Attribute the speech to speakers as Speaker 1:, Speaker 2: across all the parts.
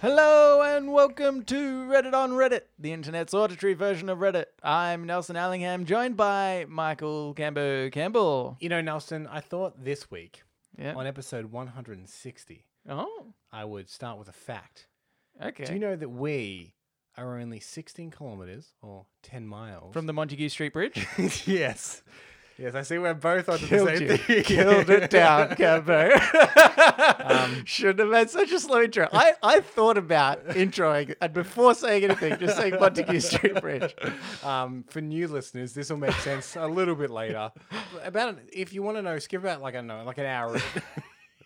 Speaker 1: Hello and welcome to Reddit on Reddit, the internet's auditory version of Reddit. I'm Nelson Allingham, joined by Michael Cambo Campbell.
Speaker 2: You know, Nelson, I thought this week
Speaker 1: Yeah.
Speaker 2: on episode 160,
Speaker 1: Oh,
Speaker 2: I would start with a fact.
Speaker 1: okay.
Speaker 2: Do you know that we are only 16 kilometers or 10 miles
Speaker 1: From the Montague Street Bridge?
Speaker 2: yes. Yes, I see we're both on
Speaker 1: Killed
Speaker 2: the same
Speaker 1: you.
Speaker 2: thing.
Speaker 1: Killed it down, Cambo. Shouldn't have had such a slow intro. I, I thought about introing and before saying anything, just saying Montague Street Bridge.
Speaker 2: Um, for new listeners, this will make sense a little bit later. About an, if you want to know, skip about like I don't know, like an hour.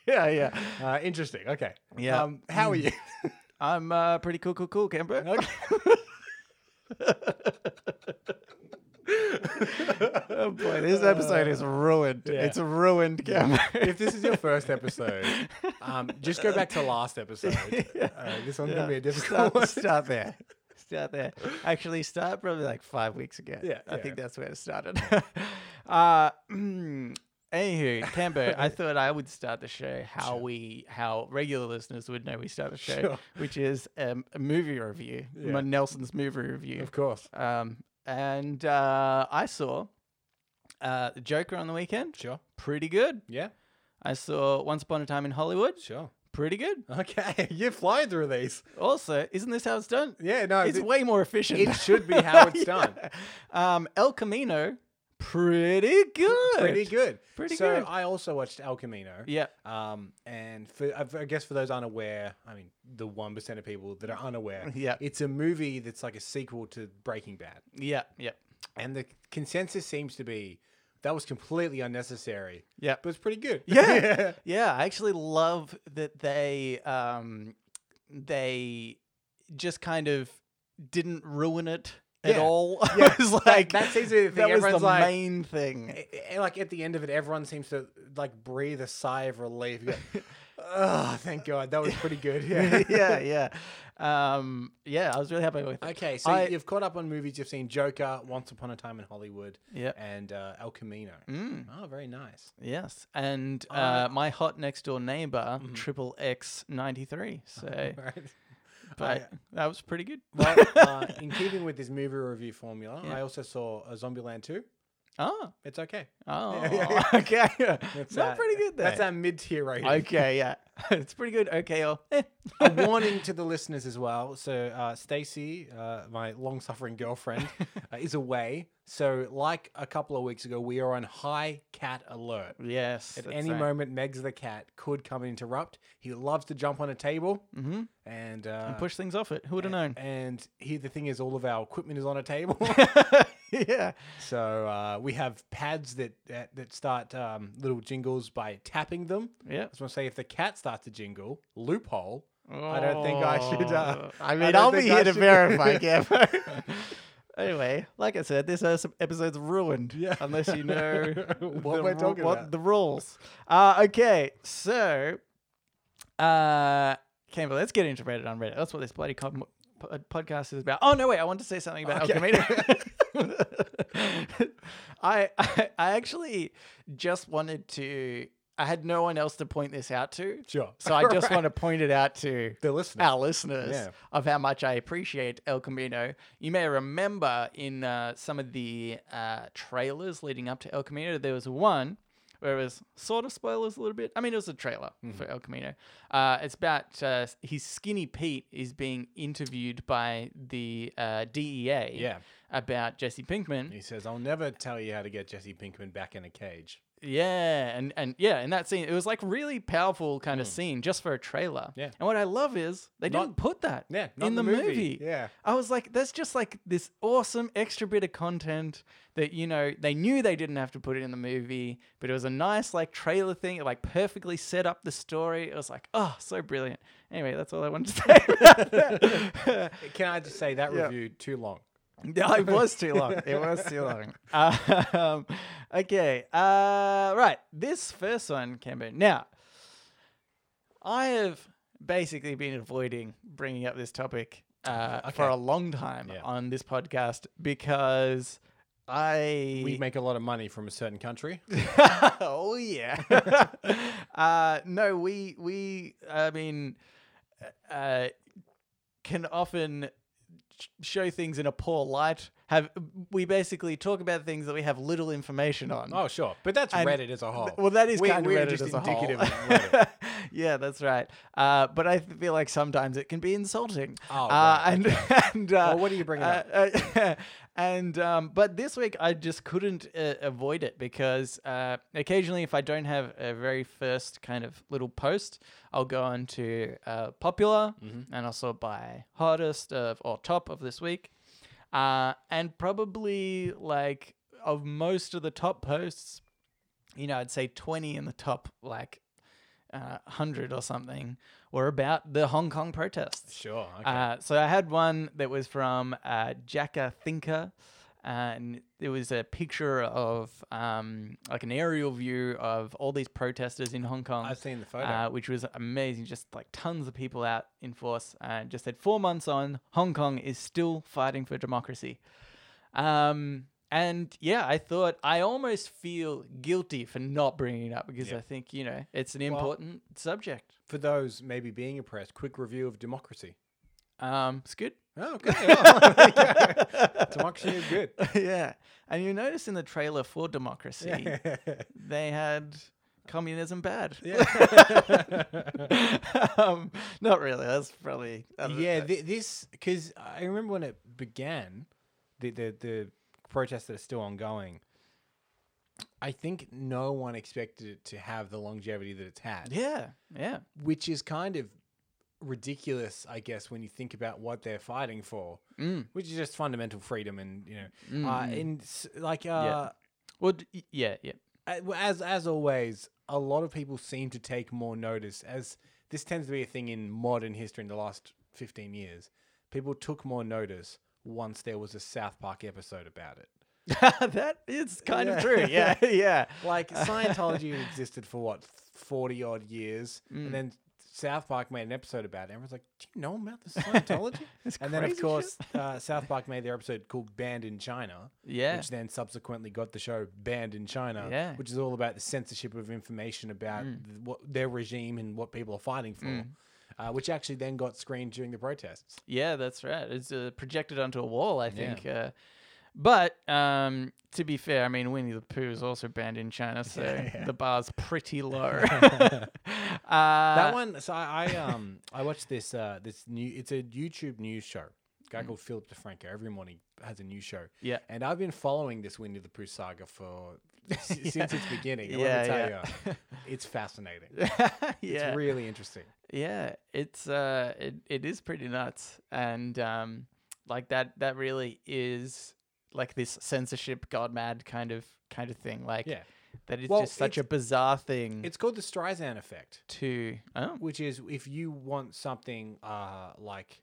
Speaker 1: Yeah, yeah.
Speaker 2: uh, interesting. Okay.
Speaker 1: Yeah. Mm.
Speaker 2: Um, how are you?
Speaker 1: I'm uh, pretty cool, cool, cool, Cambo.
Speaker 2: Okay.
Speaker 1: Oh boy, this episode is ruined.
Speaker 2: Uh, yeah.
Speaker 1: It's ruined, Cambo.
Speaker 2: if this is your first episode, um, just go back to last episode. Uh, this one's gonna be a difficult
Speaker 1: start,
Speaker 2: one.
Speaker 1: start there. Start there. Actually, start probably like five weeks ago.
Speaker 2: Yeah,
Speaker 1: I
Speaker 2: yeah.
Speaker 1: think that's where it started. uh, anywho, Cambo, I thought I would start the show how we, how regular listeners would know we start the show,
Speaker 2: Sure.
Speaker 1: which is um, a movie review,
Speaker 2: Yeah.
Speaker 1: my Nelson's movie review.
Speaker 2: Of course.
Speaker 1: Um, and uh, I saw uh, Joker on the weekend.
Speaker 2: Sure.
Speaker 1: Pretty good.
Speaker 2: Yeah.
Speaker 1: I saw Once Upon a Time in Hollywood.
Speaker 2: Sure.
Speaker 1: Pretty good.
Speaker 2: Okay. You're flying through these.
Speaker 1: Also, isn't this how it's done?
Speaker 2: Yeah. No.
Speaker 1: It's
Speaker 2: th-
Speaker 1: way more efficient.
Speaker 2: it should be how it's done.
Speaker 1: Um, El Camino, pretty good.
Speaker 2: Pretty good.
Speaker 1: Pretty
Speaker 2: so
Speaker 1: good.
Speaker 2: I also watched El Camino.
Speaker 1: Yeah.
Speaker 2: Um, and for I I guess for those unaware, I mean the one percent of people that are unaware,
Speaker 1: Yeah.
Speaker 2: it's a movie that's like a sequel to Breaking Bad,
Speaker 1: Yeah. Yeah.
Speaker 2: and the consensus seems to be that was completely unnecessary,
Speaker 1: Yeah.
Speaker 2: but it's pretty good.
Speaker 1: Yeah. Yeah. I actually love that they um they just kind of didn't ruin it at
Speaker 2: Yeah.
Speaker 1: all.
Speaker 2: Yeah.
Speaker 1: it was like
Speaker 2: that seems to be the
Speaker 1: that
Speaker 2: thing.
Speaker 1: was the
Speaker 2: Everyone's like-
Speaker 1: main thing.
Speaker 2: A- a- like at the end of it, everyone seems to like breathe a sigh of relief. You go, oh, thank God, that was pretty good. Yeah.
Speaker 1: yeah. Yeah. Um. Yeah. I was really happy with it.
Speaker 2: Okay, so
Speaker 1: I-
Speaker 2: you've caught up on movies. You've seen Joker, Once Upon a Time in Hollywood,
Speaker 1: Yeah.
Speaker 2: and uh, El Camino.
Speaker 1: Mm.
Speaker 2: Oh, very nice.
Speaker 1: Yes, and uh,
Speaker 2: Uh, Mm-hmm.
Speaker 1: my hot next door neighbor triple X ninety three. So,
Speaker 2: Right. Oh,
Speaker 1: but
Speaker 2: I-
Speaker 1: that was pretty good.
Speaker 2: Well, uh, in keeping with this movie review formula,
Speaker 1: Yeah.
Speaker 2: I also saw a Zombieland 2.
Speaker 1: oh,
Speaker 2: It's okay.
Speaker 1: oh,
Speaker 2: yeah, yeah.
Speaker 1: okay,
Speaker 2: It's
Speaker 1: not
Speaker 2: uh,
Speaker 1: pretty good. There.
Speaker 2: That's our mid tier rating.
Speaker 1: okay, yeah, it's pretty good. Okay, or eh.
Speaker 2: a warning to the listeners as well. So, uh, Stacy, uh, my long-suffering girlfriend, uh, is away. So, like a couple of weeks ago, we are on high cat alert.
Speaker 1: yes,
Speaker 2: At
Speaker 1: that's
Speaker 2: any
Speaker 1: right.
Speaker 2: moment, Megs the cat could come and interrupt. He loves to jump on a table
Speaker 1: Mhm.
Speaker 2: and, uh, eh,
Speaker 1: and push things off it. Who would have known?
Speaker 2: And he, the thing is, all of our equipment is on a table.
Speaker 1: yeah,
Speaker 2: so uh, we have pads that that, that start um, little jingles by tapping them.
Speaker 1: yeah.
Speaker 2: I just want to say, if the cat starts to jingle, loophole. I don't think I should. Uh,
Speaker 1: Oh, I mean,
Speaker 2: don't
Speaker 1: I'll be
Speaker 2: think
Speaker 1: here
Speaker 2: I
Speaker 1: to
Speaker 2: should-
Speaker 1: verify, Gabbo. anyway, like I said, this episode- episode's ruined
Speaker 2: Yeah.
Speaker 1: unless you know
Speaker 2: What
Speaker 1: the,
Speaker 2: we're
Speaker 1: ru-
Speaker 2: talking
Speaker 1: what
Speaker 2: about.
Speaker 1: the rules. Uh, okay, so, uh, Campbell, let's get into Reddit on Reddit. That's what this bloody com- po- podcast is about. Oh no, wait, I want to say something about
Speaker 2: Okay.
Speaker 1: Alchemy. I, I I actually just wanted to. I had no one else to point this out to.
Speaker 2: Sure.
Speaker 1: So I just
Speaker 2: Right.
Speaker 1: want to point it out to
Speaker 2: The listener.
Speaker 1: our listeners
Speaker 2: Yeah.
Speaker 1: of how much I appreciate El Camino. You may remember in uh, some of the uh, trailers leading up to El Camino, there was one where it was sort of spoilers a little bit. I mean, it was a trailer
Speaker 2: Mm-hmm.
Speaker 1: for El Camino. Uh, it's about uh, s- his skinny Pete is being interviewed by the uh, DEA
Speaker 2: Yeah.
Speaker 1: about Jesse Pinkman.
Speaker 2: He says, I'll never tell you how to get Jesse Pinkman back in a cage.
Speaker 1: Yeah, and and yeah, in that scene, it was like really powerful kind of scene just for a trailer.
Speaker 2: Mm. Yeah.
Speaker 1: and what I love is they
Speaker 2: Not-
Speaker 1: didn't put that
Speaker 2: Yeah, not
Speaker 1: in the, movie.
Speaker 2: Yeah.
Speaker 1: I was like, that's just like this awesome extra bit of content that you know they knew they didn't have to put it in the movie, but it was a nice like trailer thing. It like perfectly set up the story. It was like, oh, so brilliant. Anyway, that's all I wanted to say. About that.
Speaker 2: Can I just say that
Speaker 1: Yeah.
Speaker 2: review too long?
Speaker 1: No, it was too long. It was too long. Um, okay. Uh, right. This first one, Cambo. Now, I have basically been avoiding bringing up this topic uh, for
Speaker 2: Okay.
Speaker 1: a long time
Speaker 2: Yeah.
Speaker 1: on this podcast because I.
Speaker 2: We make a lot of money from a certain country.
Speaker 1: oh yeah. uh, no, we we I mean uh, can often sh- show things in a poor light. Have we basically talk about things that we have little information on?
Speaker 2: Oh, sure. But that's
Speaker 1: And-
Speaker 2: Reddit as a whole.
Speaker 1: Well, that is
Speaker 2: We-
Speaker 1: kind of
Speaker 2: we're
Speaker 1: Reddit
Speaker 2: just
Speaker 1: as a
Speaker 2: indicative
Speaker 1: whole.
Speaker 2: of Reddit.
Speaker 1: yeah, that's right. Uh, but I feel like sometimes it can be insulting.
Speaker 2: Oh,
Speaker 1: uh,
Speaker 2: right,
Speaker 1: and and uh,
Speaker 2: Well, what are you bringing up?
Speaker 1: uh, uh, and um, but this week I just couldn't uh, avoid it because uh, occasionally if I don't have a very first kind of little post, I'll go on to uh, popular
Speaker 2: Mm-hmm.
Speaker 1: and also by hottest of or top of this week, uh, and probably like of most of the top posts, you know, I'd say twenty in the top like uh, hundred or something were about the Hong Kong protests.
Speaker 2: Sure. Okay.
Speaker 1: Uh, so I had one that was from uh, Jacka Thinker, and it was a picture of um, like an aerial view of all these protesters in Hong Kong.
Speaker 2: I've seen the photo.
Speaker 1: Uh, which was amazing, just like tons of people out in force, and just said four months on, Hong Kong is still fighting for democracy. Um, and yeah, I thought I almost feel guilty for not bringing it up because
Speaker 2: Yeah.
Speaker 1: I think you know it's an important subject.
Speaker 2: For those maybe being oppressed, quick review of democracy.
Speaker 1: Um, it's good.
Speaker 2: Oh, okay. well, there you go. democracy is good.
Speaker 1: yeah. And you notice in the trailer for Democracy, they had communism bad. um, not really. That's probably. I don't-
Speaker 2: yeah, th- this because I remember when it began, the, the the protests that are still ongoing. I think no one expected it to have the longevity that it's had,
Speaker 1: Yeah. Yeah.
Speaker 2: which is kind of ridiculous, I guess, when you think about what they're fighting for,
Speaker 1: Mm.
Speaker 2: which is just fundamental freedom and you know, uh,
Speaker 1: Mm, mm.
Speaker 2: and s- like uh,
Speaker 1: Well, d- y- yeah. Yeah.
Speaker 2: a- well, as as always, a lot of people seem to take more notice as this tends to be a thing in modern history in the last 15 years. People took more notice once there was a South Park episode about it.
Speaker 1: that is kind
Speaker 2: Yeah.
Speaker 1: of true. Yeah. yeah.
Speaker 2: Like Scientology had existed for what 40 odd years and then South Park made an episode about it. Everyone's like, "Do you know about the Scientology?"
Speaker 1: It's
Speaker 2: and then, of
Speaker 1: crazy
Speaker 2: course, uh, South Park made their episode called "Banned in China,"
Speaker 1: Yeah.
Speaker 2: which then subsequently got the show banned in China,
Speaker 1: Yeah. Mm.
Speaker 2: which is all about the censorship of information about th- what their regime and what people are fighting for, uh, which actually then got screened during the protests.
Speaker 1: Yeah, that's right. It's uh, projected onto a wall, I think. Uh, but um, to be fair, I mean, Winnie the Pooh is also banned in China, so the bar's pretty low. uh,
Speaker 2: that one, so I, I um I watched this uh this new it's a YouTube news show. A guy called Philip DeFranco every morning has a new show.
Speaker 1: Mm. Yeah.
Speaker 2: and I've been following this Winnie the Pooh saga for s- since its beginning. And
Speaker 1: Yeah,
Speaker 2: let me tell
Speaker 1: yeah.
Speaker 2: you, it's fascinating.
Speaker 1: yeah,
Speaker 2: It's really interesting.
Speaker 1: yeah, it's uh, it, it is pretty nuts, and um, like that that really is like this censorship god mad kind of kind of thing. Like
Speaker 2: Yeah.
Speaker 1: that is
Speaker 2: Well,
Speaker 1: just such a
Speaker 2: it's-
Speaker 1: bizarre thing
Speaker 2: It's called the Streisand effect.
Speaker 1: to oh
Speaker 2: which is if you want something uh, like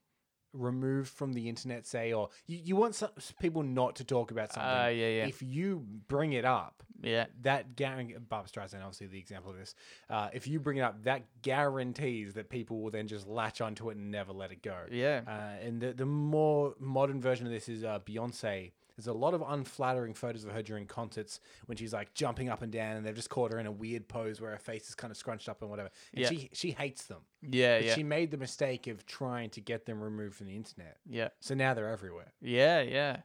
Speaker 2: removed from the internet, say, or you, you want some, s- people not to talk about something.
Speaker 1: Ah, yeah, yeah.
Speaker 2: If you bring it up,
Speaker 1: yeah
Speaker 2: that guarantee Bob Streisand, obviously the example of this. Uh, if you bring it up, that guarantees that people will then just latch onto it and never let it go.
Speaker 1: yeah
Speaker 2: Uh, and the, the more modern version of this is uh, Beyonce. There's a lot of unflattering photos of her during concerts when she's like jumping up and down, and they've just caught her in a weird pose where her face is kind of scrunched up and whatever. And
Speaker 1: Yeah.
Speaker 2: she she hates them.
Speaker 1: yeah
Speaker 2: But
Speaker 1: yeah
Speaker 2: she made the mistake of trying to get them removed from the internet.
Speaker 1: yeah.
Speaker 2: So now they're everywhere.
Speaker 1: Yeah, yeah.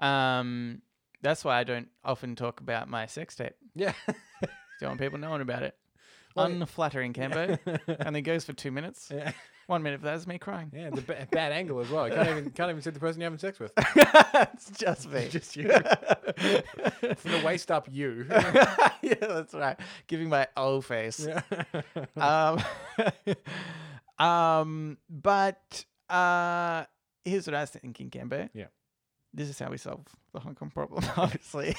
Speaker 1: Um, that's why I don't often talk about my sex tape.
Speaker 2: Yeah.
Speaker 1: Don't want people knowing about it.
Speaker 2: Well,
Speaker 1: Unflattering, Cambo. and it goes for two minutes.
Speaker 2: yeah,
Speaker 1: One minute of that is me crying.
Speaker 2: the ba- bad angle as well. You can't even can't even see the person you're having sex with.
Speaker 1: it's just me.
Speaker 2: It's just you. From the waist up, you.
Speaker 1: yeah, that's right. Giving my old face. um, um, but uh, here's what I was thinking, Cambo.
Speaker 2: Yeah.
Speaker 1: This is how we solve the Hong Kong problem, obviously.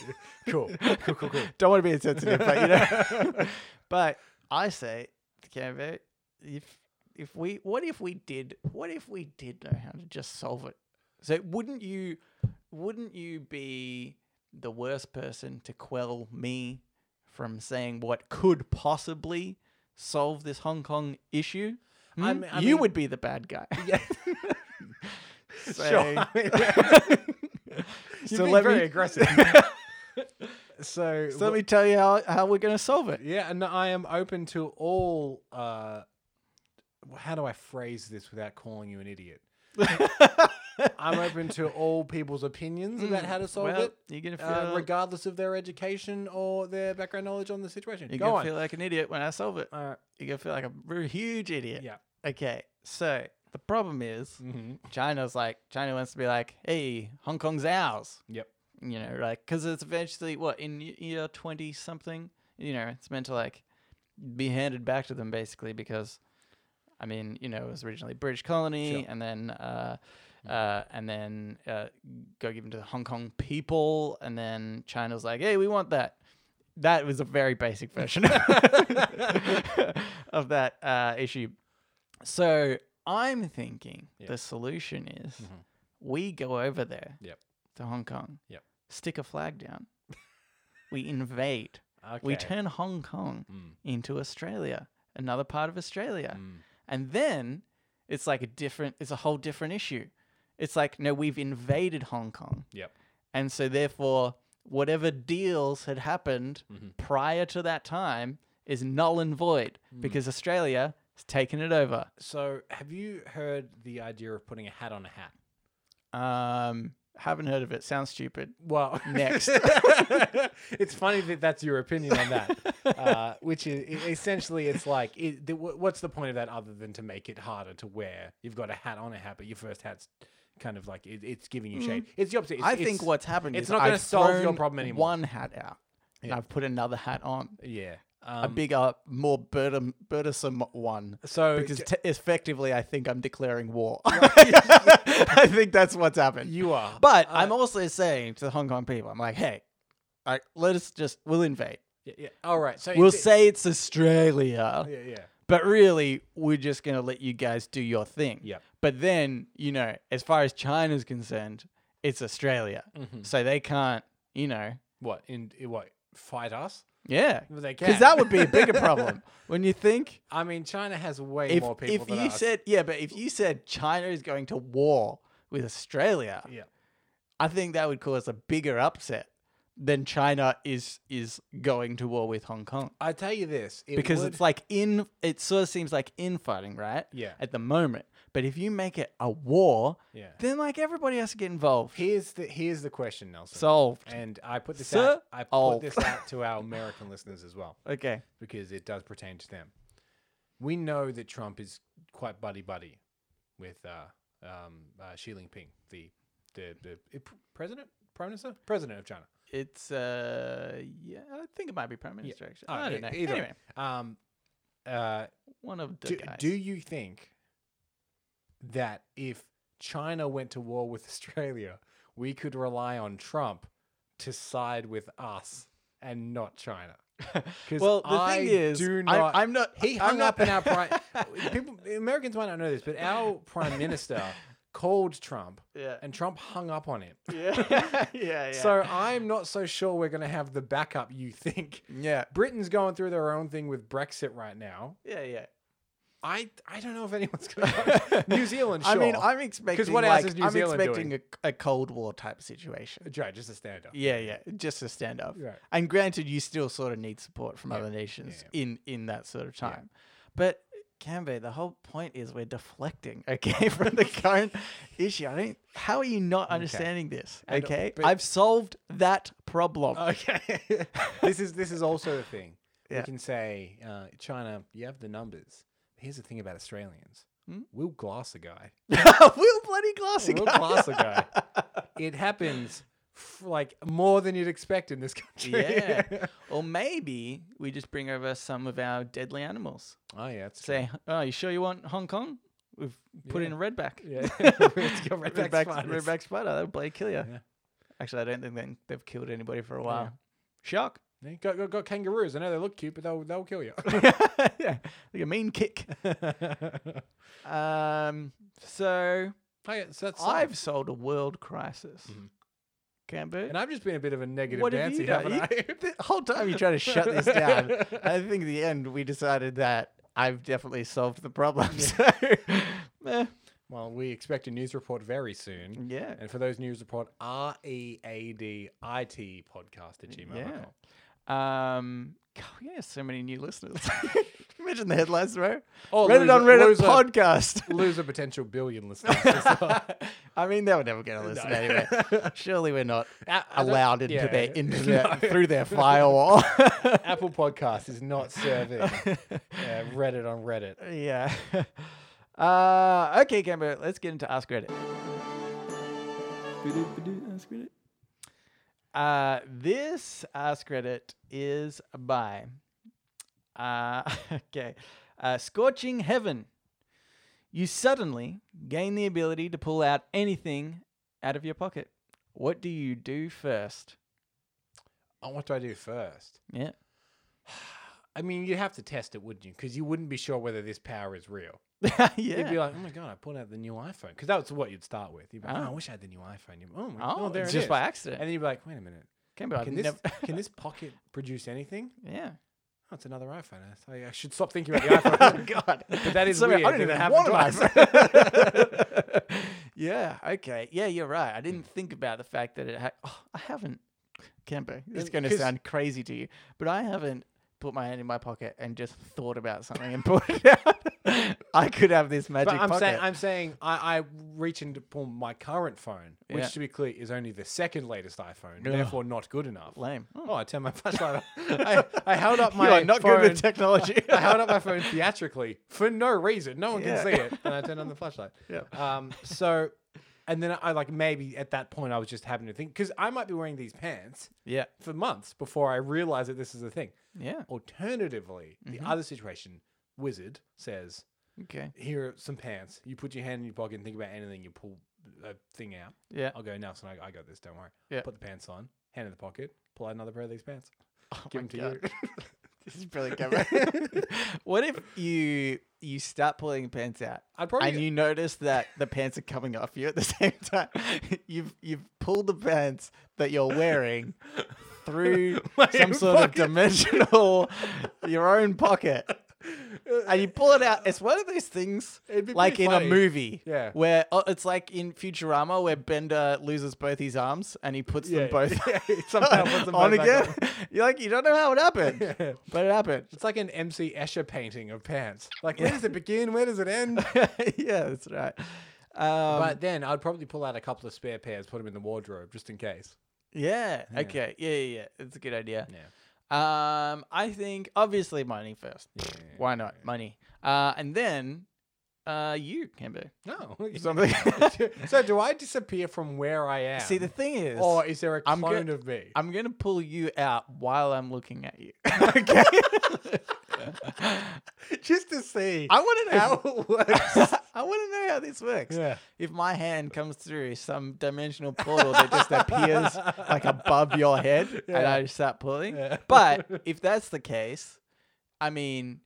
Speaker 2: cool. Cool. Cool. Cool.
Speaker 1: Don't want to be insensitive, but you know. but I say, Canva, if if we, what if we did, what if we did know how to just solve it? So wouldn't you? wouldn't you be the worst person to quell me from saying what could possibly solve this Hong Kong issue? Hmm?
Speaker 2: I mean- I
Speaker 1: you
Speaker 2: mean-
Speaker 1: would be the bad guy.
Speaker 2: Yeah.
Speaker 1: So-
Speaker 2: so
Speaker 1: You've been
Speaker 2: let
Speaker 1: very
Speaker 2: me
Speaker 1: aggressive.
Speaker 2: so,
Speaker 1: so let me tell you how, how we're going to solve it.
Speaker 2: yeah, and I am open to all. Uh, how do I phrase this without calling you an idiot? I'm open to all people's opinions about how to solve
Speaker 1: Mm, well,
Speaker 2: it,
Speaker 1: You're going to feel,
Speaker 2: uh, regardless of their education or their background knowledge on the situation.
Speaker 1: you're
Speaker 2: Go
Speaker 1: gonna
Speaker 2: on.
Speaker 1: feel like an idiot when I solve it.
Speaker 2: All right.
Speaker 1: You're going to feel like a r- huge idiot.
Speaker 2: Yeah.
Speaker 1: Okay. So the problem is
Speaker 2: Mm-hmm.
Speaker 1: China's like, China wants to be like, hey, Hong Kong's ours.
Speaker 2: Yep.
Speaker 1: you know, like because it's eventually what in y- year twenty something, you know, it's meant to like be handed back to them basically because, I mean, you know, it was originally British colony
Speaker 2: Sure. Mm.
Speaker 1: and then, uh, uh, and then uh, go given to the Hong Kong people, and then China's like, hey, we want that. That was a very basic version of that uh, issue. So I'm thinking
Speaker 2: Yeah. Mm-hmm.
Speaker 1: the solution is we go over there
Speaker 2: Yep.
Speaker 1: to Hong Kong,
Speaker 2: Yep.
Speaker 1: stick a flag down. we invade.
Speaker 2: Okay.
Speaker 1: We turn Hong Kong
Speaker 2: Mm.
Speaker 1: into Australia, another part of Australia.
Speaker 2: Mm.
Speaker 1: And then it's like a different, it's a whole different issue. It's like, no, we've invaded Hong Kong.
Speaker 2: Yep.
Speaker 1: And so, therefore, whatever deals had happened
Speaker 2: Mhm.
Speaker 1: prior to that time is null and void
Speaker 2: Mm.
Speaker 1: because Australia has taken it over.
Speaker 2: So, have you heard the idea of putting a hat on a hat?
Speaker 1: Um, haven't heard of it. Sounds stupid.
Speaker 2: Well,
Speaker 1: Next.
Speaker 2: it's funny that that's your opinion on that, uh, which is e- essentially it's like, it, the, wh- what's the point of that other than to make it harder to wear? You've got a hat on a hat, but your first hat's kind of like it, it's giving you shade. It's the opposite. It's,
Speaker 1: Mm-hmm. I think
Speaker 2: it's-
Speaker 1: what's happened
Speaker 2: it's
Speaker 1: is
Speaker 2: not gonna
Speaker 1: I've
Speaker 2: solve your
Speaker 1: thrown
Speaker 2: problem anymore.
Speaker 1: One hat out, and I've put another hat on,
Speaker 2: yeah.
Speaker 1: a
Speaker 2: Um,
Speaker 1: bigger, more burden, burdensome one.
Speaker 2: so
Speaker 1: Because
Speaker 2: j-
Speaker 1: te- effectively, I think I'm declaring war. I think that's what's happened.
Speaker 2: you are, uh
Speaker 1: but I'm also saying to the Hong Kong people, I'm like, hey, like, let us just we'll invade.
Speaker 2: yeah, yeah. all right. So
Speaker 1: We'll
Speaker 2: it's-
Speaker 1: say it's Australia,
Speaker 2: yeah, yeah,
Speaker 1: but really, we're just gonna let you guys do your thing.
Speaker 2: Yep.
Speaker 1: But then, you know, as far as China's concerned, it's Australia,
Speaker 2: Mm-hmm.
Speaker 1: so they can't, you know,
Speaker 2: What in in what fight us?
Speaker 1: Yeah,
Speaker 2: Well, they
Speaker 1: because
Speaker 2: can.
Speaker 1: that would be a bigger problem when you think
Speaker 2: I mean, China has way
Speaker 1: if
Speaker 2: more people
Speaker 1: if
Speaker 2: than
Speaker 1: you
Speaker 2: us.
Speaker 1: said yeah, but if you said China is going to war with Australia,
Speaker 2: yeah.
Speaker 1: I think that would cause a bigger upset than China is is going to war with Hong Kong
Speaker 2: I tell you this, it
Speaker 1: because
Speaker 2: would-
Speaker 1: it's like in it sort of seems like infighting, right?
Speaker 2: Yeah.
Speaker 1: at the moment. But if you make it a war,
Speaker 2: Yeah.
Speaker 1: then like everybody has to get involved.
Speaker 2: here's the here's the question, Nelson.
Speaker 1: Solved.
Speaker 2: And I put this
Speaker 1: Sir?
Speaker 2: out. I put
Speaker 1: Oh.
Speaker 2: this out to our American listeners as well
Speaker 1: Okay.
Speaker 2: because it does pertain to them. We know that Trump is quite buddy buddy with uh, um, uh, Xi Jinping, the the, the uh, president, prime minister, president of China.
Speaker 1: It's uh yeah, I think it might be prime minister actually. I don't
Speaker 2: e-
Speaker 1: know.
Speaker 2: Either way.
Speaker 1: Anyway,
Speaker 2: um, uh,
Speaker 1: one of the
Speaker 2: do,
Speaker 1: guys.
Speaker 2: do you think that if China went to war with Australia, we could rely on Trump to side with us and not China? 'Cause
Speaker 1: Well, the
Speaker 2: I
Speaker 1: thing is,
Speaker 2: do
Speaker 1: I'm-
Speaker 2: not-
Speaker 1: I'm not-
Speaker 2: He
Speaker 1: I'm
Speaker 2: hung
Speaker 1: not-
Speaker 2: up in our prime. people, Americans might not know this, but our prime minister called Trump,
Speaker 1: Yeah.
Speaker 2: and Trump hung up on him.
Speaker 1: yeah, yeah, yeah.
Speaker 2: So I'm not so sure we're going to have the backup you think.
Speaker 1: yeah,
Speaker 2: Britain's going through their own thing with Brexit right now.
Speaker 1: yeah, yeah.
Speaker 2: I I don't know if anyone's going to New Zealand. Sure.
Speaker 1: I mean, I'm expecting
Speaker 2: what else
Speaker 1: like,
Speaker 2: is New
Speaker 1: I'm
Speaker 2: Zealand
Speaker 1: expecting
Speaker 2: doing?
Speaker 1: A, a Cold War type situation.
Speaker 2: Right, just a stand up.
Speaker 1: Yeah, yeah, just a stand up.
Speaker 2: Right.
Speaker 1: And granted, you still sort of need support from other nations in in that sort of time, but. Canbe, the whole point is we're deflecting, okay, from the current issue. I don't. How are you not understanding this?
Speaker 2: And, uh,
Speaker 1: Okay,
Speaker 2: but-
Speaker 1: I've solved that problem.
Speaker 2: Okay. this is this is also a thing.
Speaker 1: Yeah.
Speaker 2: We can say uh, China, you have the numbers. Here's the thing about Australians. We'll glass a guy.
Speaker 1: we'll bloody glass
Speaker 2: We'll
Speaker 1: again.
Speaker 2: glass a Hmm? guy. It happens f- like more than you'd expect in this country.
Speaker 1: Yeah. or maybe we just bring over some of our deadly animals.
Speaker 2: oh yeah. That's
Speaker 1: Say, oh, you sure you want Hong Kong? We've put in redback.
Speaker 2: True. Yeah. Let's go right back.
Speaker 1: redback,
Speaker 2: spiders.
Speaker 1: redback spider. That would bloody kill you.
Speaker 2: Yeah.
Speaker 1: Actually, I don't think they, they've killed anybody for a while. Shark.
Speaker 2: Yeah, Got, got, got kangaroos. I know they look cute, but they'll they'll kill you.
Speaker 1: yeah, like a mean kick. Um, so
Speaker 2: Okay, so that's
Speaker 1: Mm-hmm. I've solved a world crisis. Can't be.
Speaker 2: And I've just been a bit of a negative
Speaker 1: What have you
Speaker 2: Nancy,
Speaker 1: done?
Speaker 2: haven't
Speaker 1: You-
Speaker 2: I?
Speaker 1: the whole time you try to shut this down. I think in the end we decided that I've definitely solved the problem. So, eh,
Speaker 2: well, we expect a news report very soon.
Speaker 1: Mm, yeah.
Speaker 2: And for those news report, R E A D I T podcast at gmail.com.
Speaker 1: Yeah. Um, God, we have so many new listeners. Imagine the headlines, bro.
Speaker 2: Oh,
Speaker 1: Reddit on Reddit
Speaker 2: loser,
Speaker 1: podcast.
Speaker 2: Lose a potential billion listeners.
Speaker 1: I mean, they were never going to listen anyway. Surely we're not allowed into
Speaker 2: yeah.
Speaker 1: their into their,
Speaker 2: No.
Speaker 1: through their firewall.
Speaker 2: Apple Podcast is not serving uh, Reddit on Reddit.
Speaker 1: yeah. Uh, okay, Camber, let's get into Ask Reddit. Ask Reddit. Uh, this Ask Reddit is by, uh, okay, uh, Scorching Heaven. You suddenly gain the ability to pull out anything out of your pocket. What do you do first?
Speaker 2: Oh, what do I do first?
Speaker 1: Yeah.
Speaker 2: I mean, you'd have to test it, wouldn't you? Because you wouldn't be sure whether this power is real. You'd be
Speaker 1: yeah.
Speaker 2: like, oh my God, I pulled out the new iPhone. Because that's what you'd start with. You'd be like, oh,
Speaker 1: Oh.
Speaker 2: I wish I had the new iPhone. You'd, oh, my,
Speaker 1: Oh,
Speaker 2: oh, there
Speaker 1: it's
Speaker 2: it
Speaker 1: just
Speaker 2: is."
Speaker 1: by
Speaker 2: And
Speaker 1: accident.
Speaker 2: then you'd be like, wait a minute.
Speaker 1: Camber, I've
Speaker 2: Can this,
Speaker 1: never-
Speaker 2: can this pocket produce anything?
Speaker 1: yeah.
Speaker 2: Oh, it's another iPhone. I- I, I should stop thinking about the iPhone.
Speaker 1: God.
Speaker 2: But that is
Speaker 1: Sorry,
Speaker 2: weird.
Speaker 1: I don't even
Speaker 2: There's
Speaker 1: have
Speaker 2: one
Speaker 1: one
Speaker 2: of
Speaker 1: of those. yeah. Okay. Yeah, you're right. I didn't think about the fact that it. Ha- oh, I haven't. Camper, this is
Speaker 2: Uh,
Speaker 1: going to
Speaker 2: 'cause-
Speaker 1: sound crazy to you, but I haven't put my hand in my pocket and just thought about something and pulled it out. I could have this magic
Speaker 2: But I'm
Speaker 1: pocket.
Speaker 2: saying, I'm saying, I, I reach in to pull my current phone, which,
Speaker 1: Yeah.
Speaker 2: to be clear, is only the second latest iPhone,
Speaker 1: Ugh.
Speaker 2: therefore not good enough.
Speaker 1: lame.
Speaker 2: Oh, I turned my flashlight. on. I, I held up my
Speaker 1: you are not
Speaker 2: phone.
Speaker 1: good with technology.
Speaker 2: I held up my phone theatrically for no reason. No one
Speaker 1: Yeah.
Speaker 2: can see it, and I turned on the flashlight.
Speaker 1: Yeah.
Speaker 2: Um. So, and then I like maybe at that point I was just happening to think because I might be wearing these pants
Speaker 1: yeah.
Speaker 2: for months before I realize that this is a thing.
Speaker 1: Yeah.
Speaker 2: Alternatively,
Speaker 1: Mm-hmm.
Speaker 2: the other situation, wizard says,
Speaker 1: Okay.
Speaker 2: "Here are some pants. You put your hand in your pocket and think about anything. You pull a thing out.
Speaker 1: Yeah.
Speaker 2: I'll go Nelson. I, I got this. Don't worry.
Speaker 1: Yeah.
Speaker 2: Put the pants on. Hand in the pocket. Pull out another pair of these pants.
Speaker 1: Oh my
Speaker 2: Give them to
Speaker 1: God.
Speaker 2: you."
Speaker 1: This is brilliant, Camper. what if you you start pulling pants out
Speaker 2: I'd probably
Speaker 1: and you notice that the pants are coming off you at the same time. You've you've pulled the pants that you're wearing through
Speaker 2: My
Speaker 1: some
Speaker 2: own
Speaker 1: sort
Speaker 2: pocket.
Speaker 1: of dimensional your own pocket. And you pull it out. It's one of those things
Speaker 2: It'd be
Speaker 1: like
Speaker 2: pretty
Speaker 1: in
Speaker 2: funny.
Speaker 1: a movie.
Speaker 2: Yeah.
Speaker 1: Where oh, it's like in Futurama where Bender loses both his arms and he puts
Speaker 2: Yeah,
Speaker 1: them both
Speaker 2: yeah, he somehow puts them
Speaker 1: on
Speaker 2: both back
Speaker 1: again. You're like, you don't know how it happened. But it happened.
Speaker 2: It's like an MC Escher painting of pants. Like, where does it begin? Where does it
Speaker 1: Um,
Speaker 2: end?
Speaker 1: yeah, that's right. Um,
Speaker 2: but then I'd probably pull out a couple of spare pairs, put them in the wardrobe just in case.
Speaker 1: Yeah. Okay. Yeah, yeah, yeah. It's a good idea.
Speaker 2: Yeah.
Speaker 1: Um, I think obviously money first. Why not money? Uh, and then, uh, you can be
Speaker 2: No.
Speaker 1: something.
Speaker 2: so do I disappear from where I am?
Speaker 1: See, the thing is,
Speaker 2: or is there a
Speaker 1: I'm
Speaker 2: clone
Speaker 1: go-
Speaker 2: of me?
Speaker 1: I'm gonna pull you out while I'm looking at you. okay.
Speaker 2: just to see
Speaker 1: I want to know.
Speaker 2: how it works.
Speaker 1: I want to know how this works.
Speaker 2: Yeah.
Speaker 1: If my hand comes through some dimensional portal that just appears like above your head and
Speaker 2: Yeah.
Speaker 1: I start pulling.
Speaker 2: Yeah.
Speaker 1: But if that's the case, I mean,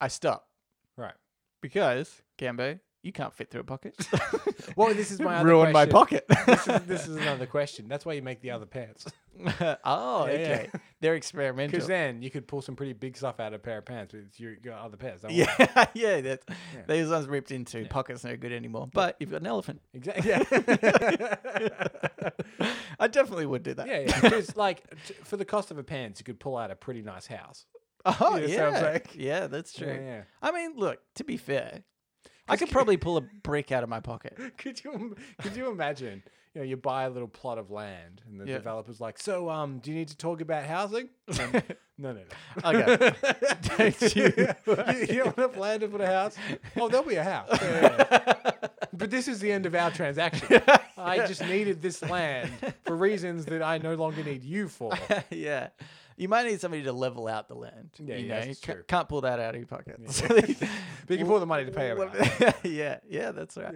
Speaker 1: I stop
Speaker 2: right.
Speaker 1: because, Gambo, you can't fit through a pocket.
Speaker 2: Well, this is my other
Speaker 1: Ruin my
Speaker 2: question.
Speaker 1: pocket.
Speaker 2: This is, this is another question. That's why you make the other pants.
Speaker 1: oh,
Speaker 2: Yeah, yeah.
Speaker 1: okay. They're experimental.
Speaker 2: Because then you could pull some pretty big stuff out of a pair of pants with your, your other pairs. That
Speaker 1: yeah, yeah, that, Those ones ripped into. Pocket's no good anymore. But you've got an elephant.
Speaker 2: Exactly. Yeah.
Speaker 1: I definitely would do that.
Speaker 2: yeah, yeah. Because like t- for the cost of a pants, you could pull out a pretty nice house.
Speaker 1: Oh,
Speaker 2: Yeah,
Speaker 1: yeah.
Speaker 2: sounds like-
Speaker 1: Yeah, that's true.
Speaker 2: yeah.
Speaker 1: I mean, look, to be fair, I could probably pull a brick out of my pocket.
Speaker 2: Could you im- could you imagine? You know, you buy a little plot of land, and the
Speaker 1: Yeah.
Speaker 2: developer's like, "So, um, do you need to talk about housing?" Um, no, no, no.
Speaker 1: Okay. Don't
Speaker 2: you,
Speaker 1: you
Speaker 2: you don't have land to put a house? Oh, there'll be a house. Yeah, yeah, yeah. but this is the end of our transaction. I just needed this land for reasons that I no longer need you for.
Speaker 1: yeah. You might need somebody to level out the land.
Speaker 2: Yeah,
Speaker 1: you
Speaker 2: yeah,
Speaker 1: know,
Speaker 2: that's
Speaker 1: ca-
Speaker 2: true.
Speaker 1: can't pull that out of your pocket. So
Speaker 2: but
Speaker 1: you-
Speaker 2: you can pull the money to pay them. out.
Speaker 1: yeah, yeah, that's right.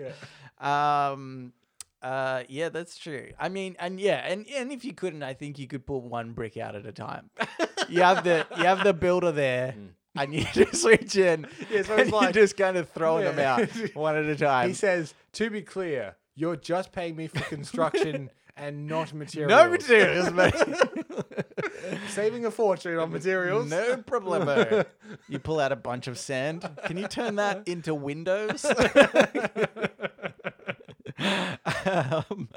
Speaker 2: Yeah.
Speaker 1: Um, uh, yeah, that's true. I mean, and yeah, and and if you couldn't, I think you could pull one brick out at a time. you have the you have the builder there. And you just reach in,
Speaker 2: Mm. Yeah, so it's
Speaker 1: and you're
Speaker 2: like-
Speaker 1: just kind of throwing
Speaker 2: Yeah.
Speaker 1: them out one at a time.
Speaker 2: He says, to be clear, you're just paying me for construction and not materials.
Speaker 1: No materials, mate.
Speaker 2: Saving a fortune on materials.
Speaker 1: no
Speaker 2: eh?
Speaker 1: problemo. You pull out a bunch of sand. Can you turn that into windows? um,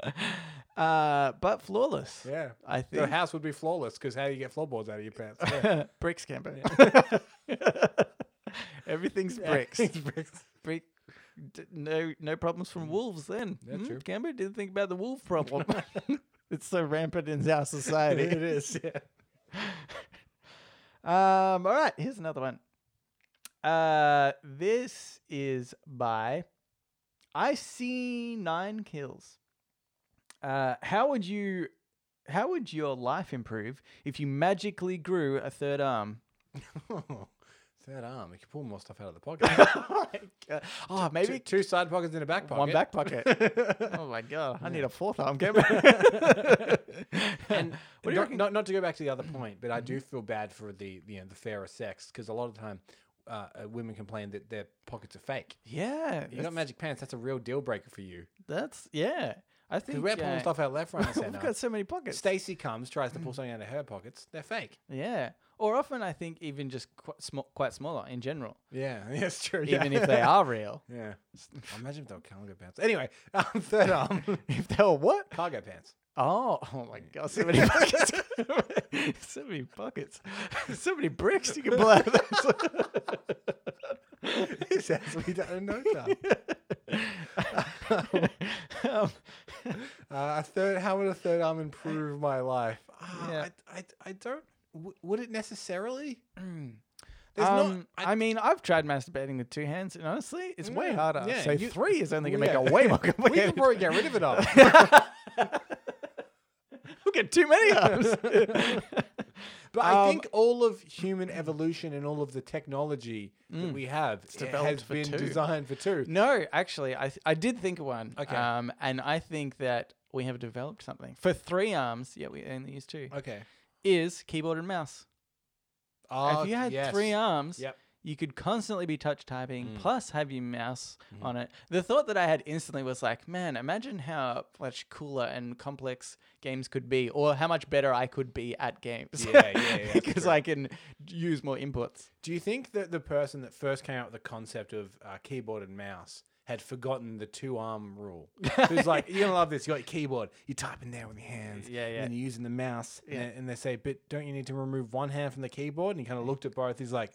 Speaker 1: uh, but flawless.
Speaker 2: Yeah.
Speaker 1: I
Speaker 2: Your
Speaker 1: think
Speaker 2: house would be flawless because how do you get floorboards out of your pants? Yeah.
Speaker 1: bricks can be. Everything's bricks.
Speaker 2: It's bricks.
Speaker 1: Brick. d- No, no problems from wolves. Then
Speaker 2: Mm. Yeah, true.
Speaker 1: Gambo didn't think about the wolf problem. it's so rampant in our society.
Speaker 2: It is. Yeah.
Speaker 1: Um, all right, here's another one. Uh, this is by I see nine kills. Uh, how would you, how would your life improve if you magically grew a third arm?
Speaker 2: Oh, Third arm. You can pull more stuff out of the pocket.
Speaker 1: oh,
Speaker 2: Maybe
Speaker 1: maybe
Speaker 2: two, side pockets in a back pocket.
Speaker 1: one back pocket. oh my god, I need a fourth arm, Gambo. and what do you
Speaker 2: not,
Speaker 1: reckon?
Speaker 2: not, not to go back to the other point, but I do feel bad for the you know the fairer sex because a lot of the time uh, uh, women complain that their pockets are fake.
Speaker 1: Yeah,
Speaker 2: You got
Speaker 1: that's,
Speaker 2: magic pants. That's a real deal breaker for you.
Speaker 1: that's yeah. I think
Speaker 2: Because we're pulling
Speaker 1: uh,
Speaker 2: stuff out left, right, and
Speaker 1: We've
Speaker 2: center.
Speaker 1: got so many pockets.
Speaker 2: Stacy comes, tries to pull something out of her pockets. They're fake.
Speaker 1: Yeah. Or often I think even just quite, sm- quite smaller in general,
Speaker 2: Yeah, that's true.
Speaker 1: even if they are real.
Speaker 2: Yeah. Imagine if they were cargo pants. Anyway, um, third arm.
Speaker 1: If they were what?
Speaker 2: cargo pants.
Speaker 1: Oh, oh my god! So many buckets, so many buckets, so many bricks you can blow. out of
Speaker 2: This has me down in no time.
Speaker 1: those. um,
Speaker 2: Uh, a third, how would a third arm improve my life? Ah,
Speaker 1: Yeah.
Speaker 2: I, I, I don't. W- would it necessarily? There's
Speaker 1: um,
Speaker 2: not.
Speaker 1: I, mean, I've tried masturbating with two hands, and honestly, it's way
Speaker 2: Yeah,
Speaker 1: harder.
Speaker 2: yeah,
Speaker 1: so
Speaker 2: you-
Speaker 1: three is only gonna
Speaker 2: yeah.
Speaker 1: make it way more
Speaker 2: I, we could
Speaker 1: complicated.
Speaker 2: probably get rid of it all.
Speaker 1: We'll get too many arms.
Speaker 2: But I
Speaker 1: Um,
Speaker 2: think all of human evolution and all of the technology that we have it
Speaker 1: Mm. developed
Speaker 2: has
Speaker 1: for
Speaker 2: been
Speaker 1: two.
Speaker 2: designed for two.
Speaker 1: No, actually, I th- I did think of one.
Speaker 2: Okay.
Speaker 1: Um, and I think that we have developed something for three arms. Yeah, we only use two.
Speaker 2: Okay.
Speaker 1: Is keyboard and mouse.
Speaker 2: Oh,
Speaker 1: if you had
Speaker 2: yes.
Speaker 1: three arms,
Speaker 2: Yep. Mm.
Speaker 1: you could constantly be touch typing plus have your mouse
Speaker 2: Mm-hmm.
Speaker 1: on it. The thought that I had instantly was like, man, imagine how much cooler and complex games could be, or how much better I could be at games.
Speaker 2: Yeah, yeah, yeah, that's
Speaker 1: because
Speaker 2: true.
Speaker 1: I can use more inputs.
Speaker 2: Do you think that the person that first came up with the concept of uh, keyboard and mouse had forgotten the two arm rule? Who's like, you're gonna love this. You got your keyboard. You type in there with your hands.
Speaker 1: Yeah, yeah.
Speaker 2: And then you're using the mouse. and- And, they say, but don't you need to remove one hand from the keyboard? And he kind of looked at both. He's like,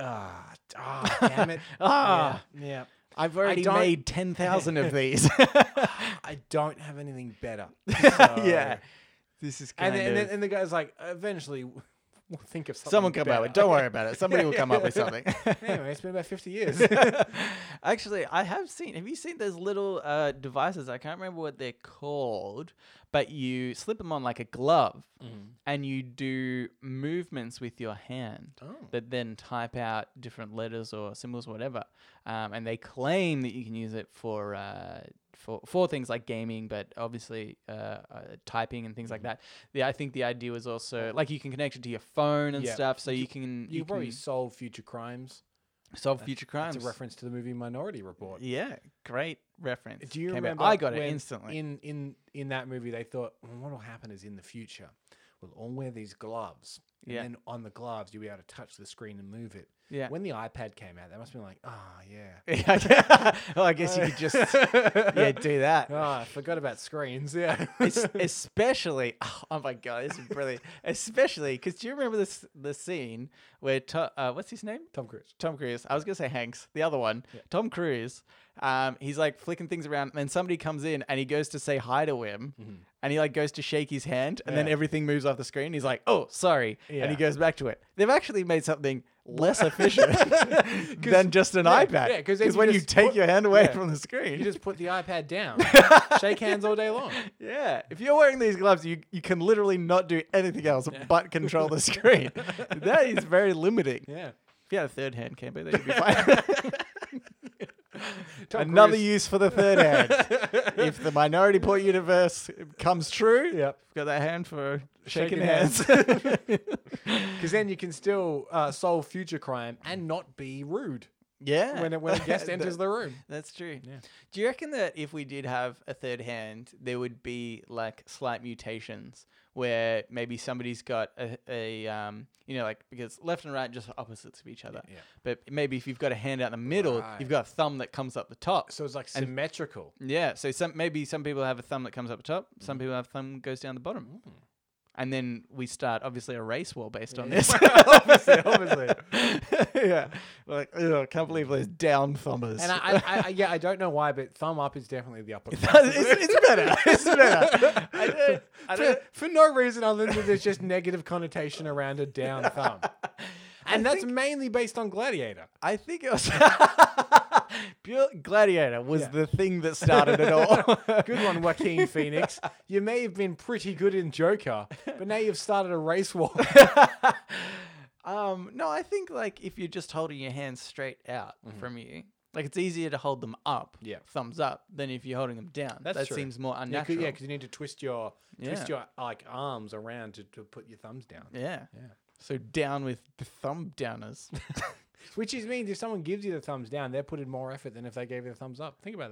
Speaker 2: ah, ah, damn it.
Speaker 1: Ah.
Speaker 2: yeah. yeah.
Speaker 1: I've already
Speaker 2: don't-
Speaker 1: made ten thousand of these.
Speaker 2: I don't have anything better.
Speaker 1: yeah,
Speaker 2: So-
Speaker 1: this is kind
Speaker 2: And then,
Speaker 1: of
Speaker 2: and then and the guy's like, eventually we'll think of something.
Speaker 1: Someone come
Speaker 2: better.
Speaker 1: up with. Don't worry about it. Somebody will come up with something.
Speaker 2: Anyway, it's been about 50 years.
Speaker 1: Actually, I have seen. Have you seen those little uh, devices? I can't remember what they're called, but you slip them on like a glove,
Speaker 2: Mm-hmm.
Speaker 1: and you do movements with your hand
Speaker 2: Oh.
Speaker 1: that then type out different letters or symbols, or whatever. Um, and they claim that you can use it for uh, for for things like gaming, but obviously uh, uh, typing and things like
Speaker 2: Mm-hmm.
Speaker 1: that. The, I think the idea was also like you can connect it to your phone and
Speaker 2: Yeah.
Speaker 1: stuff, so you can
Speaker 2: you,
Speaker 1: you,
Speaker 2: could probably
Speaker 1: can
Speaker 2: solve future crimes.
Speaker 1: solve future crimes.
Speaker 2: That's a reference to the movie Minority Report.
Speaker 1: Yeah, great reference.
Speaker 2: Do you
Speaker 1: Came out-
Speaker 2: remember?
Speaker 1: I got it
Speaker 2: when
Speaker 1: instantly.
Speaker 2: In in in that movie, they thought, well, what will happen is in the future, we'll all wear these gloves, and
Speaker 1: Yeah.
Speaker 2: then on the gloves, you'll be able to touch the screen and move it.
Speaker 1: Yeah.
Speaker 2: When the iPad came out, they must have been like, ah, yeah.
Speaker 1: Yeah, well, Oh, I guess you could just yeah do that.
Speaker 2: Ah, I forgot about screens. Yeah.
Speaker 1: Es- especially, oh my god, this is brilliant. especially because do you remember this the scene where To- uh, what's his name?
Speaker 2: Tom Cruise.
Speaker 1: Tom Cruise. I was gonna say Hanks, the other one. Tom Cruise. Um, he's like flicking things around, and then somebody comes in and he goes to say hi to him, and he like goes to shake his hand, and then
Speaker 2: Mm-hmm. Yeah.
Speaker 1: everything moves off the screen. He's like, "Oh, sorry," and
Speaker 2: Yeah.
Speaker 1: he goes back to it. They've actually made something less efficient than just an
Speaker 2: yeah,
Speaker 1: iPad.
Speaker 2: yeah, 'cause
Speaker 1: because
Speaker 2: if you
Speaker 1: when you
Speaker 2: just
Speaker 1: take
Speaker 2: put-
Speaker 1: your hand away
Speaker 2: yeah.
Speaker 1: from the screen,
Speaker 2: You just put the iPad down, shake hands all day long.
Speaker 1: yeah, if you're wearing these gloves, you, you can literally not do anything else but control the screen. that is very limiting.
Speaker 2: Yeah.
Speaker 1: If you had a third hand, Cambo, that would be fine.
Speaker 2: Tom
Speaker 1: Another
Speaker 2: Cruise-
Speaker 1: use for the third hand. if the Minority Point universe comes true,
Speaker 2: Yep.
Speaker 1: we've got that hand for shaking,
Speaker 2: Shaking
Speaker 1: hands.
Speaker 2: Because then you can still uh, solve future crime and not be rude.
Speaker 1: Yeah.
Speaker 2: when a, when a guest
Speaker 1: That-
Speaker 2: enters the room.
Speaker 1: That's true.
Speaker 2: Yeah.
Speaker 1: Do you reckon that if we did have a third hand, there would be like slight mutations where maybe somebody's got a, a um, you know, like because left and right just are opposites of each other.
Speaker 2: Yeah.
Speaker 1: But maybe if you've got a hand out the middle,
Speaker 2: Right.
Speaker 1: you've got a thumb that comes up the top.
Speaker 2: So it's like symmetrical.
Speaker 1: yeah. So some maybe some people have a thumb that comes up the top. Some people have a thumb goes down the bottom. And then we start obviously a race war based on this.
Speaker 2: obviously, obviously.
Speaker 1: yeah. Like, ugh, I can't believe those down thumbers.
Speaker 2: And I, I, I, yeah, I don't know why, but thumb up is definitely the upper. class,
Speaker 1: it's,
Speaker 2: isn't it?
Speaker 1: it's better. It's better. I don't, I
Speaker 2: for,
Speaker 1: don't,
Speaker 2: for no reason other than there's just negative connotation around a down thumb. And that's mainly based on Gladiator.
Speaker 1: I think it was Pure Gladiator was
Speaker 2: Yeah.
Speaker 1: the thing that started it all.
Speaker 2: Good one, Joaquin Phoenix. You may have been pretty good in Joker, but now you've started a race war.
Speaker 1: um, no, I think like if you're just holding your hands straight out from you, like it's easier to hold them up,
Speaker 2: Yeah.
Speaker 1: thumbs up, than if you're holding them down.
Speaker 2: That's
Speaker 1: that
Speaker 2: true.
Speaker 1: seems more
Speaker 2: yeah,
Speaker 1: unnatural.
Speaker 2: because you need to twist your
Speaker 1: Yeah.
Speaker 2: twist your like arms around to, to put your thumbs down.
Speaker 1: Yeah.
Speaker 2: Yeah.
Speaker 1: So down with the thumb downers.
Speaker 2: Which is means if someone gives you the thumbs down, they're putting more effort than if they gave you the thumbs up. Think about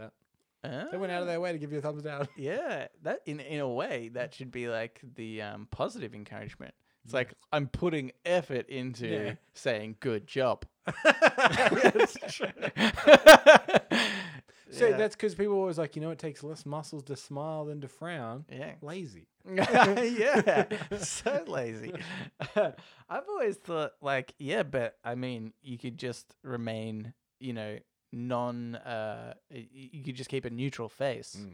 Speaker 2: that. They went out of their way to give you a thumbs down.
Speaker 1: Yeah, that in in a way that should be like the um, positive encouragement. It's like I'm putting effort into
Speaker 2: Yeah.
Speaker 1: saying good job.
Speaker 2: So
Speaker 1: Yeah.
Speaker 2: that's because people are always like, you know, it takes less muscles to smile than to frown.
Speaker 1: yeah.
Speaker 2: Lazy.
Speaker 1: yeah, so lazy. I've always thought, like, yeah, but I mean, you could just remain, you know, non. Uh, y- y- you could just keep a neutral face.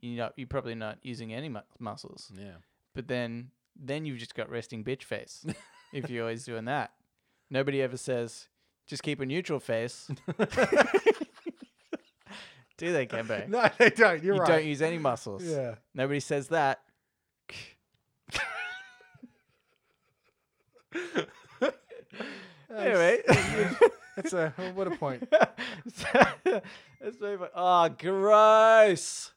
Speaker 1: You know, you're probably not using any mu- muscles.
Speaker 2: Yeah.
Speaker 1: but then then you've just got resting bitch face if you're always doing that. Nobody ever says just keep a neutral face. Do they, Kembe?
Speaker 2: No, they don't. You're
Speaker 1: you
Speaker 2: right.
Speaker 1: don't use any muscles.
Speaker 2: yeah.
Speaker 1: Nobody says that. anyway,
Speaker 2: That's a oh, what a point.
Speaker 1: let's move on. Oh, gross!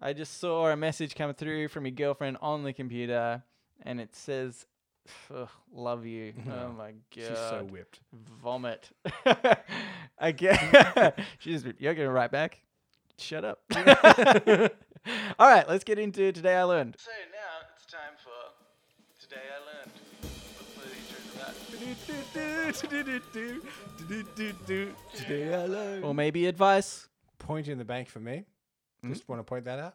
Speaker 1: I just saw a message come through from your girlfriend on the computer, and it says, "Ugh, "Love you." Oh my god!
Speaker 2: She's so whipped.
Speaker 1: Vomit. Again, she's you're gonna write back. Shut up. All right, let's get into today I learned. So now it's time for today I learned.
Speaker 2: Today I learned.
Speaker 1: Or maybe advice.
Speaker 2: Point in the bank for me. Just want to point that out.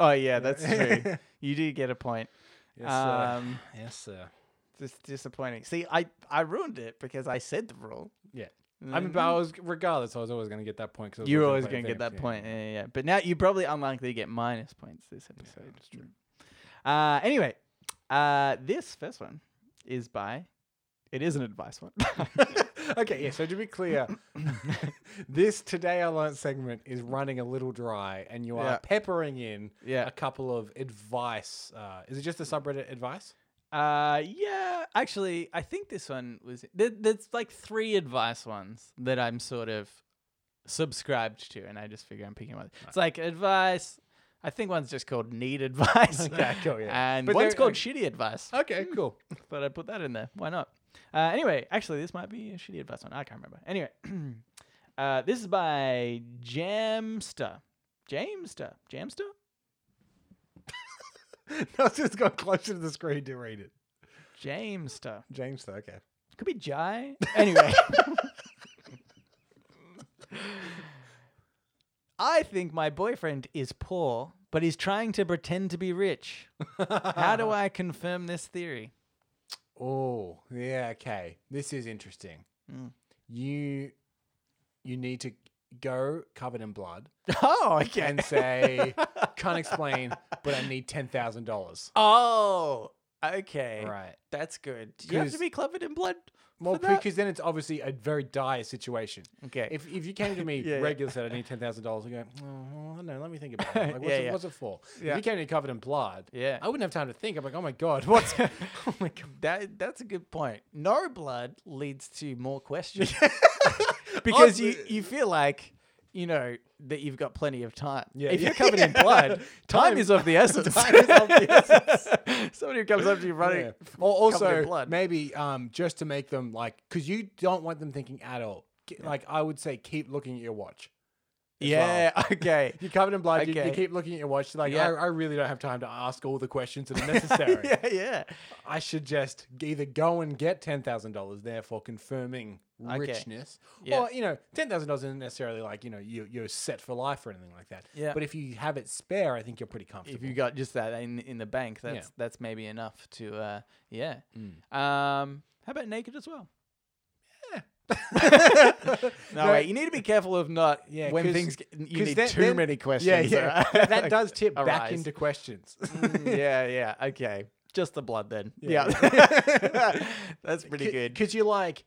Speaker 1: Oh yeah, Hmm? that's true. you do get a point.
Speaker 2: Yes,
Speaker 1: Um,
Speaker 2: Yes, sir.
Speaker 1: just disappointing. See, I I ruined it because I said the rule.
Speaker 2: Yeah. I mean, but I was regardless. I was always going to get that point. 'cause I was
Speaker 1: mm-hmm. You're
Speaker 2: looking
Speaker 1: always
Speaker 2: for
Speaker 1: going to get
Speaker 2: advantage,
Speaker 1: that
Speaker 2: yeah.
Speaker 1: point. Yeah, yeah, yeah. But now you're probably unlikely to get minus points this episode. that's true. Uh, anyway, uh, this first one is by. It is an advice one.
Speaker 2: okay, yeah. So to be clear, this today I learned segment is running a little dry, and you are
Speaker 1: Yeah.
Speaker 2: peppering in
Speaker 1: Yeah.
Speaker 2: a couple of advice. Uh, is it just the subreddit advice?
Speaker 1: uh, yeah, actually, I think this one was. There, there's like three advice ones that I'm sort of subscribed to, and I just figure I'm picking one. It's like advice. I think one's just called need advice.
Speaker 2: Okay, cool, yeah.
Speaker 1: And
Speaker 2: But uh,
Speaker 1: one's
Speaker 2: they're-
Speaker 1: called shitty advice.
Speaker 2: Okay, cool.
Speaker 1: but I put that in there. Why not? Uh, anyway, actually, this might be a shitty advice one. I can't remember. Anyway, uh, this is by Jamster. Jamster. Jamster?
Speaker 2: I was just got closer to the screen to read it.
Speaker 1: Jamster.
Speaker 2: James, though, okay.
Speaker 1: Could be Jai. Anyway. I think my boyfriend is poor, but he's trying to pretend to be rich. How do I confirm this theory?
Speaker 2: Oh, yeah, okay. This is interesting.
Speaker 1: Mm.
Speaker 2: You you need to go covered in blood
Speaker 1: Oh, okay.
Speaker 2: and say, can't explain, but I need ten thousand dollars.
Speaker 1: oh, okay.
Speaker 2: Right.
Speaker 1: That's good. You have to
Speaker 2: 'Cause-
Speaker 1: be covered in blood.
Speaker 2: Well,
Speaker 1: that-
Speaker 2: because then it's obviously a very dire situation.
Speaker 1: Okay.
Speaker 2: If, if you came to me
Speaker 1: Yeah, yeah.
Speaker 2: regular said I need ten thousand dollars, I go, oh no, let me think about it. Like, what's,
Speaker 1: Yeah,
Speaker 2: it
Speaker 1: yeah.
Speaker 2: what's it for?
Speaker 1: Yeah.
Speaker 2: If you came to me covered in blood,
Speaker 1: Yeah.
Speaker 2: I wouldn't have time to think. I'm like, oh my god, what's oh my god.
Speaker 1: that that's a good point. No blood leads to more questions because you,
Speaker 2: Obvi-
Speaker 1: you feel like you know that you've got plenty of time.
Speaker 2: Yeah,
Speaker 1: if
Speaker 2: yeah.
Speaker 1: you're covered in blood, time,
Speaker 2: Time-
Speaker 1: is of the essence.
Speaker 2: Time is of the
Speaker 1: Somebody who comes up to you running,
Speaker 2: Yeah.
Speaker 1: f-
Speaker 2: Or
Speaker 1: covered
Speaker 2: also
Speaker 1: in blood.
Speaker 2: maybe um, just to make them like because you don't want them thinking adult. K- Like I would say, keep looking at your watch. as
Speaker 1: yeah, okay.
Speaker 2: You're covered in blood. you- You,
Speaker 1: Okay.
Speaker 2: keep looking at your watch. Like
Speaker 1: Yeah.
Speaker 2: I, I really don't have time to ask all the questions that are necessary.
Speaker 1: yeah, yeah.
Speaker 2: I should just g- either go and get ten thousand dollars, therefore confirming
Speaker 1: Okay.
Speaker 2: richness,
Speaker 1: Yeah.
Speaker 2: or you know, ten thousand dollars isn't necessarily like you know you, you're set for life or anything like that.
Speaker 1: Yeah.
Speaker 2: But if you have it spare, I think you're pretty comfortable.
Speaker 1: If you got just that in in the bank, that's that's maybe enough to uh yeah.
Speaker 2: Mm.
Speaker 1: Um how about naked as well? No,
Speaker 2: No.
Speaker 1: wait, you need to be careful of not
Speaker 2: Yeah,
Speaker 1: when
Speaker 2: 'cause-
Speaker 1: things get, you
Speaker 2: 'cause
Speaker 1: need
Speaker 2: then-
Speaker 1: too
Speaker 2: then-
Speaker 1: many questions.
Speaker 2: yeah, yeah,
Speaker 1: uh,
Speaker 2: that, that does tip back
Speaker 1: arise.
Speaker 2: into questions.
Speaker 1: Mm, yeah, yeah. Okay. Just the blood then. Yeah.
Speaker 2: Yeah.
Speaker 1: That's pretty good.
Speaker 2: Because you're like,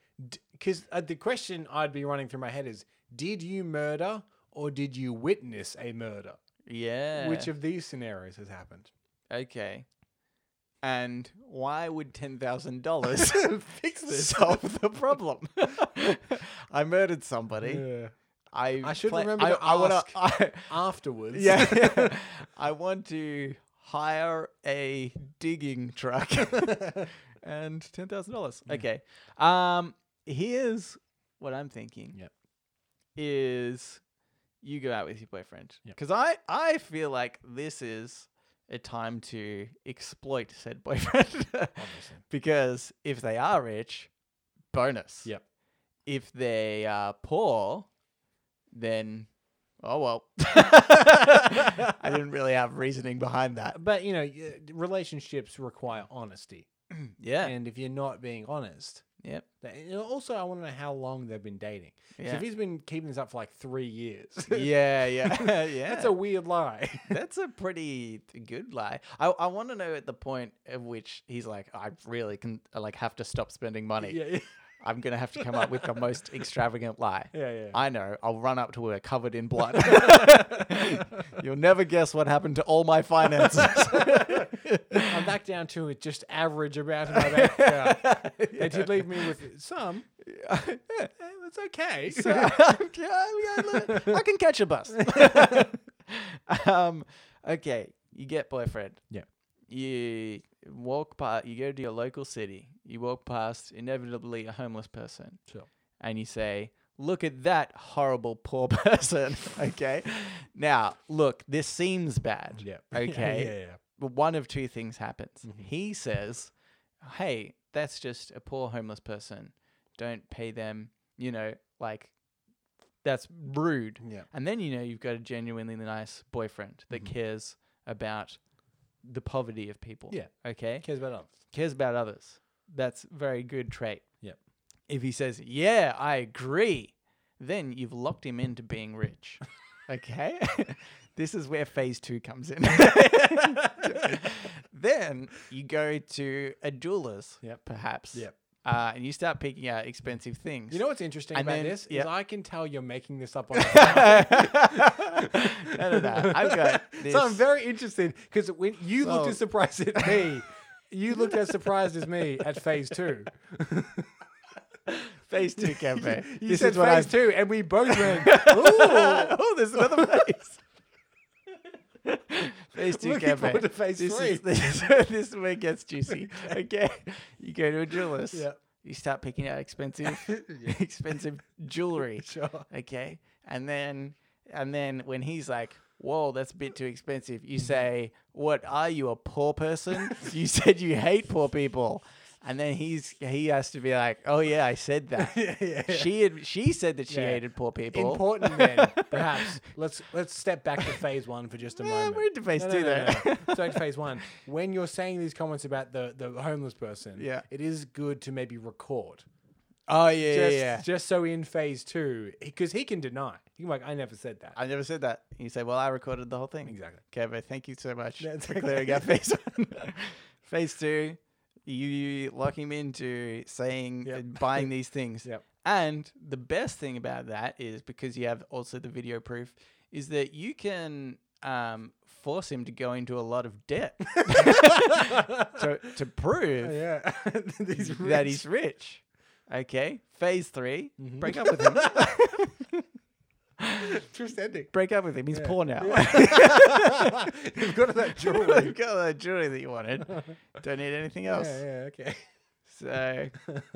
Speaker 2: because uh, the question I'd be running through my head is, did you murder or did you witness a murder?
Speaker 1: yeah.
Speaker 2: Which of these scenarios has happened?
Speaker 1: Okay. And why would ten thousand dollars
Speaker 2: Fix
Speaker 1: solve the problem? I murdered somebody.
Speaker 2: Yeah.
Speaker 1: I
Speaker 2: I should
Speaker 1: pla-
Speaker 2: remember to
Speaker 1: wanna-
Speaker 2: ask.
Speaker 1: I-
Speaker 2: Afterwards.
Speaker 1: yeah, I want to hire a digging truck and ten thousand dollars. Okay. Um, here's what I'm thinking.
Speaker 2: Yep.
Speaker 1: Is you go out with your boyfriend
Speaker 2: Yep.
Speaker 1: because I I feel like this is a time to exploit said boyfriend
Speaker 2: Obviously.
Speaker 1: because if they are rich, bonus.
Speaker 2: Yep.
Speaker 1: If they are poor, then oh well. I didn't really have reasoning behind that.
Speaker 2: But you know, y- relationships require honesty,
Speaker 1: Yeah.
Speaker 2: and if you're not being honest,
Speaker 1: Yep.
Speaker 2: that- and also I want to know how long they've been dating. 'Cause
Speaker 1: Yeah.
Speaker 2: If he's been keeping this up for like three years,
Speaker 1: yeah, yeah, yeah.
Speaker 2: that's a weird lie.
Speaker 1: That's a pretty good lie. I, I want to know at the point at which he's like, I really can like have to stop spending money.
Speaker 2: yeah, yeah,
Speaker 1: I'm gonna have to come up with the most extravagant lie.
Speaker 2: yeah. yeah.
Speaker 1: I know. I'll run up to her covered in blood. You'll never guess what happened to all my finances.
Speaker 2: I'm back down to it, just average amount of my bank account. And you leave me with some. eh, That's okay.
Speaker 1: So, I'm- yeah, I mean, I li- I can catch a bus. um, okay, you get boyfriend.
Speaker 2: Yeah.
Speaker 1: You walk past. You go to your local city. You walk past inevitably a homeless person,
Speaker 2: Sure.
Speaker 1: and you say, "Look at that horrible poor person." okay. Now, look. This seems bad.
Speaker 2: Yeah.
Speaker 1: Okay.
Speaker 2: Yeah, yeah, yeah.
Speaker 1: But one of two things happens. He says, "Hey, that's just a poor homeless person. Don't pay them. You know, like that's rude."
Speaker 2: Yeah.
Speaker 1: And then you know you've got a genuinely nice boyfriend that cares about the poverty of people.
Speaker 2: Yeah.
Speaker 1: Okay.
Speaker 2: Cares about others.
Speaker 1: Cares about others. That's a very good trait.
Speaker 2: Yep.
Speaker 1: If he says, "Yeah, I agree," then you've locked him into being rich. Okay? this is where phase 2 comes in. then you go to a jeweler's,
Speaker 2: Yep.
Speaker 1: perhaps.
Speaker 2: Yep.
Speaker 1: Uh, and you start picking out expensive things.
Speaker 2: You know what's interesting
Speaker 1: And
Speaker 2: about
Speaker 1: then-
Speaker 2: this
Speaker 1: yeah.
Speaker 2: is I can tell you're making this up on. the
Speaker 1: None of that. I've got this.
Speaker 2: So I'm very interested because when you looked
Speaker 1: So-
Speaker 2: as surprised at me, you looked as surprised as me at phase two.
Speaker 1: phase two campaign.
Speaker 2: You
Speaker 1: this
Speaker 2: said
Speaker 1: is what
Speaker 2: phase
Speaker 1: I've
Speaker 2: two, and we both went.
Speaker 1: oh, there's another phase. phase two
Speaker 2: Looking
Speaker 1: campaign.
Speaker 2: forward to phase
Speaker 1: this
Speaker 2: three.
Speaker 1: Is, this, is- this is where it gets juicy. Okay, you go to a jeweler's.
Speaker 2: Yeah.
Speaker 1: You start picking out expensive, expensive jewelry.
Speaker 2: Sure.
Speaker 1: Okay, and then and then when he's like. Whoa, that's a bit too expensive. You say, "What are you, a poor person? you said you hate poor people," and then he's he has to be like, "Oh yeah, I said that."
Speaker 2: Yeah, yeah, yeah.
Speaker 1: She had, she said that she
Speaker 2: Yeah.
Speaker 1: hated poor people.
Speaker 2: Important then, perhaps. Let's let's step back to phase one for just a
Speaker 1: Eh,
Speaker 2: moment.
Speaker 1: we're into phase
Speaker 2: No,
Speaker 1: two
Speaker 2: no, no,
Speaker 1: though.
Speaker 2: no, no. So in phase one, when you're saying these comments about the, the homeless person,
Speaker 1: Yeah.
Speaker 2: it is good to maybe record.
Speaker 1: oh yeah,
Speaker 2: Just, just so in phase two, because he can deny. He can be like, I never said that.
Speaker 1: I never said that. You say, well, I recorded the whole thing.
Speaker 2: Exactly.
Speaker 1: Okay, but thank you so much
Speaker 2: That's
Speaker 1: for
Speaker 2: okay.
Speaker 1: clearing out phase one. phase two, you lock him into saying
Speaker 2: Yep.
Speaker 1: and buying these things.
Speaker 2: Yep.
Speaker 1: And the best thing about that is because you have also the video proof, is that you can um, force him to go into a lot of debt to, to prove
Speaker 2: Oh, yeah. These
Speaker 1: that
Speaker 2: rich- Mm-hmm.
Speaker 1: he's rich. Okay. Phase 3 break up with him.
Speaker 2: Twist ending.
Speaker 1: Break up with him. He's poor now.
Speaker 2: You've got that
Speaker 1: We've
Speaker 2: jewelry.
Speaker 1: got that jewelry that you wanted. Don't need anything
Speaker 2: yeah,
Speaker 1: else.
Speaker 2: yeah, okay.
Speaker 1: So,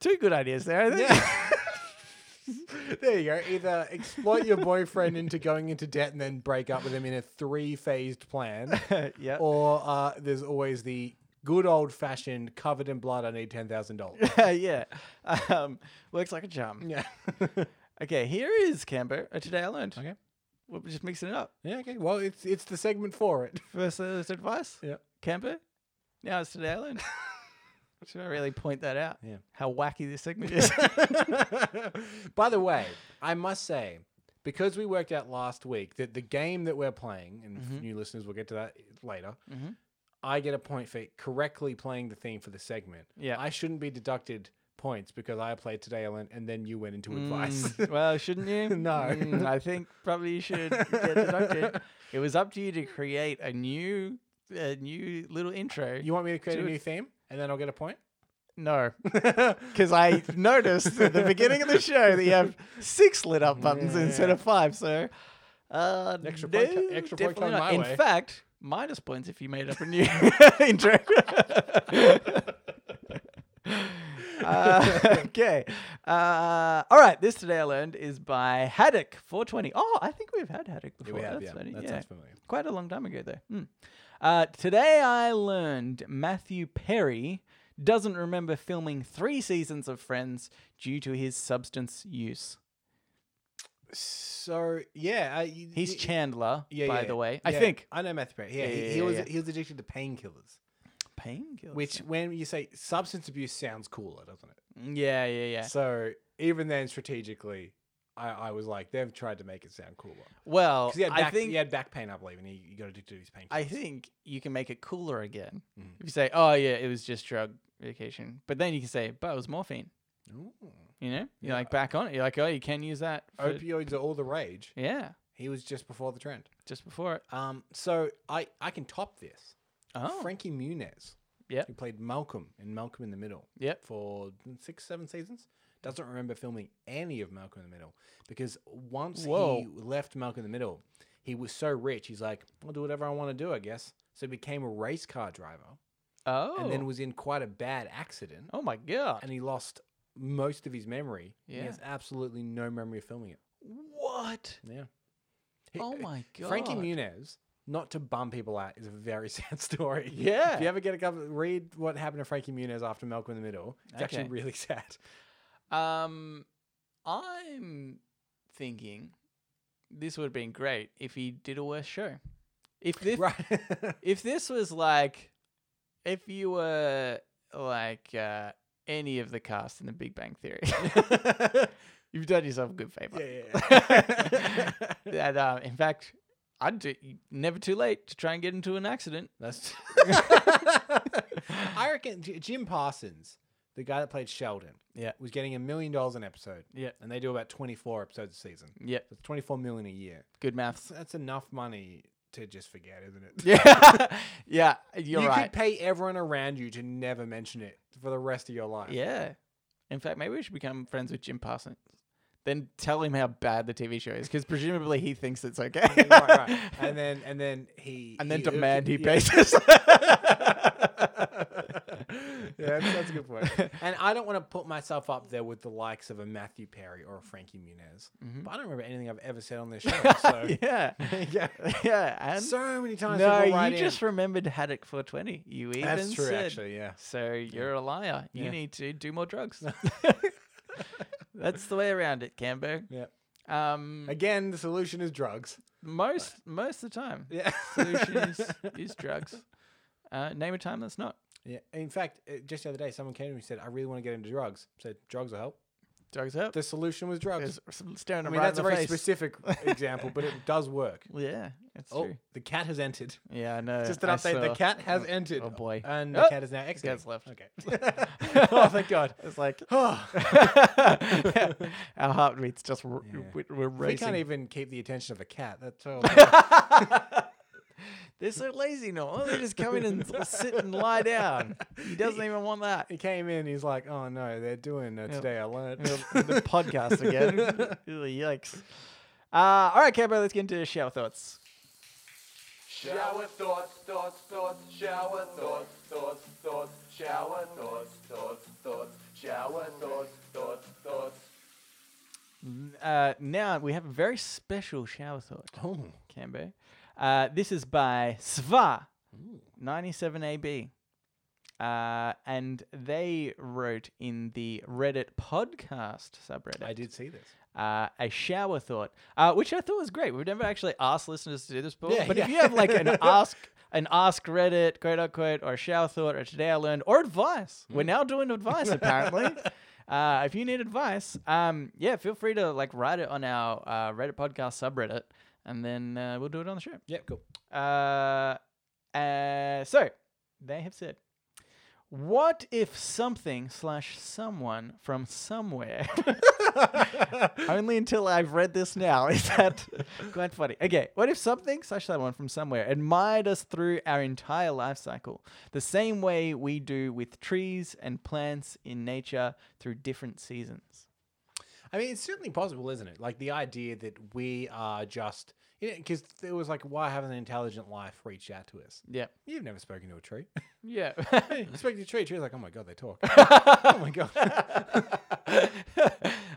Speaker 1: two good ideas there. I think.
Speaker 2: There you go. Either exploit your boyfriend into going into debt and then break up with him in a three phased plan,
Speaker 1: Yeah.
Speaker 2: or uh, there's always the good old fashioned covered in blood, I need $10,000.
Speaker 1: yeah. Um, works like a charm.
Speaker 2: Yeah.
Speaker 1: Okay, here is Camber. uh, Today I learned.
Speaker 2: Okay.
Speaker 1: We're just mixing it up.
Speaker 2: yeah, okay. Well, it's it's the segment for it.
Speaker 1: First uh, this advice.
Speaker 2: Yeah.
Speaker 1: Camber. Now it's today I learned. Should I really point that out?
Speaker 2: Yeah.
Speaker 1: How wacky this segment is.
Speaker 2: By the way, I must say, because we worked out last week that the game that we're playing, and
Speaker 1: Mm-hmm.
Speaker 2: for new listeners, we'll get to that uh, later.
Speaker 1: Mhm.
Speaker 2: I get a point for correctly playing the theme for the segment.
Speaker 1: Yeah.
Speaker 2: I shouldn't be deducted points because I played today, Ellen, and then you went into advice.
Speaker 1: Mm, well, shouldn't you?
Speaker 2: No.
Speaker 1: Mm, I think probably you should get deducted. It was up to you to create a new, a new little intro.
Speaker 2: you want me to create
Speaker 1: Do
Speaker 2: a
Speaker 1: it.
Speaker 2: new theme, and then I'll get a point?
Speaker 1: no, because I noticed at the beginning of the show that you have six lit up buttons
Speaker 2: Yeah.
Speaker 1: instead of five. So, uh,
Speaker 2: Extra
Speaker 1: no,
Speaker 2: point co- extra
Speaker 1: definitely
Speaker 2: point coming
Speaker 1: not.
Speaker 2: my
Speaker 1: In
Speaker 2: way.
Speaker 1: fact, minus points if you made up a new intro. Uh, okay. Uh, all right. This today I learned is by Haddock 420. Oh, I think we've had Haddock before.
Speaker 2: we have,
Speaker 1: That's
Speaker 2: yeah.
Speaker 1: funny.
Speaker 2: That
Speaker 1: yeah.
Speaker 2: sounds familiar.
Speaker 1: Quite a long time ago, though. Hmm. Uh, today I learned Matthew Perry doesn't remember filming three seasons of Friends due to his substance use.
Speaker 2: So, yeah. I, you-
Speaker 1: He's
Speaker 2: you-
Speaker 1: Chandler,
Speaker 2: yeah,
Speaker 1: by
Speaker 2: yeah,
Speaker 1: the way. I
Speaker 2: yeah.
Speaker 1: think
Speaker 2: I know Matthew Perry. Yeah,
Speaker 1: Yeah,
Speaker 2: he,
Speaker 1: yeah,
Speaker 2: he
Speaker 1: yeah,
Speaker 2: was
Speaker 1: yeah.
Speaker 2: he was addicted to painkillers.
Speaker 1: painkillers.
Speaker 2: Which, when you say substance abuse, sounds cooler, doesn't it?
Speaker 1: yeah, yeah, yeah.
Speaker 2: So even then, strategically, I, I was like, they've tried to make it sound cooler.
Speaker 1: Well,
Speaker 2: Because he, had
Speaker 1: I
Speaker 2: back-
Speaker 1: think
Speaker 2: he had back pain, I believe, and he, he got addicted to his pain.
Speaker 1: I
Speaker 2: killers.
Speaker 1: think you can make it cooler again.
Speaker 2: Mm.
Speaker 1: If you say, "Oh yeah, it was just drug medication," but then you can say, "But it was morphine."
Speaker 2: Ooh.
Speaker 1: You know, you're
Speaker 2: Yeah.
Speaker 1: like back on it. You're like, "Oh, you can use that." For,
Speaker 2: Opioids are all the rage.
Speaker 1: yeah,
Speaker 2: He was just before the trend.
Speaker 1: just before it.
Speaker 2: Um, so I, I can top this.
Speaker 1: Oh,
Speaker 2: Frankie Muniz,
Speaker 1: Yep.
Speaker 2: who played Malcolm in Malcolm in the Middle
Speaker 1: Yep.
Speaker 2: for six, seven seasons, doesn't remember filming any of Malcolm in the Middle because once
Speaker 1: Whoa.
Speaker 2: he left Malcolm in the Middle, he was so rich. He's like, I'll do whatever I want to do, I guess. So he became a race car driver
Speaker 1: oh,
Speaker 2: and then was in quite a bad accident
Speaker 1: oh my god,
Speaker 2: and he lost most of his memory. and
Speaker 1: Yeah.
Speaker 2: He has absolutely no memory of filming it.
Speaker 1: what?
Speaker 2: Yeah. He-
Speaker 1: Oh my god,
Speaker 2: Frankie Muniz, not to bum people out, is a very sad story.
Speaker 1: Yeah.
Speaker 2: If you ever get a couple, read what happened to Frankie Muniz after Malcolm in the Middle. It's actually
Speaker 1: Okay.
Speaker 2: really sad.
Speaker 1: Um, I'm thinking this would have been great if he did a worse show. If this,
Speaker 2: right.
Speaker 1: if this was like if you were like uh, any of the cast in the big bang theory you've done yourself a good favor
Speaker 2: yeah. yeah.
Speaker 1: that uh, in fact i'd do never too late to try and get into an accident
Speaker 2: That's. I reckon J- Jim Parsons, the guy that played Sheldon,
Speaker 1: Yeah.
Speaker 2: was getting a million dollars an episode.
Speaker 1: Yeah.
Speaker 2: And they do about 24 episodes a season.
Speaker 1: yep
Speaker 2: That's 24 million a year.
Speaker 1: good maths
Speaker 2: So that's enough money to just forget, isn't it?
Speaker 1: yeah yeah you're
Speaker 2: you
Speaker 1: right
Speaker 2: could pay everyone around you to never mention it for the rest of your life.
Speaker 1: yeah in fact maybe we should become friends with jim parsons then tell him how bad the tv show is because presumably he thinks it's okay
Speaker 2: right, right. And then and then he
Speaker 1: And then
Speaker 2: he- uh,
Speaker 1: demand he
Speaker 2: yeah.
Speaker 1: pays us
Speaker 2: Yeah, that's, that's a good point. And I don't want to put myself up there with the likes of a Matthew Perry or a Frankie Muniz,
Speaker 1: Mm-hmm.
Speaker 2: but I don't remember anything I've ever said on this show. So
Speaker 1: yeah.
Speaker 2: yeah.
Speaker 1: Yeah. And
Speaker 2: so many times.
Speaker 1: no,
Speaker 2: people
Speaker 1: you
Speaker 2: write in.
Speaker 1: just remembered Haddock 420. You even
Speaker 2: that's true.
Speaker 1: said.
Speaker 2: Actually, yeah.
Speaker 1: So you're a liar. You
Speaker 2: Yeah.
Speaker 1: need to do more drugs. That's the way around it, Cambo.
Speaker 2: Yeah.
Speaker 1: Um,
Speaker 2: Again, the solution is drugs.
Speaker 1: most most of the time,
Speaker 2: Yeah.
Speaker 1: solution is, is drugs. Uh, name a time that's not.
Speaker 2: yeah. In fact, uh, just the other day, someone came to me and said, "I really want to get into drugs." I said, "Drugs will help."
Speaker 1: Drugs help.
Speaker 2: The solution was drugs.
Speaker 1: There's some staring
Speaker 2: I
Speaker 1: them
Speaker 2: mean,
Speaker 1: right
Speaker 2: that's a
Speaker 1: in the
Speaker 2: very
Speaker 1: face.
Speaker 2: specific example, but it does work.
Speaker 1: Yeah, that's
Speaker 2: Oh,
Speaker 1: true.
Speaker 2: the cat has entered.
Speaker 1: Yeah, I know.
Speaker 2: Just an
Speaker 1: I
Speaker 2: update. The
Speaker 1: saw-
Speaker 2: cat has entered.
Speaker 1: oh boy.
Speaker 2: And the
Speaker 1: Oh,
Speaker 2: cat is now exiting.
Speaker 1: cat's left.
Speaker 2: Okay. oh, thank God.
Speaker 1: It's like
Speaker 2: Oh.
Speaker 1: our heartbeats just r-
Speaker 2: Yeah.
Speaker 1: we're, we're
Speaker 2: We
Speaker 1: racing.
Speaker 2: can't even keep the attention of a cat. That's all.
Speaker 1: They're so lazy now. Oh, they just come in and l- sit and lie down. He doesn't even want that.
Speaker 2: He came in. He's like, "Oh no, they're doing uh, today. I learned."
Speaker 1: The, the podcast again. Ugh, Yikes. Uh, all right, Cambo, let's get into shower thoughts.
Speaker 3: Shower thoughts, thoughts, thoughts, shower thoughts, thoughts, thoughts, shower thoughts, thoughts, thoughts, shower thoughts, thoughts, thoughts.
Speaker 1: Uh, now we have a very special shower thought,
Speaker 2: Oh,
Speaker 1: Cambo. Uh, this is by Sva, 97AB. Uh, and they wrote in the Reddit podcast subreddit.
Speaker 2: I did see this.
Speaker 1: uh, a shower thought, uh, which I thought was great. We've never actually asked listeners to do this before,
Speaker 2: Yeah,
Speaker 1: but if
Speaker 2: yeah.
Speaker 1: you have like an ask, an ask Reddit quote unquote, or a shower thought, or today I learned, or advice,
Speaker 2: Hmm.
Speaker 1: we're now doing advice apparently. Uh, if you need advice, um, yeah, feel free to like write it on our uh, Reddit podcast subreddit, and then uh, we'll do it on the show.
Speaker 2: Yep, cool.
Speaker 1: Uh, uh, so they have said, what if something slash someone from somewhere? Only until I've read this now is that quite funny. Okay, what if something slash someone from somewhere admired us through our entire life cycle, the same way we do with trees and plants in nature through different seasons?
Speaker 2: I mean, it's certainly possible, isn't it? Like the idea that we are just because it was like, why haven't an intelligent life reached out to us?
Speaker 1: Yeah,
Speaker 2: You've never spoken to a tree.
Speaker 1: yeah.
Speaker 2: you spoke to a tree. Tree's like, oh my god, they talk. oh my god.
Speaker 1: I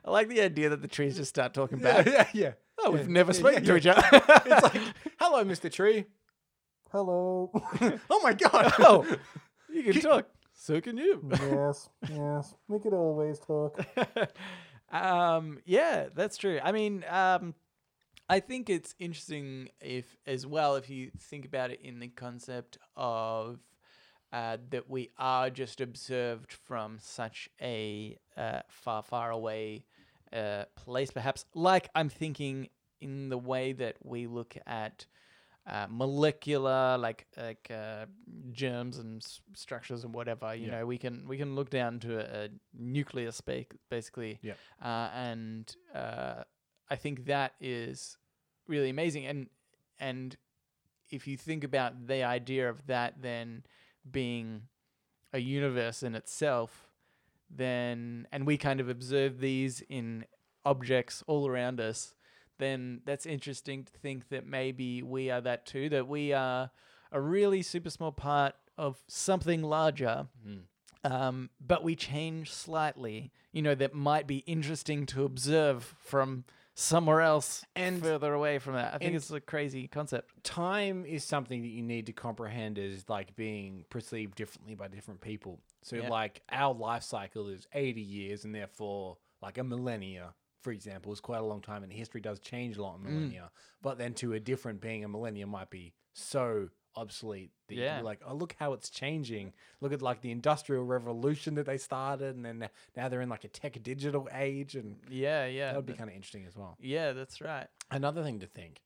Speaker 1: like the idea that the trees just start talking back.
Speaker 2: yeah, yeah.
Speaker 1: Oh,
Speaker 2: Yeah,
Speaker 1: we've never
Speaker 2: yeah,
Speaker 1: spoken
Speaker 2: yeah,
Speaker 1: to each other.
Speaker 2: It's like, hello, Mr. Tree. Hello. oh my god.
Speaker 1: oh, you can talk. So can you.
Speaker 2: yes, yes. We could always talk.
Speaker 1: um, yeah, that's true. I mean, um, I think it's interesting if, as well, if you think about it in the concept of uh, that we are just observed from such a uh, far, far away uh, place, perhaps. Like I'm thinking in the way that we look at uh, molecular like like uh, germs and s- structures and whatever you
Speaker 2: Yeah.
Speaker 1: know we can we can look down to a, a nucleus ba- basically
Speaker 2: Yeah.
Speaker 1: uh, and uh, I think that is really amazing and and if you think about the idea of that then being a universe in itself then and we kind of observe these in objects all around us then that's interesting to think that maybe we are that too that we are a really super small part of something larger um, but we change slightly you know that might be interesting to observe from somewhere else
Speaker 2: And-
Speaker 1: further away from that i think
Speaker 2: and-
Speaker 1: it's a crazy concept
Speaker 2: Time is something that you need to comprehend as like being perceived differently by different people. So
Speaker 1: Yeah.
Speaker 2: like our life cycle is 80 years and therefore like a millennia for example is quite a long time and history does change a
Speaker 1: Mm.
Speaker 2: lot in millennia. But then to a different being a millennia might be so obsolete that you
Speaker 1: Yeah.
Speaker 2: can be like, oh look how it's changing. Look at like the industrial revolution that they started and then now they're in like a tech digital age and
Speaker 1: yeah yeah
Speaker 2: that would be
Speaker 1: th-
Speaker 2: kind of interesting as well.
Speaker 1: yeah that's right
Speaker 2: Another thing to think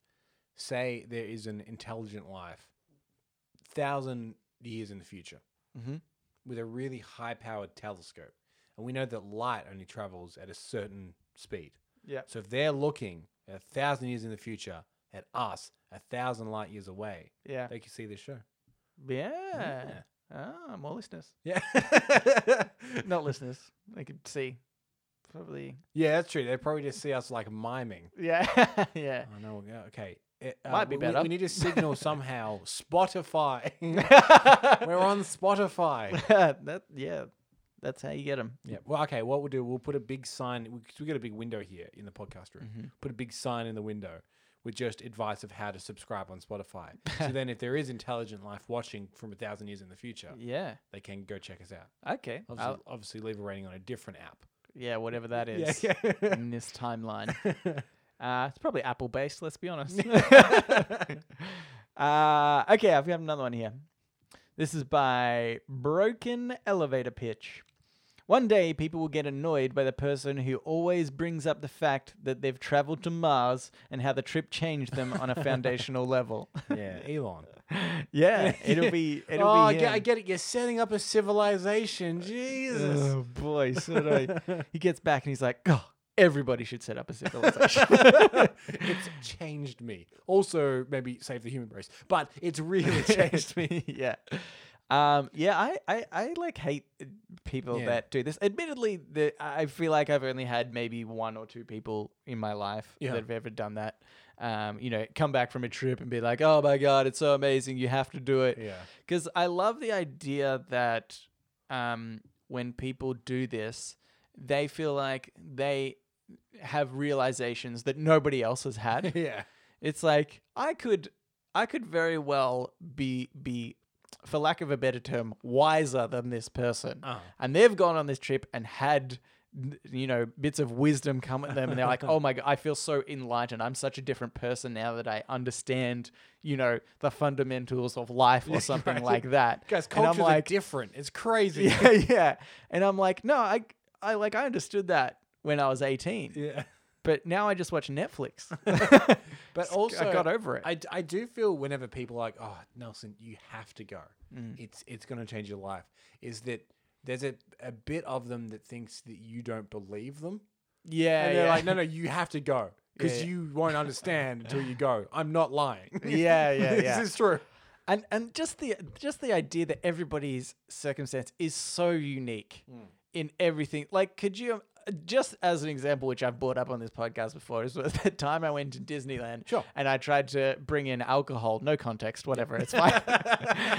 Speaker 2: say there is an intelligent life, thousand years in the future,
Speaker 1: Mhm.
Speaker 2: with a really high powered telescope. And we know that light only travels at a certain speed.
Speaker 1: yeah
Speaker 2: So if they're looking a thousand years in the future at us, a thousand light years away,
Speaker 1: yeah
Speaker 2: they could see this show.
Speaker 1: yeah ah more listeners
Speaker 2: Yeah.
Speaker 1: not listeners they could see probably
Speaker 2: yeah, that's true. They probably just see us like miming.
Speaker 1: yeah yeah
Speaker 2: I know. yeah, Okay. It, uh,
Speaker 1: Might be
Speaker 2: we- we-
Speaker 1: better.
Speaker 2: We need to signal somehow. Spotify. We're on Spotify.
Speaker 1: that yeah, that's how you get them.
Speaker 2: Yeah. Well, okay. What we'll do, we'll put a big sign. We, 'cause we got a big window here in the podcast room.
Speaker 1: Mm-hmm.
Speaker 2: Put a big sign in the window with just advice of how to subscribe on Spotify. so then, if there is intelligent life watching from a thousand years in the future,
Speaker 1: Yeah.
Speaker 2: they can go check us out.
Speaker 1: Okay.
Speaker 2: Obviously,
Speaker 1: I'll-
Speaker 2: obviously leave a rating on a different app.
Speaker 1: yeah, whatever that is
Speaker 2: yeah.
Speaker 1: in this timeline. Uh, it's probably Apple based. Let's be honest. uh, okay, I've got another one here. This is by Broken Elevator Pitch. One day, people will get annoyed by the person who always brings up the fact that they've traveled to Mars and how the trip changed them on a foundational level.
Speaker 2: yeah. Elon.
Speaker 1: yeah, it'll be. It'll
Speaker 2: oh, I
Speaker 1: be
Speaker 2: get, I
Speaker 1: him. Uh,
Speaker 2: get it. You're setting up a civilization. Jesus.
Speaker 1: Oh boy, so do I. he gets back and he's like, "Oh, Everybody should set up a civilization.
Speaker 2: it's changed me. Also, maybe save the human race, but it's really changed me.
Speaker 1: yeah. Um, yeah, I, I, I like hate uh, people
Speaker 2: Yeah.
Speaker 1: that do this. Admittedly, the, I feel like I've only had maybe one or two people in my life
Speaker 2: Yeah.
Speaker 1: that have ever done that. Um, you know, come back from a trip and be like, "Oh my god, it's so amazing! You have to do it."
Speaker 2: Yeah.
Speaker 1: Because I love the idea that um, when people do this, they feel like they have realizations that nobody else has had.
Speaker 2: Yeah.
Speaker 1: It's like I could I could very well be be for lack of a better term wiser than this person.
Speaker 2: Uh-huh.
Speaker 1: And they've gone on this trip and had you know bits of wisdom come at them and they're like oh my god I feel so enlightened I'm such a different person now that I understand you know the fundamentals of life or something
Speaker 2: Right.
Speaker 1: like that
Speaker 2: Guys,
Speaker 1: and
Speaker 2: cultures
Speaker 1: I'm like
Speaker 2: are different. It's crazy.
Speaker 1: yeah yeah and I'm like no I I like I understood that when I was 18
Speaker 2: yeah.
Speaker 1: but now I just watch Netflix
Speaker 2: But also,
Speaker 1: got over it.
Speaker 2: I, d- I do feel whenever people are like, oh, Nelson, you have to go.
Speaker 1: Mm.
Speaker 2: It's it's going to change your life. Is that there's a, a bit of them that thinks that you don't believe them.
Speaker 1: yeah
Speaker 2: And they're
Speaker 1: yeah.
Speaker 2: like, no, no, you have to go because
Speaker 1: Yeah, yeah.
Speaker 2: you won't understand until you go. I'm not lying.
Speaker 1: Yeah, yeah,
Speaker 2: this
Speaker 1: yeah.
Speaker 2: is true.
Speaker 1: and and just the just the idea that everybody's circumstance is so unique
Speaker 2: Hmm.
Speaker 1: in everything. Like, could you just as an example, which I've brought up on this podcast before, is was the time I went to Disneyland
Speaker 2: Sure.
Speaker 1: and I tried to bring in alcohol, no context, whatever, it's fine.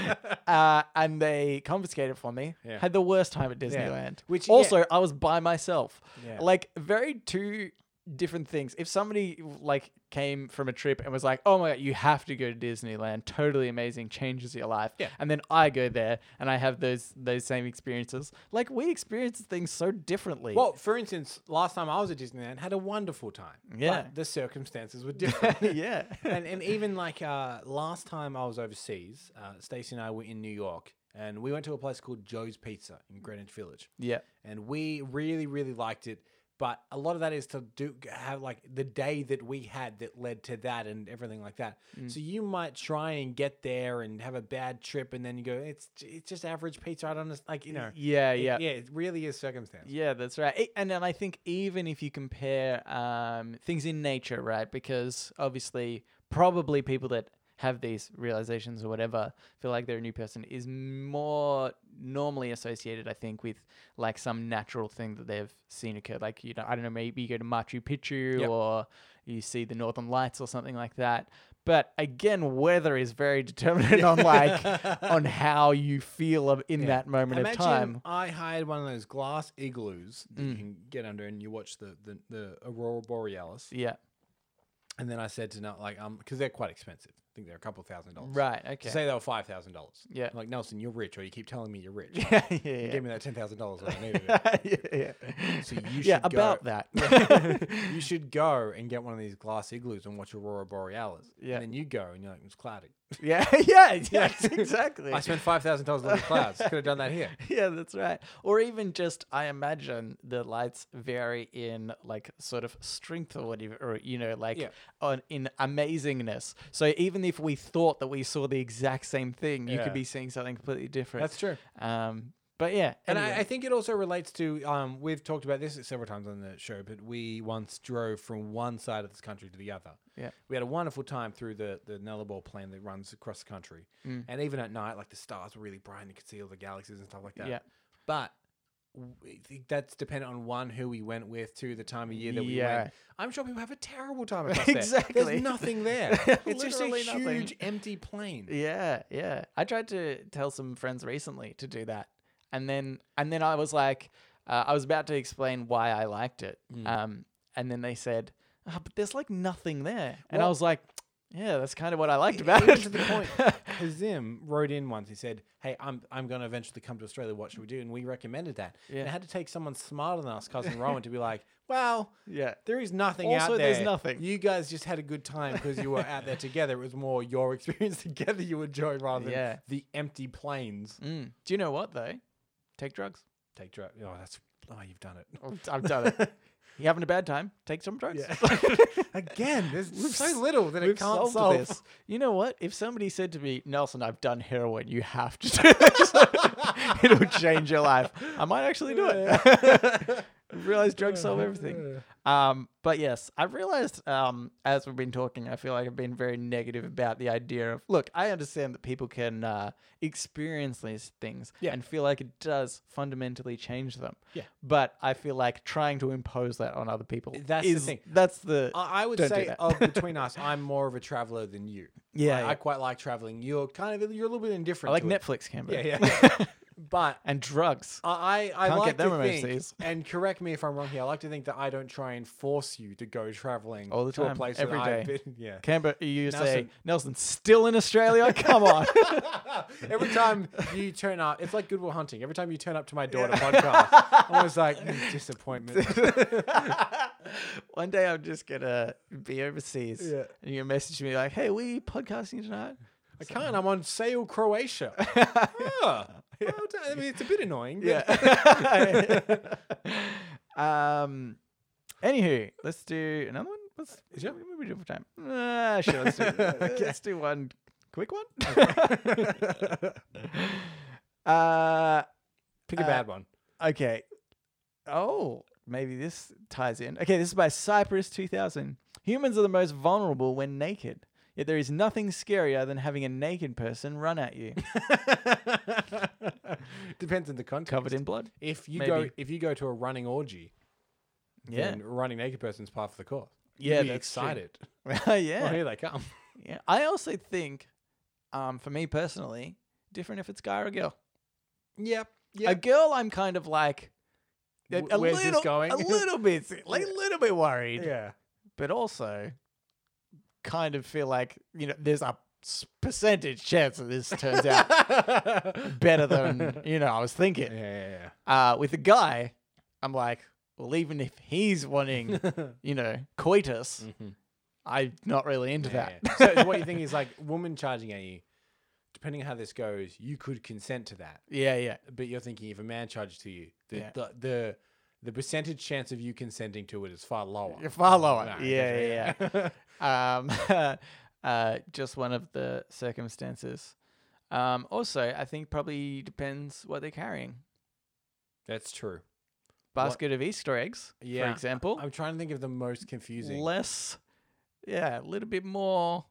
Speaker 1: uh, and they confiscated it from me.
Speaker 2: Yeah.
Speaker 1: Had the worst time at Disneyland.
Speaker 2: Which-
Speaker 1: also, I was by myself.
Speaker 2: Yeah.
Speaker 1: Like, very two different things. If somebody like came from a trip and was like, "Oh my god, you have to go to Disneyland. Totally amazing, changes your life."
Speaker 2: Yeah.
Speaker 1: And then I go there and I have those those same experiences. Like we experience things so differently.
Speaker 2: Well, for instance, last time I was at Disneyland, had a wonderful time.
Speaker 1: Yeah.
Speaker 2: But the circumstances were different.
Speaker 1: yeah.
Speaker 2: and, and even like uh, last time I was overseas, uh, Stacey and I were in New York, and we went to a place called Joe's Pizza in Greenwich Village,
Speaker 1: yeah.
Speaker 2: and we really, really liked it. But a lot of that is to do have like the day that we had that led to that and everything like that.
Speaker 1: Mm.
Speaker 2: So you might try and get there and have a bad trip, and then you go, it's it's just average pizza. I don't understand. like you know.
Speaker 1: Yeah,
Speaker 2: It-
Speaker 1: yeah.
Speaker 2: yeah. It really is circumstance.
Speaker 1: Yeah, that's right. I- And then I think even if you compare um, things in nature, right? Because obviously, probably people that have these realizations or whatever feel like they're a new person is more normally associated, I think, with like some natural thing that they've seen occur. Like, you know, I don't know, maybe you go to Machu Picchu
Speaker 2: Yep.
Speaker 1: or you see the Northern Lights or something like that. But again, weather is very determinant on like on how you feel of- in that moment
Speaker 2: Imagine
Speaker 1: of time. Mm.
Speaker 2: I hired one of those glass igloos that you can get under and you watch the, the, the Aurora Borealis.
Speaker 1: Yeah.
Speaker 2: And then I said to not like, um, because they're quite expensive. I think they're a couple thousand dollars.
Speaker 1: Right.
Speaker 2: To
Speaker 1: Okay.
Speaker 2: say they were five thousand dollars.
Speaker 1: Yeah.
Speaker 2: I'm like Nelson, you're rich, or you keep telling me you're rich.
Speaker 1: yeah, yeah,
Speaker 2: You
Speaker 1: yeah.
Speaker 2: gave me that ten thousand dollars when I needed it.
Speaker 1: yeah, yeah.
Speaker 2: So you should
Speaker 1: yeah,
Speaker 2: go.
Speaker 1: about that.
Speaker 2: you should go and get one of these glass igloos and watch Aurora Borealis.
Speaker 1: Yeah.
Speaker 2: And then you go and you're like, it's cloudy.
Speaker 1: yeah, yeah, yes, exactly.
Speaker 2: I spent five thousand dollars on the clouds. Could have done that here.
Speaker 1: yeah, that's right. Or even just, I imagine the lights vary in like sort of strength or whatever, or you know, like
Speaker 2: Yeah.
Speaker 1: on in amazingness. So even if we thought that we saw the exact same thing, you
Speaker 2: Yeah.
Speaker 1: could be seeing something completely different.
Speaker 2: That's true.
Speaker 1: Um, but yeah,
Speaker 2: And
Speaker 1: anyway.
Speaker 2: I, I think it also relates to um, we've talked about this several times on the show, but we once drove from one side of this country to the other.
Speaker 1: Yeah.
Speaker 2: we had a wonderful time through the the Nullarbor Plain that runs across the country,
Speaker 1: Mm.
Speaker 2: and even at night, like the stars were really bright and you could see all the galaxies and stuff like that.
Speaker 1: Yeah.
Speaker 2: but we think that's dependent on one who we went with, two the time of year that we
Speaker 1: Yeah.
Speaker 2: went. I'm sure people have a terrible time across there.
Speaker 1: Exactly.
Speaker 2: there's nothing there. It's just a
Speaker 1: Literally
Speaker 2: huge
Speaker 1: nothing.
Speaker 2: empty plain.
Speaker 1: Yeah, yeah. I tried to tell some friends recently to do that, and then and then I was like, uh, I was about to explain why I liked it, um, and then they said, oh, "But there's like nothing there," and I
Speaker 2: Well-
Speaker 1: was like, "Yeah, that's kind of what I liked
Speaker 2: E-
Speaker 1: about
Speaker 2: even
Speaker 1: it."
Speaker 2: to the point, Hazim wrote in once. He said, "Hey, I'm I'm going to eventually come to Australia. What should we do?" And we recommended that. And
Speaker 1: Yeah.
Speaker 2: it had to take someone smarter than us, cousin Rowan, to be like, "Well,
Speaker 1: yeah,
Speaker 2: there is nothing out
Speaker 1: Also,
Speaker 2: there.
Speaker 1: there's nothing."
Speaker 2: You guys just had a good time because you were out there together. It was more your experience together you enjoyed rather than
Speaker 1: Yeah.
Speaker 2: the empty plains.
Speaker 1: Mm. Do you know what though? Take drugs.
Speaker 2: Take drugs. Oh, that's oh, you've done it
Speaker 1: I've- I've done it. you having a bad time? Take some drugs.
Speaker 2: again. There's so
Speaker 1: s-
Speaker 2: little that
Speaker 1: We've
Speaker 2: it can't
Speaker 1: solved
Speaker 2: solve.
Speaker 1: this. You know what? If somebody said to me, Nelson, I've done heroin, you have to do this. It'll change your life. I might actually do it. I've realized drugs solve everything. Um, but yes, I've realized um, as we've been talking, I feel like I've been very negative about the idea of look, I understand that people can uh, experience these things
Speaker 2: Yeah.
Speaker 1: and feel like it does fundamentally change them.
Speaker 2: Yeah.
Speaker 1: But I feel like trying to impose that on other people
Speaker 2: That's the
Speaker 1: is-
Speaker 2: thing.
Speaker 1: That's the
Speaker 2: I, I would
Speaker 1: Don't do
Speaker 2: say
Speaker 1: that.
Speaker 2: of between us, I'm more of a traveler than you.
Speaker 1: Yeah,
Speaker 2: I,
Speaker 1: yeah.
Speaker 2: I quite like traveling. You're kind of you're a little bit indifferent.
Speaker 1: I like
Speaker 2: to it.
Speaker 1: Netflix Canberra.
Speaker 2: Yeah, Oh, yeah. but
Speaker 1: and drugs.
Speaker 2: I I, I
Speaker 1: Can't
Speaker 2: like
Speaker 1: get them
Speaker 2: to think,
Speaker 1: overseas.
Speaker 2: and correct me if I'm wrong here. I like to think that I don't try and force you to go traveling
Speaker 1: All the
Speaker 2: to a
Speaker 1: time,
Speaker 2: place
Speaker 1: every
Speaker 2: that I've
Speaker 1: day.
Speaker 2: been. Yeah.
Speaker 1: Canberra, you say
Speaker 2: Nelson.
Speaker 1: Nelson still in Australia? Come on.
Speaker 2: Every time you turn up, it's like Goodwill Hunting. Every time you turn up to my door to podcast, I'm always like "Mm, disappointment.
Speaker 1: One day I'm just gonna be overseas,
Speaker 2: Yeah.
Speaker 1: and you message me like, "Hey, we podcasting tonight?"
Speaker 2: I can't. I'm on sale, Croatia. Huh. Well, I mean, it's a bit annoying. but-
Speaker 1: Yeah. um. Anywho, let's do another one. Let's
Speaker 2: Sure.
Speaker 1: what are we doing for time? Ah, sure. Let's do, let's do one quick one. uh.
Speaker 2: Pick a
Speaker 1: Uh,
Speaker 2: bad one.
Speaker 1: Okay. Oh, maybe this ties in. Okay, this is by Cypress 2000. Humans are the most vulnerable when naked. Yet there is nothing scarier than having a naked person run at you,
Speaker 2: Depends on the context.
Speaker 1: covered in blood.
Speaker 2: If you go,
Speaker 1: maybe.
Speaker 2: if you go to a running orgy,
Speaker 1: Yeah.
Speaker 2: then running naked person's part of the course.
Speaker 1: Yeah,
Speaker 2: You'd be
Speaker 1: that's true.
Speaker 2: excited.
Speaker 1: yeah.
Speaker 2: Oh, here they come.
Speaker 1: yeah. I also think, um, for me personally, different if it's guy or girl.
Speaker 2: Yep.
Speaker 1: A girl, I'm kind of like a,
Speaker 2: W-
Speaker 1: a
Speaker 2: where's this
Speaker 1: little,
Speaker 2: going?
Speaker 1: a little bit, like a little bit worried.
Speaker 2: Yeah.
Speaker 1: but also kind of feel like you know there's a s- percentage chance that this turns out better than you know I was
Speaker 2: Yeah.
Speaker 1: thinking.
Speaker 2: yeah,
Speaker 1: Uh, with the guy, I'm like, well, even if he's wanting,
Speaker 2: yeah.
Speaker 1: you know, coitus,
Speaker 2: Mhm.
Speaker 1: I'm not really into
Speaker 2: Yeah,
Speaker 1: that.
Speaker 2: yeah. so so what you think is like woman charging at you, depending on how this goes, you could consent to that.
Speaker 1: yeah, yeah,
Speaker 2: But you're thinking if a man charges to you, the
Speaker 1: Yeah.
Speaker 2: the, the the percentage chance of you consenting to it is far lower.
Speaker 1: You're far lower.
Speaker 2: Nah,
Speaker 1: yeah,
Speaker 2: okay,
Speaker 1: yeah, yeah. um, uh, just one of the circumstances. Um, also, I think probably depends what they're carrying.
Speaker 2: That's true.
Speaker 1: Basket of Easter eggs,
Speaker 2: Yeah.
Speaker 1: for example.
Speaker 2: I'm trying to think of the most confusing.
Speaker 1: less, yeah, a little bit more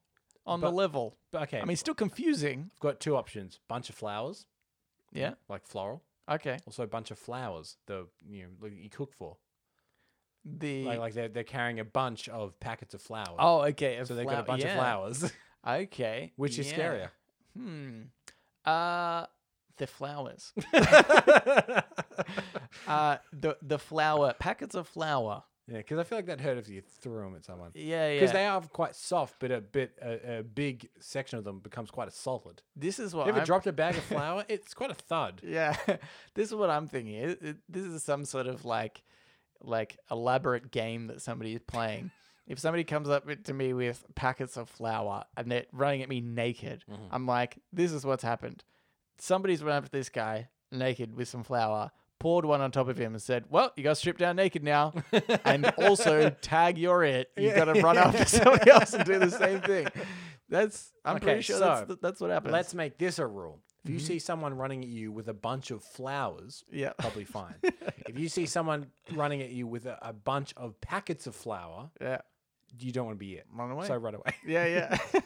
Speaker 1: on the
Speaker 2: But-
Speaker 1: level.
Speaker 2: But okay,
Speaker 1: I mean, still confusing.
Speaker 2: I've got two options: bunch of flowers,
Speaker 1: Yeah.
Speaker 2: like floral.
Speaker 1: Okay.
Speaker 2: Also, a bunch of flowers, the you know like you cook for.
Speaker 1: The
Speaker 2: Like, like they're they're carrying a bunch of packets of flowers.
Speaker 1: oh, okay.
Speaker 2: so they've got a
Speaker 1: flower-
Speaker 2: bunch
Speaker 1: yeah.
Speaker 2: of flowers,
Speaker 1: Okay.
Speaker 2: which is
Speaker 1: yeah.
Speaker 2: scarier.
Speaker 1: Hmm. Uh, the flowers. uh, the the flower packets of flour.
Speaker 2: Yeah, because I feel like that hurt if you threw them at someone.
Speaker 1: Yeah, yeah.
Speaker 2: Because they are quite soft, but a bit a, a big section of them becomes quite a solid.
Speaker 1: this is what
Speaker 2: You ever
Speaker 1: I'm-
Speaker 2: dropped a bag of flour? It's quite a thud.
Speaker 1: Yeah, this is what I'm thinking. It- it- this is some sort of like, like elaborate game that somebody is playing. if somebody comes up with- to me with packets of flour and they're running at me naked,
Speaker 2: Mm-hmm.
Speaker 1: I'm like, this is what's happened. Somebody's run up to this guy naked with some flour, poured one on top of him, and said, "Well, you got to strip down naked now, and also tag your it. You
Speaker 2: Yeah.
Speaker 1: got to run after somebody else and do the same thing." That's I'm
Speaker 2: Okay,
Speaker 1: pretty sure that's,
Speaker 2: so
Speaker 1: th- that's what happens.
Speaker 2: Let's make this a rule. If
Speaker 1: Mm-hmm.
Speaker 2: you see someone running at you with a bunch of flowers,
Speaker 1: yeah.
Speaker 2: probably fine. if you see someone running at you with a, a bunch of packets of flour,
Speaker 1: Yeah.
Speaker 2: you don't want to be it.
Speaker 1: Run away.
Speaker 2: So run away.
Speaker 1: Yeah, yeah.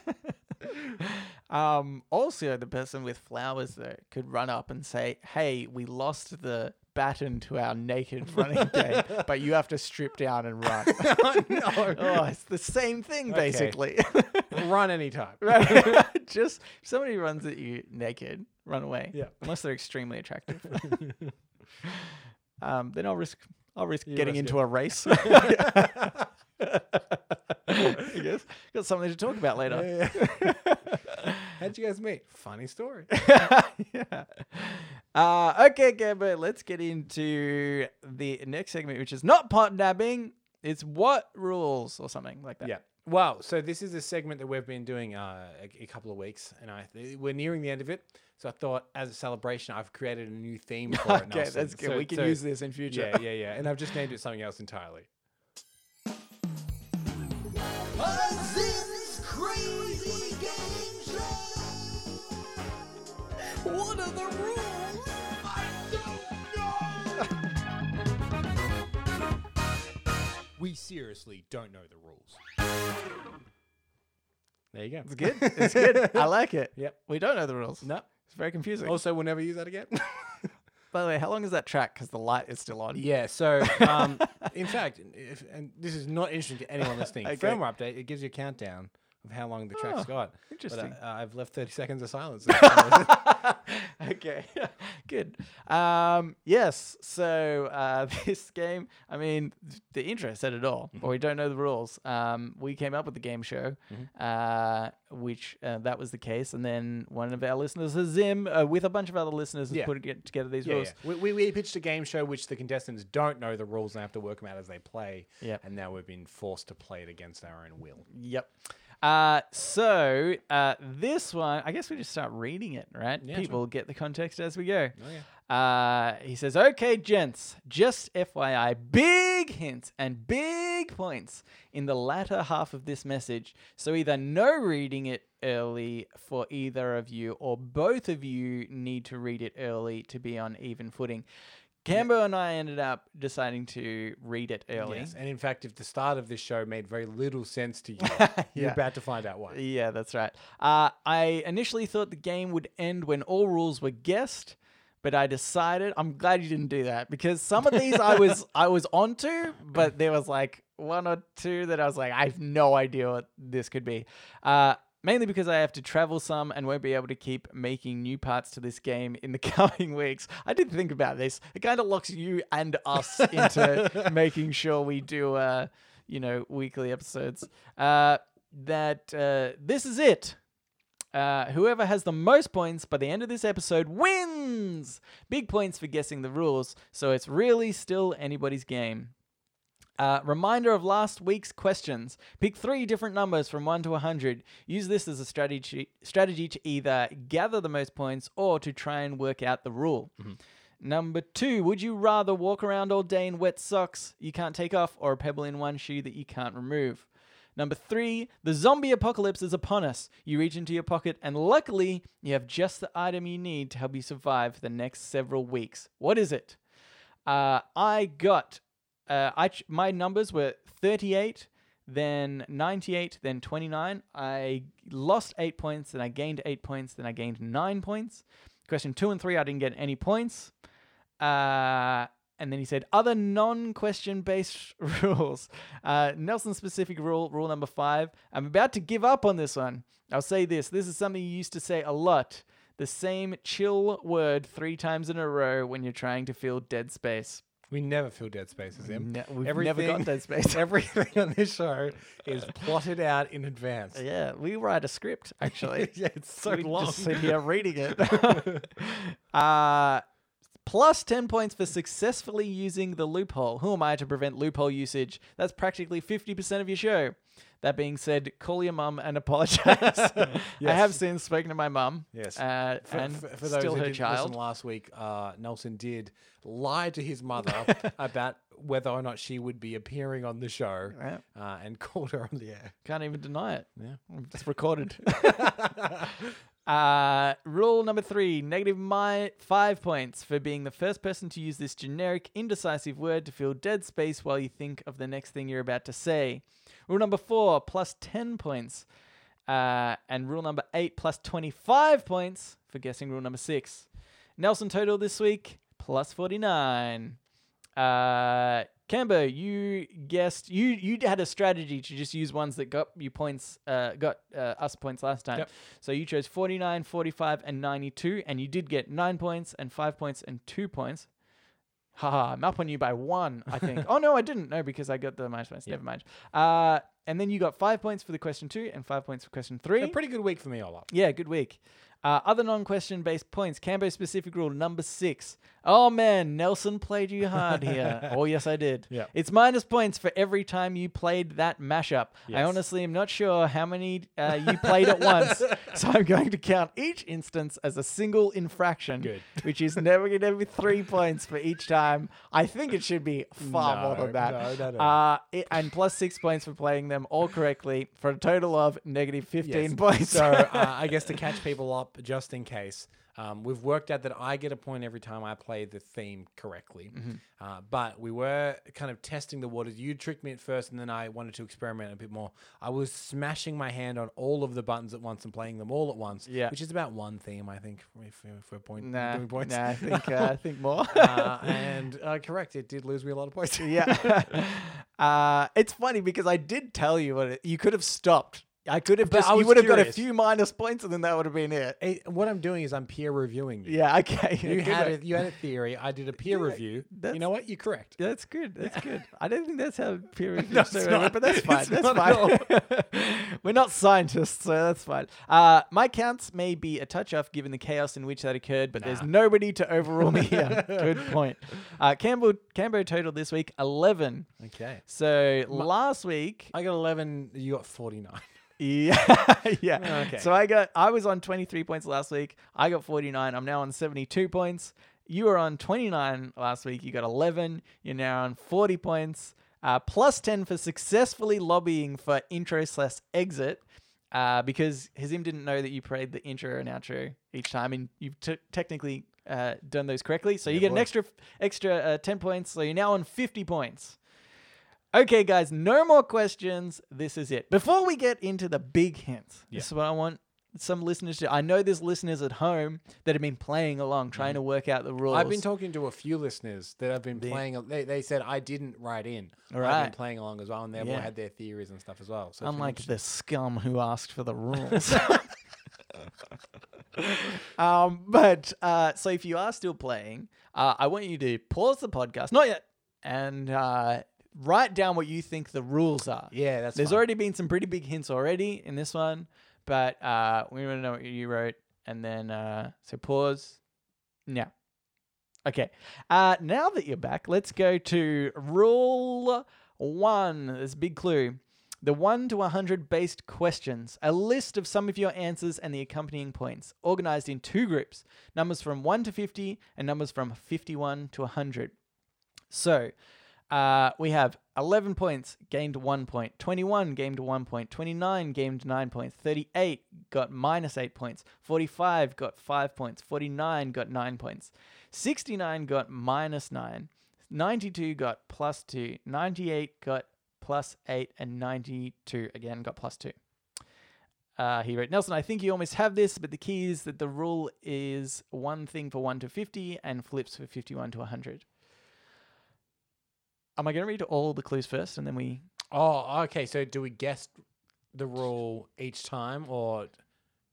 Speaker 1: um, also, the person with flowers though could run up and say, "Hey, we lost the baton to our naked running game, but you have to strip down and run." oh, it's the same thing
Speaker 2: Okay.
Speaker 1: basically.
Speaker 2: run anytime.
Speaker 1: Right? Just if somebody runs at you naked, run away.
Speaker 2: Yeah.
Speaker 1: Unless they're extremely attractive. um, then I'll risk I'll risk
Speaker 2: You
Speaker 1: getting
Speaker 2: risk
Speaker 1: into a race. I guess. Got something to talk about later.
Speaker 2: How'd you guys meet? Funny story.
Speaker 1: yeah. Uh, okay, Gambo, let's get into the next segment, which is not podnabbing. It's what rules or something like that.
Speaker 2: Yeah. Wow. So this is a segment that we've been doing uh, a, a couple of weeks, and I th- we're nearing the end of it. So I thought, as a celebration, I've created a new theme for it.
Speaker 1: Okay, that's good. we can use this in future.
Speaker 2: Yeah, yeah, yeah. And I've just named it something else entirely.
Speaker 4: Buzzin's Crazy Game Show. What are the rules? I don't know.
Speaker 5: we seriously don't know the rules.
Speaker 2: There you go.
Speaker 1: It's good. It's good. I like it.
Speaker 2: Yep.
Speaker 1: We don't know the rules.
Speaker 2: No.
Speaker 1: It's very confusing.
Speaker 2: Also, we'll never use that again.
Speaker 1: By the way, how long is that track? Because the light is still on.
Speaker 2: Yeah. So, um, in fact, if, and this is not interesting to anyone listening.
Speaker 1: Okay.
Speaker 2: Firmware update. It gives you a countdown of how long the track's
Speaker 1: Oh,
Speaker 2: got.
Speaker 1: interesting.
Speaker 2: But, uh, I've left thirty seconds of silence.
Speaker 1: okay. Good. Um, yes. So uh, this game, I mean, th- the intro said it all. But
Speaker 2: Mm-hmm.
Speaker 1: we don't know the rules. Um, we came up with the game show, uh, which uh, that was the case. And then one of our listeners, Zim, uh, with a bunch of other listeners, has
Speaker 2: Yeah.
Speaker 1: put it- together these
Speaker 2: yeah, yeah.
Speaker 1: rules.
Speaker 2: We, we, we pitched a game show which the contestants don't know the rules and have to work them out as they play.
Speaker 1: Yep.
Speaker 2: And now we've been forced to play it against our own will.
Speaker 1: Yep. Uh, so uh, this one, I guess we just start reading it, right?
Speaker 2: Yeah, sure.
Speaker 1: People get the context as we go.
Speaker 2: Oh, yeah.
Speaker 1: Uh, he says, okay, gents, just FYI, big hints and big points in the latter half of this message. So either no reading it early for either of you, or both of you need to read it early to be on even footing. Cambo and I ended up deciding to read it early.
Speaker 2: Yes. And in fact, if the start of this show made very little sense to you, you're
Speaker 1: Yeah.
Speaker 2: about to find out why.
Speaker 1: Yeah, that's right. Uh, I initially thought the game would end when all rules were guessed, but I decided I'm glad you didn't do that because some of these I was I was onto, but there was like one or two that I was like I have no idea what this could be. Uh, mainly because I have to travel some and won't be able to keep making new parts to this game in the coming weeks. I did think about this. It kind of locks you and us into making sure we do, uh, you know, weekly episodes. Uh, that uh, this is it. Uh, whoever has the most points by the end of this episode wins. Big points for guessing the rules, so it's really still anybody's game. Uh, reminder of last week's questions. Pick three different numbers from 1 to 100. Use this as a strategy, strategy to either gather the most points or to try and work out the rule. Number two, would you rather walk around all day in wet socks you can't take off or a pebble in one shoe that you can't remove? Number three, the zombie apocalypse is upon us. You reach into your pocket, and luckily, you have just the item you need to help you survive for the next several weeks. What is it? Uh, I got uh, I ch- my numbers were 38, then 98, then 29. I lost eight points, then I gained eight points, then I gained nine points. Question two and three, I didn't get any points. Uh, and then he said, other non question based rules. Uh, Nelson specific rule, rule number five. I'm about to give up on this one. I'll say this this is something you used to say a lot. The same chill word three times in a row when you're trying to fill dead space.
Speaker 2: We never fill dead spaces, Em.
Speaker 1: Ne- we've never got Dead Space.
Speaker 2: Everything on this show is plotted out in advance.
Speaker 1: Yeah, we write a script actually.
Speaker 2: Yeah, it's so
Speaker 1: we
Speaker 2: long.
Speaker 1: Just sit here reading it. uh, plus ten points for successfully using the loophole. Who am I to prevent loophole usage? That's practically fifty percent of your show. That being said, call your mum and apologize. I have since spoken to my mum.
Speaker 2: Yes.
Speaker 1: uh,
Speaker 2: For,
Speaker 1: and
Speaker 2: for, for those
Speaker 1: still
Speaker 2: who
Speaker 1: her
Speaker 2: didn't listen
Speaker 1: child.
Speaker 2: last week, uh, Nelson did lie to his mother about whether or not she would be appearing on the show,
Speaker 1: Right.
Speaker 2: uh, and called her on the air.
Speaker 1: Can't even deny it.
Speaker 2: Yeah.
Speaker 1: It's recorded. uh, rule number three negative mi- five points for being the first person to use this generic, indecisive word to fill dead space while you think of the next thing you're about to say. Rule number four plus 10 points. Uh, and rule number eight plus 25 points for guessing rule number six. Nelson total this week plus 49. Uh, Cambo, you guessed you you had a strategy to just use ones that got you points, uh, got uh, us points last time.
Speaker 2: Yep.
Speaker 1: So you chose 49, 45, and 92, and you did get nine points and five points and two points. Haha, I'm up on you by one, I think. oh no, I didn't. No, because I got the minus points. Never mind. Uh, and then you got five points for the question two and five points for question three.
Speaker 2: A pretty good week for me, all up.
Speaker 1: Yeah, good week. Uh, other non-question based points. Cambo specific rule number six. Oh man, Nelson played you hard here. oh yes, I did.
Speaker 2: Yeah.
Speaker 1: It's minus points for every time you played that mashup. I
Speaker 2: Yes.
Speaker 1: honestly am not sure how many uh, you played at once, so I'm going to count each instance as a single infraction,
Speaker 2: Good.
Speaker 1: which is never going to be three points for each time. I think it should be far more than
Speaker 2: No,
Speaker 1: that.
Speaker 2: no, no, no.
Speaker 1: Uh, it, and plus six points for playing them all correctly for a total of negative fifteen points.
Speaker 2: So uh, I guess to catch people up, just in case, Um, we've worked out that I get a point every time I play the theme correctly.
Speaker 1: Mm-hmm.
Speaker 2: Uh, but we were kind of testing the waters. You tricked me at first, and then I wanted to experiment a bit more. I was smashing my hand on all of the buttons at once and playing them all at once,
Speaker 1: Yeah.
Speaker 2: which is about one theme, I think, if, if we're point,
Speaker 1: Nah,
Speaker 2: doing points.
Speaker 1: nah, I think uh, I think more.
Speaker 2: uh, and uh, correct, it did lose me a lot of points.
Speaker 1: yeah. uh, it's funny because I did tell you what it, you could have stopped. I could have
Speaker 2: But
Speaker 1: just
Speaker 2: I
Speaker 1: you
Speaker 2: was
Speaker 1: would have got a
Speaker 2: curious.
Speaker 1: few minus points and then that would have been it.
Speaker 2: It- what I'm doing is I'm peer reviewing you.
Speaker 1: Yeah, okay.
Speaker 2: You
Speaker 1: Good
Speaker 2: had
Speaker 1: luck.
Speaker 2: a, you had a theory. I did a peer review. You know
Speaker 1: that's-
Speaker 2: what? You're correct.
Speaker 1: That's good. That's good. I don't think that's how peer review
Speaker 2: No,
Speaker 1: is
Speaker 2: it's
Speaker 1: done,
Speaker 2: not.
Speaker 1: but that's fine.
Speaker 2: It's
Speaker 1: that's
Speaker 2: not at
Speaker 1: fine. We're not scientists, so that's fine. Uh, my counts may be a touch off given the chaos in which that occurred, but there's nobody to overrule me here. good point. Uh, Campbell, Cambo totaled this week 11.
Speaker 2: Okay.
Speaker 1: So last week,
Speaker 2: I got 11. You got 49.
Speaker 1: yeah, yeah.
Speaker 2: Okay.
Speaker 1: So I got, I was on 23 points last week. I got 49. I'm now on 72 points. You were on 29 last week. You got 11. You're now on 40 points. Uh, plus 10 for successfully lobbying for intro slash exit. Uh, because Hazim didn't know that you played the intro and outro each time, and you've t- technically uh, done those correctly. So you get an extra extra uh, 10 points. So you're now on 50 points. Okay, guys, no more questions. This is it. Before we get into the big hints, this is what I want some listeners to. I know there's listeners at home that have been playing along, trying to work out the rules.
Speaker 2: Mm. I've been talking to a few listeners that have been playing. They, they said I didn't write in. I've
Speaker 1: Alright.
Speaker 2: been playing along as well, and they've
Speaker 1: Yeah.
Speaker 2: all had their theories and stuff as well. So it's been
Speaker 1: Unlike
Speaker 2: interesting.
Speaker 1: the scum who asked for the rules. um, but uh, so if you are still playing, uh, I want you to pause the podcast, not yet, and uh, write down what you think the rules are.
Speaker 2: yeah, that's
Speaker 1: There's
Speaker 2: fine.
Speaker 1: already been some pretty big hints already in this one, but uh, we want to know what you wrote. And then, uh, so pause. Yeah. Okay. Uh, now that you're back, let's go to rule one. This big clue. The 1 to 100 based questions, a list of some of your answers and the accompanying points, organized in two groups numbers from 1 to 50 and numbers from 51 to 100. So uh, we have 11 points, gained 1 point, 21 gained 1 point, 29 gained 9 points, 38 got minus 8 points, 45 got 5 points, 49 got 9 points, 69 got minus 9, 92 got plus 2, 98 got plus 8, and 92 again got plus 2. Uh, he wrote, Nelson, I think you almost have this, but the key is that the rule is one thing for 1 to 50 and flips for 51 to 100. Am I going to read all the clues first and then we.
Speaker 2: Oh, okay. So do we guess the rule each time, or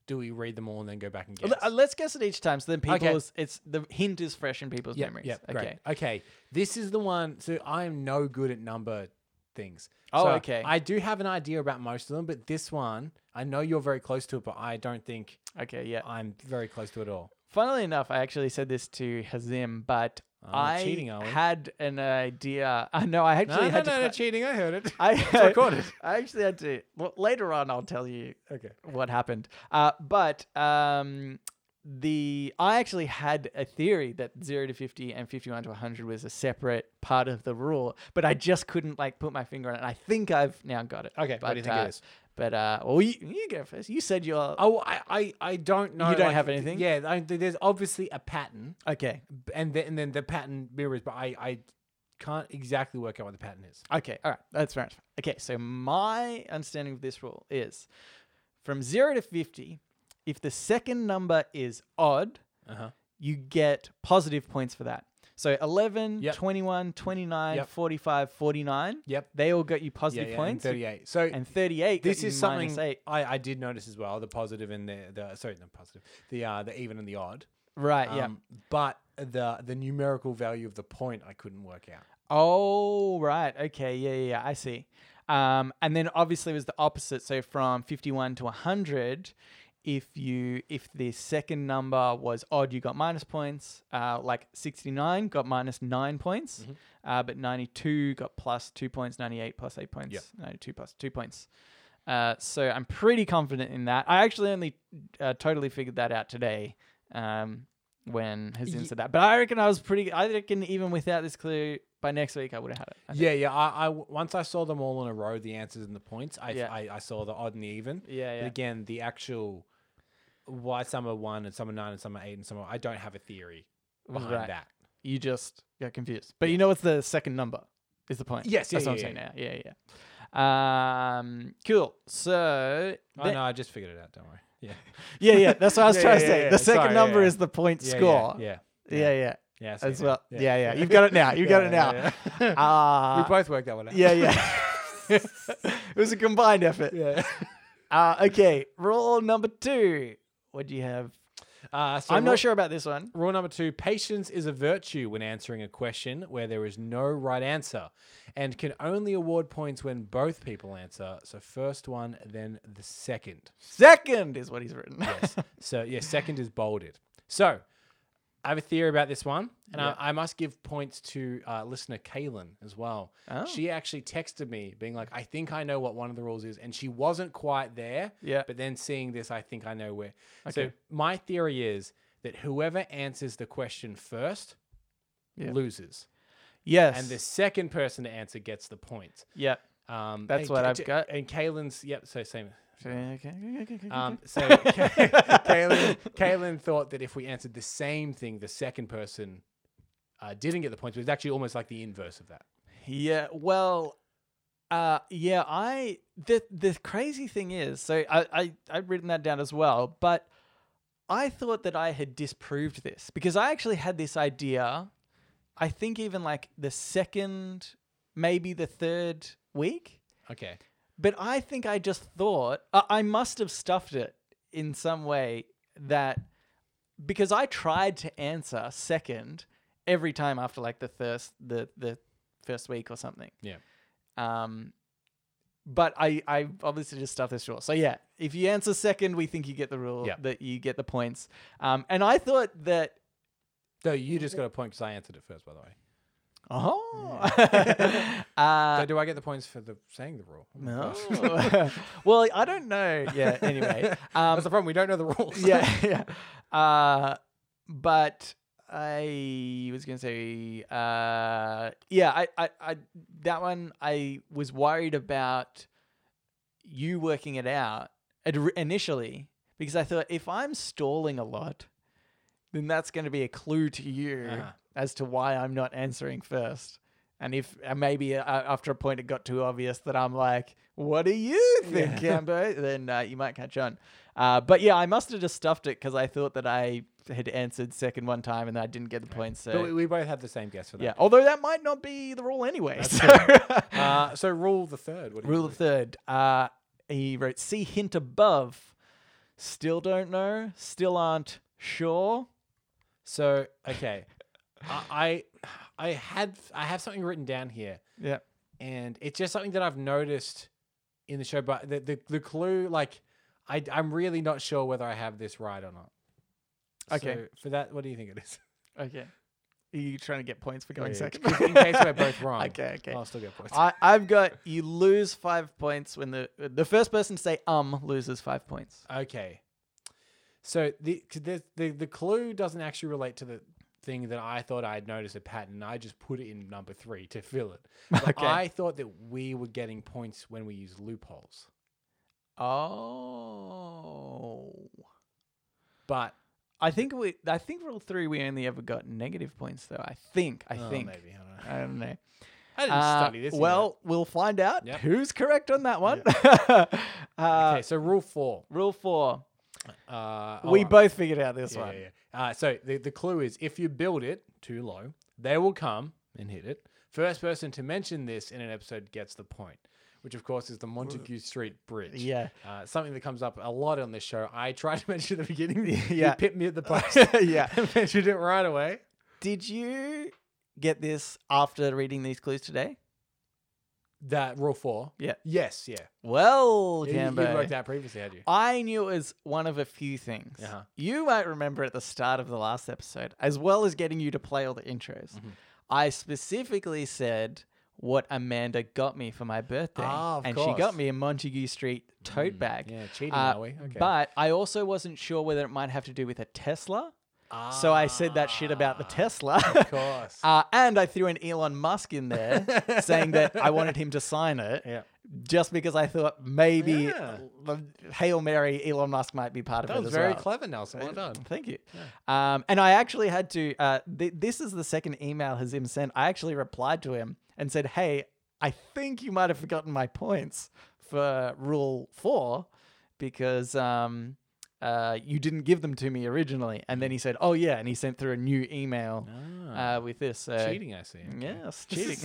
Speaker 2: do we read them all and then go back and guess?
Speaker 1: L- uh, Let's guess it each time so then people.
Speaker 2: Okay.
Speaker 1: Is, it's The hint is fresh in people's
Speaker 2: Yeah,
Speaker 1: memories.
Speaker 2: yeah,
Speaker 1: okay.
Speaker 2: okay. Okay. This is the one. So I am no good at number things.
Speaker 1: Oh,
Speaker 2: So
Speaker 1: okay.
Speaker 2: I do have an idea about most of them, but this one, I know you're very close to it, but I don't think
Speaker 1: Okay, yeah.
Speaker 2: I'm very close to it at all.
Speaker 1: Funnily enough, I actually said this to Hazim, but
Speaker 2: not
Speaker 1: I
Speaker 2: cheating, are we?
Speaker 1: had an idea. Uh, no, I actually had to. cla-
Speaker 2: cheating. I heard it.
Speaker 1: I
Speaker 2: recorded.
Speaker 1: I actually had to. Well, later on, I'll tell you
Speaker 2: okay.
Speaker 1: what happened. Uh, but um, the I actually had a theory that zero to fifty and fifty-one to one hundred was a separate part of the rule, but I just couldn't like put my finger on it. I think I've now got it.
Speaker 2: Okay,
Speaker 1: but,
Speaker 2: what do you think it
Speaker 1: uh,
Speaker 2: is?
Speaker 1: But uh, well, you, you go first. You said you're
Speaker 2: Oh, I, I, I don't know.
Speaker 1: You don't have anything?
Speaker 2: Yeah, I, there's obviously a pattern,
Speaker 1: okay.
Speaker 2: b- and then, and then the pattern mirrors, but I, I can't exactly work out what the pattern is.
Speaker 1: Okay, all right, that's fair. enough. Okay, so my understanding of this rule is from zero to 50, if the second number is odd,
Speaker 2: Uh-huh.
Speaker 1: you get positive points for that. So 11,
Speaker 2: Yep.
Speaker 1: 21, 29,
Speaker 2: Yep.
Speaker 1: 45, 49.
Speaker 2: Yep.
Speaker 1: They all got you
Speaker 2: Yeah,
Speaker 1: positive
Speaker 2: yeah, and
Speaker 1: points.
Speaker 2: 38. So
Speaker 1: And 38. got
Speaker 2: this
Speaker 1: you
Speaker 2: is something
Speaker 1: minus Eight.
Speaker 2: I, I did notice as well the positive and the, the sorry not positive the uh the even and the odd
Speaker 1: Right, yeah.
Speaker 2: um, but the the numerical value of the point I couldn't work out
Speaker 1: Oh, right. Okay. Yeah, yeah, yeah. I see. Um, and then obviously it was the opposite. So from 51 to 100, if you if the second number was odd, you got minus points. Uh, like 69 got minus nine points, uh, but 92 got plus two points, 98 plus eight points, 92 plus two points. Uh, so I'm pretty confident in that. I actually only uh, totally figured that out today um, when Hazin said that. But I reckon I was pretty. I reckon even without this clue, by next week I would have had it. I think.
Speaker 2: yeah yeah I, I once I saw them all in a row the answers and the points I
Speaker 1: Yeah.
Speaker 2: I, I saw the odd and the even
Speaker 1: Yeah,
Speaker 2: but
Speaker 1: yeah.
Speaker 2: again the actual why some are one and some are nine and some are eight and some are. I don't have a theory behind
Speaker 1: Right.
Speaker 2: that.
Speaker 1: You just got confused. But you know what's the second number? Is the point?
Speaker 2: Yes, yeah,
Speaker 1: that's what
Speaker 2: yeah,
Speaker 1: I'm saying now. Yeah, yeah. Um, cool. So
Speaker 2: Oh
Speaker 1: that-
Speaker 2: no, I just figured it out. Don't worry. Yeah,
Speaker 1: yeah, yeah. That's what I was
Speaker 2: Yeah,
Speaker 1: trying
Speaker 2: yeah,
Speaker 1: to say.
Speaker 2: yeah,
Speaker 1: The
Speaker 2: yeah.
Speaker 1: second
Speaker 2: Sorry, yeah,
Speaker 1: number
Speaker 2: yeah.
Speaker 1: is the point
Speaker 2: Yeah, yeah,
Speaker 1: score.
Speaker 2: Yeah,
Speaker 1: yeah, yeah.
Speaker 2: yeah. I see
Speaker 1: As
Speaker 2: now.
Speaker 1: well. Yeah. yeah, You've got it now. You've got
Speaker 2: Yeah,
Speaker 1: it now.
Speaker 2: yeah, we
Speaker 1: Uh,
Speaker 2: both worked that one out.
Speaker 1: yeah, yeah. it was a combined effort.
Speaker 2: yeah.
Speaker 1: Uh, okay, rule number two. What do you have?
Speaker 2: Uh, so
Speaker 1: I'm
Speaker 2: ru-
Speaker 1: not sure about this one.
Speaker 2: Rule number two patience is a virtue when answering a question where there is no right answer and can only award points when both people answer. So, first one, then the second.
Speaker 1: Second is what he's written.
Speaker 2: So, yeah, second is bolded. So, I have a theory about this one, and I, I must give points to uh, listener Kaylin as well.
Speaker 1: Oh.
Speaker 2: She actually texted me, being like, I think I know what one of the rules is, and she wasn't quite there.
Speaker 1: Yeah.
Speaker 2: But then seeing this, I think I know where. So,
Speaker 1: Okay.
Speaker 2: my theory is that whoever answers the question first
Speaker 1: Yeah.
Speaker 2: loses,
Speaker 1: yes.
Speaker 2: and the second person to answer gets the point.
Speaker 1: Yeah.
Speaker 2: Um,
Speaker 1: That's
Speaker 2: and
Speaker 1: what
Speaker 2: Ka-
Speaker 1: I've got.
Speaker 2: And Kaylin's, yep, so same.
Speaker 1: Okay. okay, okay, okay,
Speaker 2: Um,
Speaker 1: okay.
Speaker 2: so Kaylin, Kaylin thought that if we answered the same thing, the second person uh, didn't get the points. But it's actually almost like the inverse of that.
Speaker 1: Yeah. Well, uh, yeah. I the the crazy thing is, so I I I've written that down as well, but I thought that I had disproved this because I actually had this idea. I think even like the second, maybe the third week,
Speaker 2: Okay.
Speaker 1: but I think I just thought I I must have stuffed it in some way that because I tried to answer second every time after like the first the the first week or something.
Speaker 2: Yeah.
Speaker 1: Um, but I, I obviously just stuffed this short. So yeah, if you answer second, we think you get the rule
Speaker 2: Yeah.
Speaker 1: that you get the points. Um, and I thought that
Speaker 2: So you just got a point because I answered it first, by the way.
Speaker 1: oh,
Speaker 2: so do I get the points for the saying the rule?
Speaker 1: Uh,
Speaker 2: Oh.
Speaker 1: no. well, I don't know. Yeah. Anyway, um,
Speaker 2: That's the problem. We don't know the rules.
Speaker 1: yeah, yeah. Uh, but I was gonna say, uh, yeah, I, I, I, that one I was worried about you working it out at, initially because I thought if I'm stalling a lot, then that's going to be a clue to you
Speaker 2: Uh-huh.
Speaker 1: as to why I'm not answering first. And if uh, maybe uh, after a point it got too obvious that I'm like, what do you think, Cambo? Then uh, you might catch on. Uh, but yeah, I must have just stuffed it because I thought that I had answered second one time and I didn't get the points. So
Speaker 2: But we, we both had the same guess for that.
Speaker 1: yeah, although that might not be the rule anyway. So.
Speaker 2: Uh, so rule the third. What do you
Speaker 1: Rule of third. Uh, he wrote, see hint above. Still don't know. Still aren't sure.
Speaker 2: So okay, I, I I had I have something written down here,
Speaker 1: Yeah.
Speaker 2: and it's just something that I've noticed in the show. But the the, the clue, like I I'm really not sure whether I have this right or not.
Speaker 1: Okay.
Speaker 2: So for that, what do you think it is?
Speaker 1: Okay. Are you trying to get points for going
Speaker 2: Yeah,
Speaker 1: second?
Speaker 2: just in case we're both wrong.
Speaker 1: Okay, okay.
Speaker 2: I'll still get points.
Speaker 1: I, I've got you lose five points when the the first person to say um loses five points.
Speaker 2: okay. So the, 'cause the the the clue doesn't actually relate to the thing that I thought I'd noticed a pattern. I just put it in number three to fill it. But
Speaker 1: Okay.
Speaker 2: I thought that we were getting points when we use loopholes.
Speaker 1: Oh.
Speaker 2: But
Speaker 1: I think we I think rule three we only ever got negative points though. I think. I
Speaker 2: oh,
Speaker 1: think.
Speaker 2: maybe I don't know.
Speaker 1: I don't know.
Speaker 2: I didn't
Speaker 1: Uh,
Speaker 2: study this. you know.
Speaker 1: well, we'll find out
Speaker 2: Yep.
Speaker 1: who's correct on that one. uh,
Speaker 2: okay. So rule four.
Speaker 1: Rule four.
Speaker 2: Uh,
Speaker 1: we
Speaker 2: oh,
Speaker 1: both figured out this
Speaker 2: Yeah,
Speaker 1: one.
Speaker 2: yeah, yeah. Uh, so the, the clue is if you build it too low, they will come and hit it. First person to mention this in an episode gets the point, which of course is the Montague Street Bridge.
Speaker 1: Yeah.
Speaker 2: Uh, something that comes up a lot on this show. I tried to mention at the beginning.
Speaker 1: Yeah.
Speaker 2: You pipped me at the post.
Speaker 1: Yeah.
Speaker 2: and mentioned it right away.
Speaker 1: Did you get this after reading these clues today?
Speaker 2: That rule four.
Speaker 1: Yeah.
Speaker 2: Yes. Yeah.
Speaker 1: Well,
Speaker 2: You, you
Speaker 1: Cambo,
Speaker 2: worked out previously, had you?
Speaker 1: I knew it was one of a few things.
Speaker 2: Uh-huh.
Speaker 1: You might remember at the start of the last episode, as well as getting you to play all the intros,
Speaker 2: Mm-hmm.
Speaker 1: I specifically said what Amanda got me for my birthday.
Speaker 2: Ah, of
Speaker 1: and she
Speaker 2: course. Mm,
Speaker 1: got me a Montague Street tote bag. Uh,
Speaker 2: yeah, cheating, are we? Okay.
Speaker 1: But I also wasn't sure whether it might have to do with a Tesla So I said that shit about the Tesla. Of
Speaker 2: Ah, course.
Speaker 1: uh, and I threw an Elon Musk in there saying that I wanted him to sign it
Speaker 2: Yeah.
Speaker 1: just because I thought maybe
Speaker 2: Yeah.
Speaker 1: the Hail Mary Elon Musk might be part of it.
Speaker 2: That was
Speaker 1: as
Speaker 2: very
Speaker 1: well. Uh,
Speaker 2: clever, Nelson. Well done.
Speaker 1: Thank you. Um, and I actually had to. Uh, th- this is the second email Hazim sent. I actually replied to him and said, "Hey, I think you might have forgotten my points for Rule Four because um, uh, you didn't give them to me originally." And then he said, "Oh yeah," and he sent through a new email uh, mm. with this. So
Speaker 2: Cheating, I see.
Speaker 1: Yes, cheating.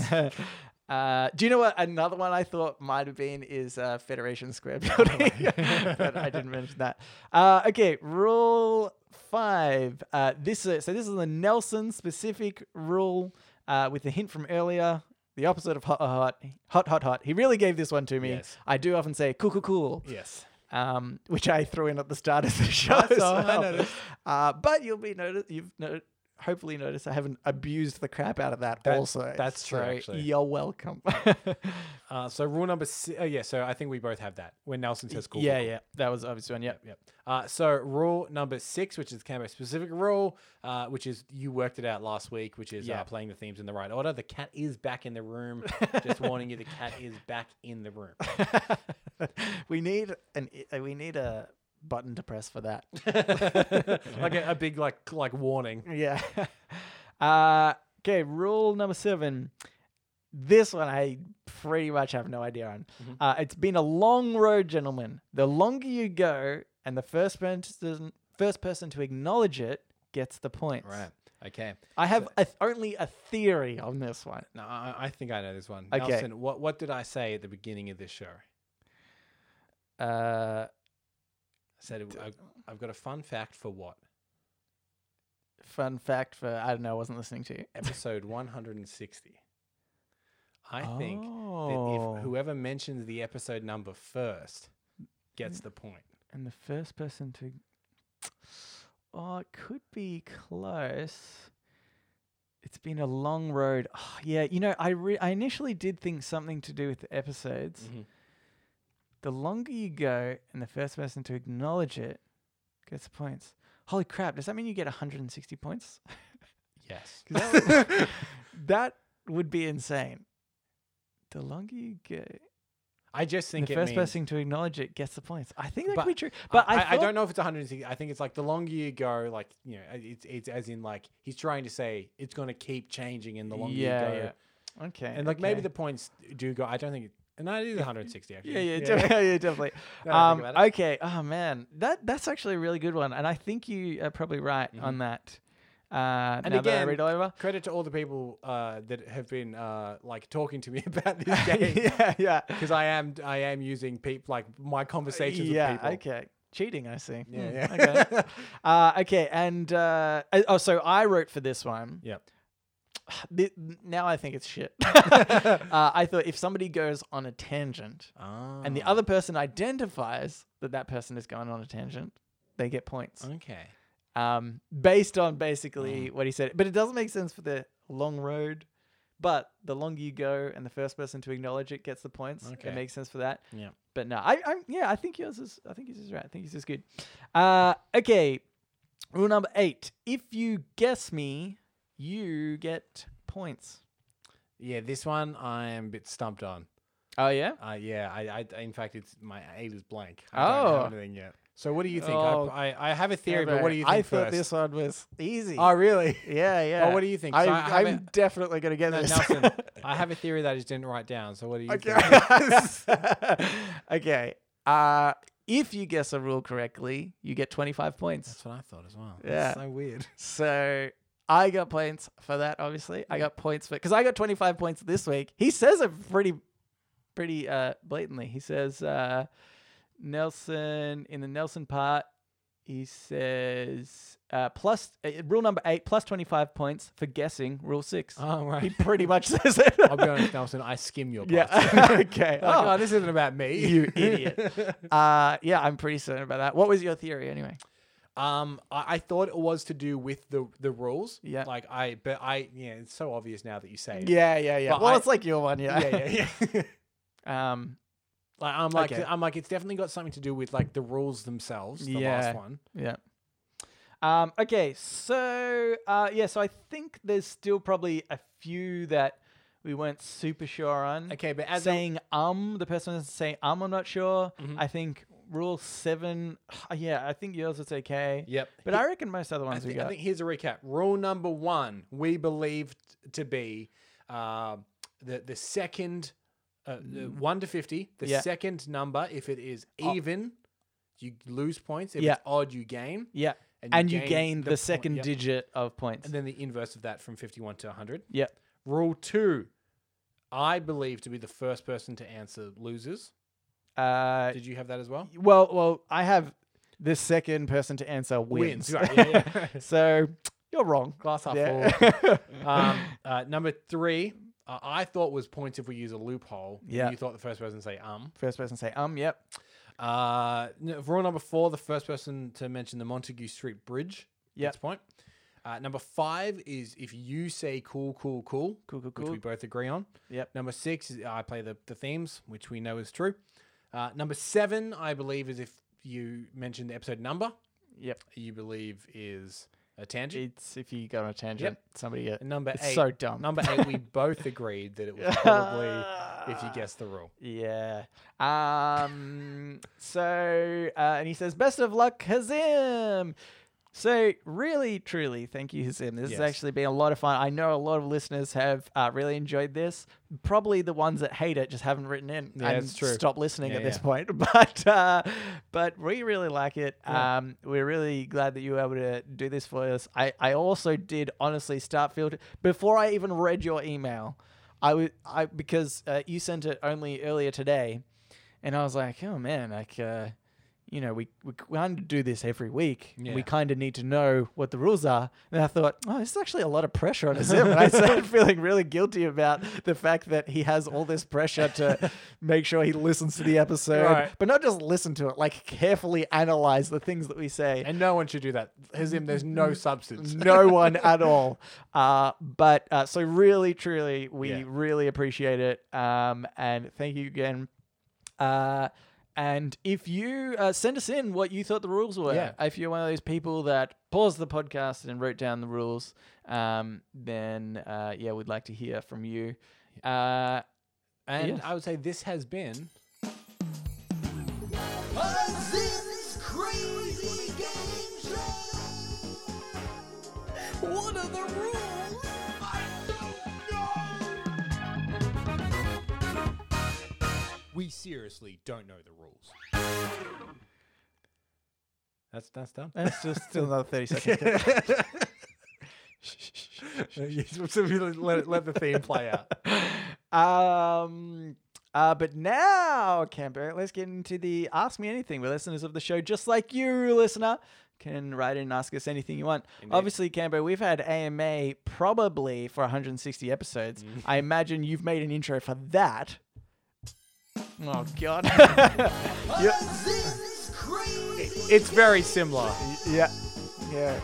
Speaker 1: Uh, do you know what another one I thought might have been is uh, Federation Square
Speaker 2: Oh,
Speaker 1: Building, but I didn't mention that. Uh, okay, rule five. Uh, this is, so this is the Nelson specific rule uh, with the hint from earlier. The opposite of hot, hot, hot, hot, hot, hot. He really gave this one to me.
Speaker 2: Yes.
Speaker 1: I do often say cool, cool, cool
Speaker 2: Yes.
Speaker 1: um, which I threw in at the start of the show. as
Speaker 2: all, Oh, I
Speaker 1: well.
Speaker 2: noticed.
Speaker 1: Uh, but you'll be noticed. You've no- hopefully noticed I haven't abused the crap out of that.
Speaker 2: That-
Speaker 1: also,
Speaker 2: that's true,
Speaker 1: So
Speaker 2: actually.
Speaker 1: You're welcome.
Speaker 2: Uh, so rule number six. Uh, yeah. So I think we both have that when Nelson says cool.
Speaker 1: yeah,
Speaker 2: cool,
Speaker 1: yeah, that was obvious one. Yep.
Speaker 2: Yep. Uh, so rule number six, which is the Cambo specific rule, uh, which is you worked it out last week, which is
Speaker 1: Yeah.
Speaker 2: uh, playing the themes in the right order. The cat is back in the room. Just warning you, the cat is back in the room.
Speaker 1: we need an uh, we need a button to press for that.
Speaker 2: like a, a big like like warning.
Speaker 1: yeah. Uh, okay. Rule number seven. This one I pretty much have no idea on.
Speaker 2: Mm-hmm.
Speaker 1: Uh, it's been a long road, gentlemen. The longer you go, and the first person first person to acknowledge it gets the points.
Speaker 2: Okay.
Speaker 1: I have a th- only a theory on this one.
Speaker 2: No, I, I think I know this one.
Speaker 1: Okay.
Speaker 2: Nelson, what what did I say at the beginning of this show? I
Speaker 1: Uh,
Speaker 2: said it- I, I've got a fun fact for what
Speaker 1: fun fact for I don't know. I wasn't listening to you.
Speaker 2: episode 160. I think
Speaker 1: Oh.
Speaker 2: that if whoever mentions the episode number first gets the point.
Speaker 1: And the first person to. Oh, it could be close. It's been a long road. Oh, yeah, you know, I re- I initially did think something to do with the episodes.
Speaker 2: Mhm.
Speaker 1: The longer you go, and the first person to acknowledge it gets the points. Holy crap! Does that mean you get 160 points?
Speaker 2: Yes.
Speaker 1: 'Cause that, would, that would be insane. The longer you go,
Speaker 2: I just
Speaker 1: and
Speaker 2: think
Speaker 1: the
Speaker 2: it
Speaker 1: first
Speaker 2: means-
Speaker 1: person to acknowledge it gets the points. I think that
Speaker 2: But
Speaker 1: could be true. But I,
Speaker 2: I, I
Speaker 1: thought-
Speaker 2: don't know if it's 160. I think it's like the longer you go, like you know, it's it's as in like he's trying to say it's going to keep changing, and the longer
Speaker 1: Yeah,
Speaker 2: you go,
Speaker 1: yeah. Okay.
Speaker 2: and like maybe
Speaker 1: okay.
Speaker 2: the points do go. I don't think, it, and that is 160 actually.
Speaker 1: Yeah, yeah, definitely. yeah, definitely.
Speaker 2: Now
Speaker 1: Um,
Speaker 2: that I think about
Speaker 1: okay. Oh man, that that's actually a really good one, and I think you are probably right on that. Uh,
Speaker 2: Mm-hmm. And
Speaker 1: now that I
Speaker 2: again,
Speaker 1: read over.
Speaker 2: credit to all the people uh, that have been uh, like talking to me about this game
Speaker 1: yeah, yeah,
Speaker 2: because I am I am using peop like my conversations
Speaker 1: yeah.
Speaker 2: with people.
Speaker 1: Okay, cheating. I see.
Speaker 2: Yeah,
Speaker 1: Hmm,
Speaker 2: yeah.
Speaker 1: okay. uh, okay, and uh, uh, oh, so I wrote for this one.
Speaker 2: Yep.
Speaker 1: Th- Now I think it's shit. uh, I thought if somebody goes on a tangent and
Speaker 2: Ah.
Speaker 1: the other person identifies that that person is going on a tangent, they get points.
Speaker 2: okay.
Speaker 1: um, based on
Speaker 2: Mm.
Speaker 1: basically what he said. But it doesn't make sense for the long road. But the longer you go, and the first person to acknowledge it gets the points.
Speaker 2: Okay.
Speaker 1: It makes sense for that.
Speaker 2: Yeah.
Speaker 1: But no, I, I'm yeah, I think yours is. I think yours is right. I think yours is good. Uh, okay. Rule number eight: If you guess me, you get points.
Speaker 2: Yeah, this one I am a bit stumped on.
Speaker 1: Oh yeah.
Speaker 2: Uh, yeah, I, I, in fact, it's my eight is blank. I don't
Speaker 1: Oh.
Speaker 2: have anything yet. So what do you think?
Speaker 1: Oh.
Speaker 2: I, I, I have a theory, but what do you think
Speaker 1: I thought
Speaker 2: first?
Speaker 1: this one was easy.
Speaker 2: Oh, really?
Speaker 1: yeah, yeah.
Speaker 2: what do you think?
Speaker 1: I,
Speaker 2: So I have
Speaker 1: I'm
Speaker 2: a-
Speaker 1: definitely gonna get
Speaker 2: No,
Speaker 1: this.
Speaker 2: Nelson, I have a theory that I just didn't write down. So what do you think?
Speaker 1: Okay. okay. Uh, if you guess a rule correctly, you get 25 points.
Speaker 2: That's what I thought as well.
Speaker 1: Yeah.
Speaker 2: That's so weird.
Speaker 1: So I got points for that, obviously. I got points for because I got 25 points this week. He says it pretty, pretty uh, blatantly. He says, uh, Nelson, in the Nelson part, he says, uh, plus uh, rule number eight, plus 25 points for guessing rule six.
Speaker 2: Oh, right.
Speaker 1: He pretty much says it.
Speaker 2: I'll be honest, Nelson. I skim your
Speaker 1: Yeah.
Speaker 2: parts.
Speaker 1: okay.
Speaker 2: Like,
Speaker 1: Oh.
Speaker 2: oh. this isn't about me.
Speaker 1: you idiot. Uh, yeah, I'm pretty certain about that. What was your theory anyway?
Speaker 2: Um, I, I thought it was to do with the the rules.
Speaker 1: Yeah.
Speaker 2: Like I, but I, yeah, it's so obvious now that you say it.
Speaker 1: Yeah, yeah, yeah.
Speaker 2: But
Speaker 1: well,
Speaker 2: I-
Speaker 1: it's like your one, yeah.
Speaker 2: Yeah, yeah, yeah.
Speaker 1: Um,
Speaker 2: like I'm like
Speaker 1: Okay.
Speaker 2: I'm like it's definitely got something to do with like the rules themselves. The
Speaker 1: Yeah.
Speaker 2: last one.
Speaker 1: yeah. Um, okay, so uh, yeah, so I think there's still probably a few that we weren't super sure on.
Speaker 2: Okay, but as a-
Speaker 1: saying um, the person is saying um, I'm not sure. I think rule seven, uh, yeah, I think yours is okay.
Speaker 2: Yep.
Speaker 1: But I reckon most other
Speaker 2: I
Speaker 1: ones we
Speaker 2: think, I
Speaker 1: got.
Speaker 2: think here's a recap. Rule number one: we believe t- to be uh, the the second uh, the one to fifty. The
Speaker 1: Mm. Yeah. Oh.
Speaker 2: second number, if it is even, you lose points. If
Speaker 1: Yeah.
Speaker 2: it's odd, you gain.
Speaker 1: yeah,
Speaker 2: and
Speaker 1: and,
Speaker 2: you
Speaker 1: you
Speaker 2: gain
Speaker 1: gain,
Speaker 2: the
Speaker 1: the,
Speaker 2: point,
Speaker 1: second
Speaker 2: yep.
Speaker 1: digit of points.
Speaker 2: And then the inverse of that from fifty-one to hundred.
Speaker 1: yep.
Speaker 2: Rule two: I believe to be the first person to answer loses.
Speaker 1: Uh,
Speaker 2: Did you have that as well?
Speaker 1: well, well, I have the second person to answer wins.
Speaker 2: Right, yeah, yeah.
Speaker 1: so you're wrong.
Speaker 2: Glass half
Speaker 1: Yeah.
Speaker 2: full. Um, uh, number three, uh, I thought was points if we use a loophole.
Speaker 1: Yeah.
Speaker 2: You thought the first person say um.
Speaker 1: First person to say um, yep.
Speaker 2: Uh, n- rule number four, the first person to mention the Montague Street Bridge
Speaker 1: Yeah.
Speaker 2: gets point. Uh, number five is if you say cool, cool, cool,
Speaker 1: Cool, cool,
Speaker 2: which we
Speaker 1: cool.
Speaker 2: both agree on.
Speaker 1: Yep.
Speaker 2: Number six is I play the, the themes, which we know is true. Uh, number seven, I believe, is if you mention the episode number,
Speaker 1: Yep.
Speaker 2: you believe is a tangent.
Speaker 1: It's if you go on a tangent, somebody get
Speaker 2: And number
Speaker 1: it's
Speaker 2: eight.
Speaker 1: So dumb.
Speaker 2: Number eight, we both agreed that it was probably if you guessed the rule.
Speaker 1: yeah. Um. so uh, and he says, "Best of luck, Hazim." So really, truly, thank you, Hazim. This
Speaker 2: Yes.
Speaker 1: has actually been a lot of fun. I know a lot of listeners have uh, really enjoyed this. Probably the ones that hate it just haven't written in
Speaker 2: Yeah,
Speaker 1: and
Speaker 2: that's true.
Speaker 1: stop listening
Speaker 2: Yeah,
Speaker 1: at this
Speaker 2: yeah.
Speaker 1: point. But uh, but we really like it. Um, we're really glad that you were able to do this for us. I, I also did honestly start filter before I even read your email. I was I because uh, you sent it only earlier today, and I was like, oh man, like. Uh, you know, we, we kind of do this every week. and
Speaker 2: Yeah.
Speaker 1: We kind of need to know what the rules are. And I thought, oh, this is actually a lot of pressure on Azim. and I started feeling really guilty about the fact that he has all this pressure to make sure he listens to the episode,
Speaker 2: Right.
Speaker 1: but not just listen to it, like carefully analyze the things that we say.
Speaker 2: And no one should do that. Hazim, there's no substance.
Speaker 1: no one at all. Uh, but uh, so really, truly, we
Speaker 2: Yeah.
Speaker 1: really appreciate it. Um, and thank you again. Uh, and if you uh, send us in what you thought the rules were,
Speaker 2: Yeah.
Speaker 1: if you're one of those people that paused the podcast and wrote down the rules, um, then uh, yeah, we'd like to hear from you. Uh,
Speaker 2: And
Speaker 1: Yes.
Speaker 2: I would say this has been.
Speaker 4: Hudson's Crazy Game Show. What are the rules? I don't know.
Speaker 5: We seriously don't know the rules.
Speaker 2: That's that's done.
Speaker 1: that's just still another 30 seconds.
Speaker 2: so we let, let, it- let the theme play out.
Speaker 1: Um, uh, but now, Camper, let's get into the Ask Me Anything, where listeners of the show, just like you, listener, can write in and ask us anything you want. Obviously, Camper, we've had AMA probably for 160 episodes.
Speaker 2: Mm.
Speaker 1: I imagine you've made an intro for that. Oh, God.
Speaker 4: Hudson's Crazy
Speaker 2: It's very similar.
Speaker 1: yeah. Yeah.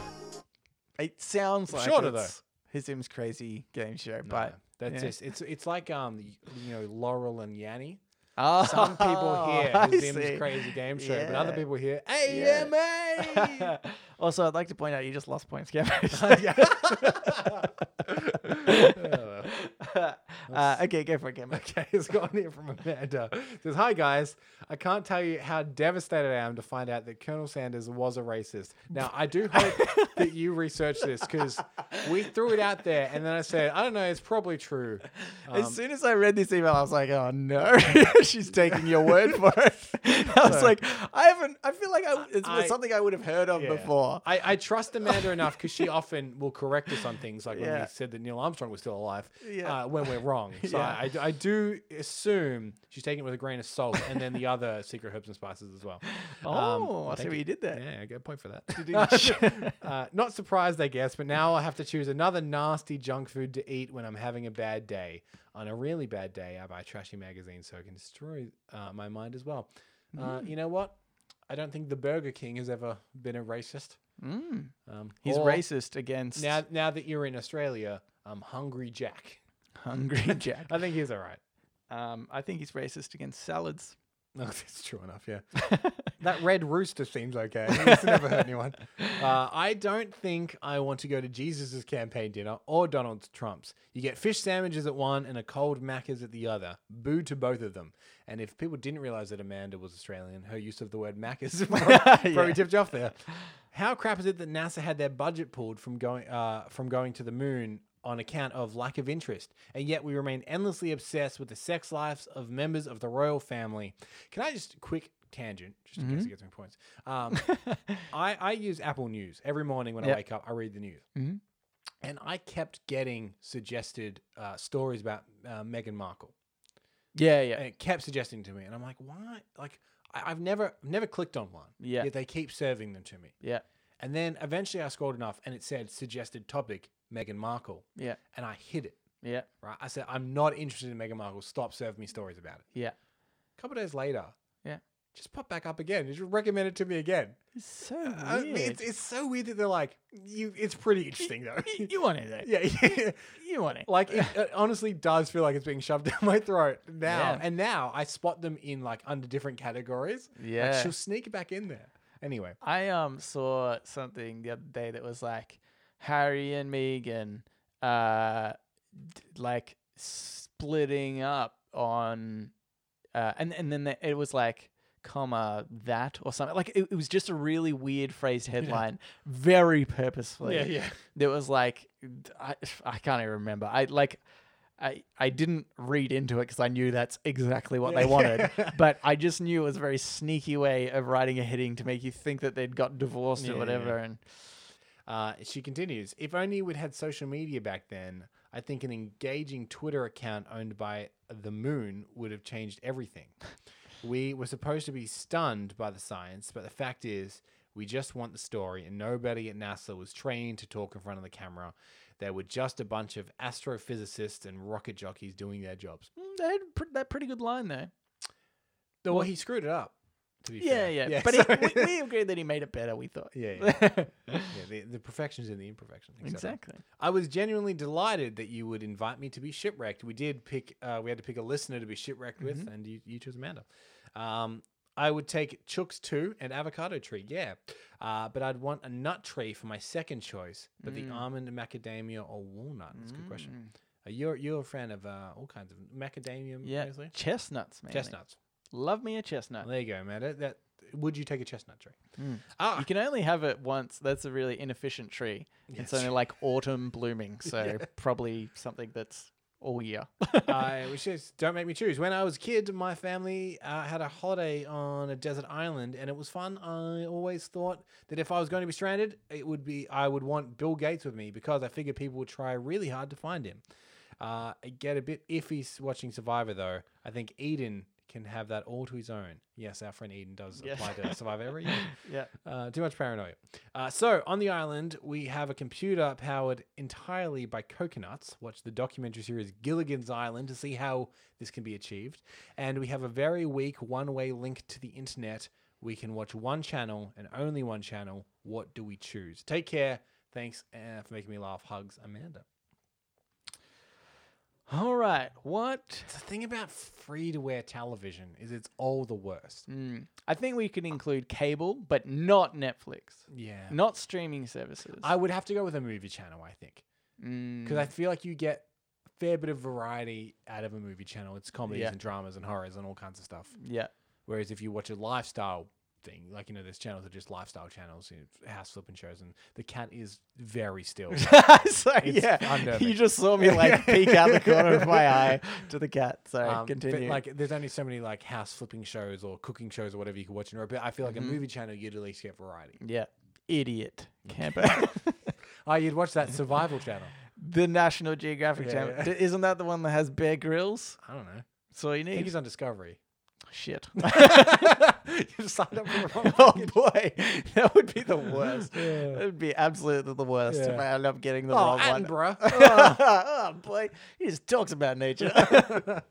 Speaker 1: It sounds like
Speaker 2: Shorter,
Speaker 1: it's His M's Crazy Game Show,
Speaker 2: But
Speaker 1: but.
Speaker 2: that's
Speaker 1: yeah.
Speaker 2: just it's it's like um you know Laurel and Yanni.
Speaker 1: Oh,
Speaker 2: Some people hear
Speaker 1: I see.
Speaker 2: Hazim's crazy game show, but other
Speaker 1: Yeah.
Speaker 2: people hear AMA.
Speaker 1: also, I'd like to point out you just lost points, Cameron. uh, okay, go for it, Cameron.
Speaker 2: Okay, it's gone here from Amanda. It says, Hi guys, I can't tell you how devastated I am to find out that Colonel Sanders was a racist. Now I do hope that you researched this because we threw it out there and then I said, I don't know, it's probably true. Um,
Speaker 1: as soon as I read this email, I was like, "Oh no, she's taking your word for it." I was
Speaker 2: So-
Speaker 1: like, "I haven't. I feel like I, it's
Speaker 2: I-
Speaker 1: something I would have heard of
Speaker 2: yeah.
Speaker 1: before."
Speaker 2: I, I trust Amanda enough because she often will correct us on things like when
Speaker 1: Yeah.
Speaker 2: we said that Neil Armstrong was still alive
Speaker 1: Yeah.
Speaker 2: uh, when we're wrong. So
Speaker 1: Yeah.
Speaker 2: I, I do assume she's taking it with a grain of salt and then the other secret herbs and spices as well. Um,
Speaker 1: oh, I see
Speaker 2: thank
Speaker 1: what you did there.
Speaker 2: Yeah, I get a point for that. uh, not surprised, I guess, but now I have to choose another nasty junk food to eat when I'm having a bad day. On a really bad day, I buy trashy magazines so I can destroy uh, my mind as well. Uh,
Speaker 1: Mm.
Speaker 2: you know what? I don't think the Burger King has ever been a racist. Um,
Speaker 1: Mm. He's
Speaker 2: or
Speaker 1: racist against
Speaker 2: Now, now that you're in Australia, I'm Hungry Jack.
Speaker 1: Hungry Jack.
Speaker 2: I think he's all right.
Speaker 1: Um, I think he's racist against salads.
Speaker 2: No, that's true enough. Yeah, that red rooster seems okay. It's never hurt anyone. Uh, I don't think I want to go to Jesus's campaign dinner or Donald Trump's. You get fish sandwiches at one and a cold Macca's at the other. Boo to both of them. And if people didn't realize that Amanda was Australian, her use of the word Macca's probably, probably tipped you off there. How crap is it that NASA had their budget pulled from going uh, from going to the moon on account of lack of interest, and yet we remain endlessly obsessed with the sex lives of members of the royal family. Can I just quick tangent, just in
Speaker 1: Mm-hmm.
Speaker 2: case it gets me points? Um, I, I use Apple News every morning when I
Speaker 1: Yep. Mm-hmm.
Speaker 2: wake up. I read the news, and I kept getting suggested uh, stories about uh, Meghan Markle,
Speaker 1: Yeah, yeah.
Speaker 2: and it kept suggesting to me, and I'm like, why? Like, I, I've never never clicked on one.
Speaker 1: Yeah.
Speaker 2: yet they keep serving them to me.
Speaker 1: Yeah.
Speaker 2: And then eventually I scrolled enough, and it said suggested topic Meghan Markle,
Speaker 1: Yeah.
Speaker 2: and I hid it
Speaker 1: Yeah.
Speaker 2: right? I said, I'm not interested in Meghan Markle. Stop serving me stories about it.
Speaker 1: Yeah.
Speaker 2: A couple days later,
Speaker 1: Yeah.
Speaker 2: just pop back up again. Just recommend it to me again.
Speaker 1: It's so
Speaker 2: I mean,
Speaker 1: weird.
Speaker 2: it's, it's so weird that they're like, you. It's pretty interesting though.
Speaker 1: You- you want it though.
Speaker 2: yeah, yeah.
Speaker 1: You want it.
Speaker 2: Like it, it honestly does feel like it's being shoved down my throat now.
Speaker 1: Yeah.
Speaker 2: And now I spot them in like under different categories. Like,
Speaker 1: Yeah.
Speaker 2: she'll sneak back in there. Anyway,
Speaker 1: I um saw something the other day that was like Harry and Megan uh d- like splitting up on uh and and then the, it was like comma that or something like it, it was just a really weird phrased headline very purposefully
Speaker 2: Yeah, yeah.
Speaker 1: there was like I, I can't even remember i like I, I didn't read into it because I knew that's exactly what they wanted, but I just knew it was a very sneaky way of writing a heading to make you think that they'd got divorced
Speaker 2: Yeah,
Speaker 1: or
Speaker 2: yeah,
Speaker 1: whatever. And
Speaker 2: Uh, she continues, if only we'd had social media back then, I think an engaging Twitter account owned by the moon would have changed everything. we were supposed to be stunned by the science, but the fact is, we just want the story, and nobody at NASA was trained to talk in front of the camera. They were just a bunch of astrophysicists and rocket jockeys doing their jobs.
Speaker 1: Mm, they had pr- that pretty good line there.
Speaker 2: Well, he screwed it up. To be
Speaker 1: Yeah,
Speaker 2: fair.
Speaker 1: yeah.
Speaker 2: yeah
Speaker 1: but
Speaker 2: so-
Speaker 1: he, we, we agreed that he made it better, we thought.
Speaker 2: yeah, yeah. yeah the, the perfection's in the imperfection. et cetera.
Speaker 1: exactly.
Speaker 2: I was genuinely delighted that you would invite me to be shipwrecked. We did pick, uh, we had to pick a listener to be shipwrecked with, and you, you chose Amanda. Um, I would take Chooks 2 and Avocado Tree, yeah. Uh, but I'd want a nut tree for my second choice, but the almond, macadamia, or walnut. That's a good question. Uh, you're, you're a fan of uh, all kinds of macadamia,
Speaker 1: Yeah.
Speaker 2: mostly?
Speaker 1: Chestnuts, man.
Speaker 2: Chestnuts.
Speaker 1: Love me a chestnut.
Speaker 2: There you go, Amanda. That, would you take a chestnut tree? Ah,
Speaker 1: You can only have it once. That's a really inefficient tree. it's only like autumn blooming, so probably something that's all year.
Speaker 2: I which is don't make me choose. When I was a kid, my family uh, had a holiday on a desert island, and it was fun. I always thought that if I was going to be stranded, it would be I would want Bill Gates with me because I figured people would try really hard to find him. Uh, I get a bit iffy s- watching Survivor though. I think Eden can have that all to his own. Yes, our friend Eden does
Speaker 1: Yes.
Speaker 2: apply to Survivor every year.
Speaker 1: yeah.
Speaker 2: Uh, too much paranoia. Uh, so on the island, we have a computer powered entirely by coconuts. Watch the documentary series Gilligan's Island to see how this can be achieved. And we have a very weak one-way link to the internet. We can watch one channel and only one channel. What do we choose? Take care. Thanks uh, for making me laugh. Hugs, Amanda.
Speaker 1: All right. What?
Speaker 2: The thing about free-to-air television is it's all the worst.
Speaker 1: Mm. I think we could include cable, but not Netflix,
Speaker 2: Yeah.
Speaker 1: not streaming services.
Speaker 2: I would have to go with a movie channel, I think.
Speaker 1: Mm,
Speaker 2: because I feel like you get a fair bit of variety out of a movie channel. It's comedies
Speaker 1: Yeah.
Speaker 2: and dramas and horrors and all kinds of stuff.
Speaker 1: yeah.
Speaker 2: Whereas if you watch a lifestyle thing, like you know, there's channels that are just lifestyle channels, you know, house flipping shows, and the cat is very still.
Speaker 1: so
Speaker 2: It's
Speaker 1: yeah,
Speaker 2: unnerving.
Speaker 1: you just saw me like peek out the corner of my eye to the cat. Sorry,
Speaker 2: Um, but,
Speaker 1: continue.
Speaker 2: like, there's only so many like house flipping shows or cooking shows or whatever you can watch in a row. But I feel like
Speaker 1: Mm-hmm.
Speaker 2: a movie channel, you'd at least get variety.
Speaker 1: yeah, idiot camper.
Speaker 2: Oh, you'd watch that survival channel.
Speaker 1: the National Geographic
Speaker 2: Yeah,
Speaker 1: channel.
Speaker 2: yeah.
Speaker 1: D- Isn't that the one that has Bear grills?
Speaker 2: I don't know.
Speaker 1: That's all you
Speaker 2: I think
Speaker 1: need.
Speaker 2: he's on Discovery.
Speaker 1: Shit.
Speaker 2: You've signed up for the wrong.
Speaker 1: oh boy, that would be the worst.
Speaker 2: Yeah.
Speaker 1: That would be absolutely the worst if
Speaker 2: Yeah.
Speaker 1: I end up getting the
Speaker 2: Oh,
Speaker 1: wrong one.
Speaker 2: Attenborough.
Speaker 1: oh boy, he just talks about nature.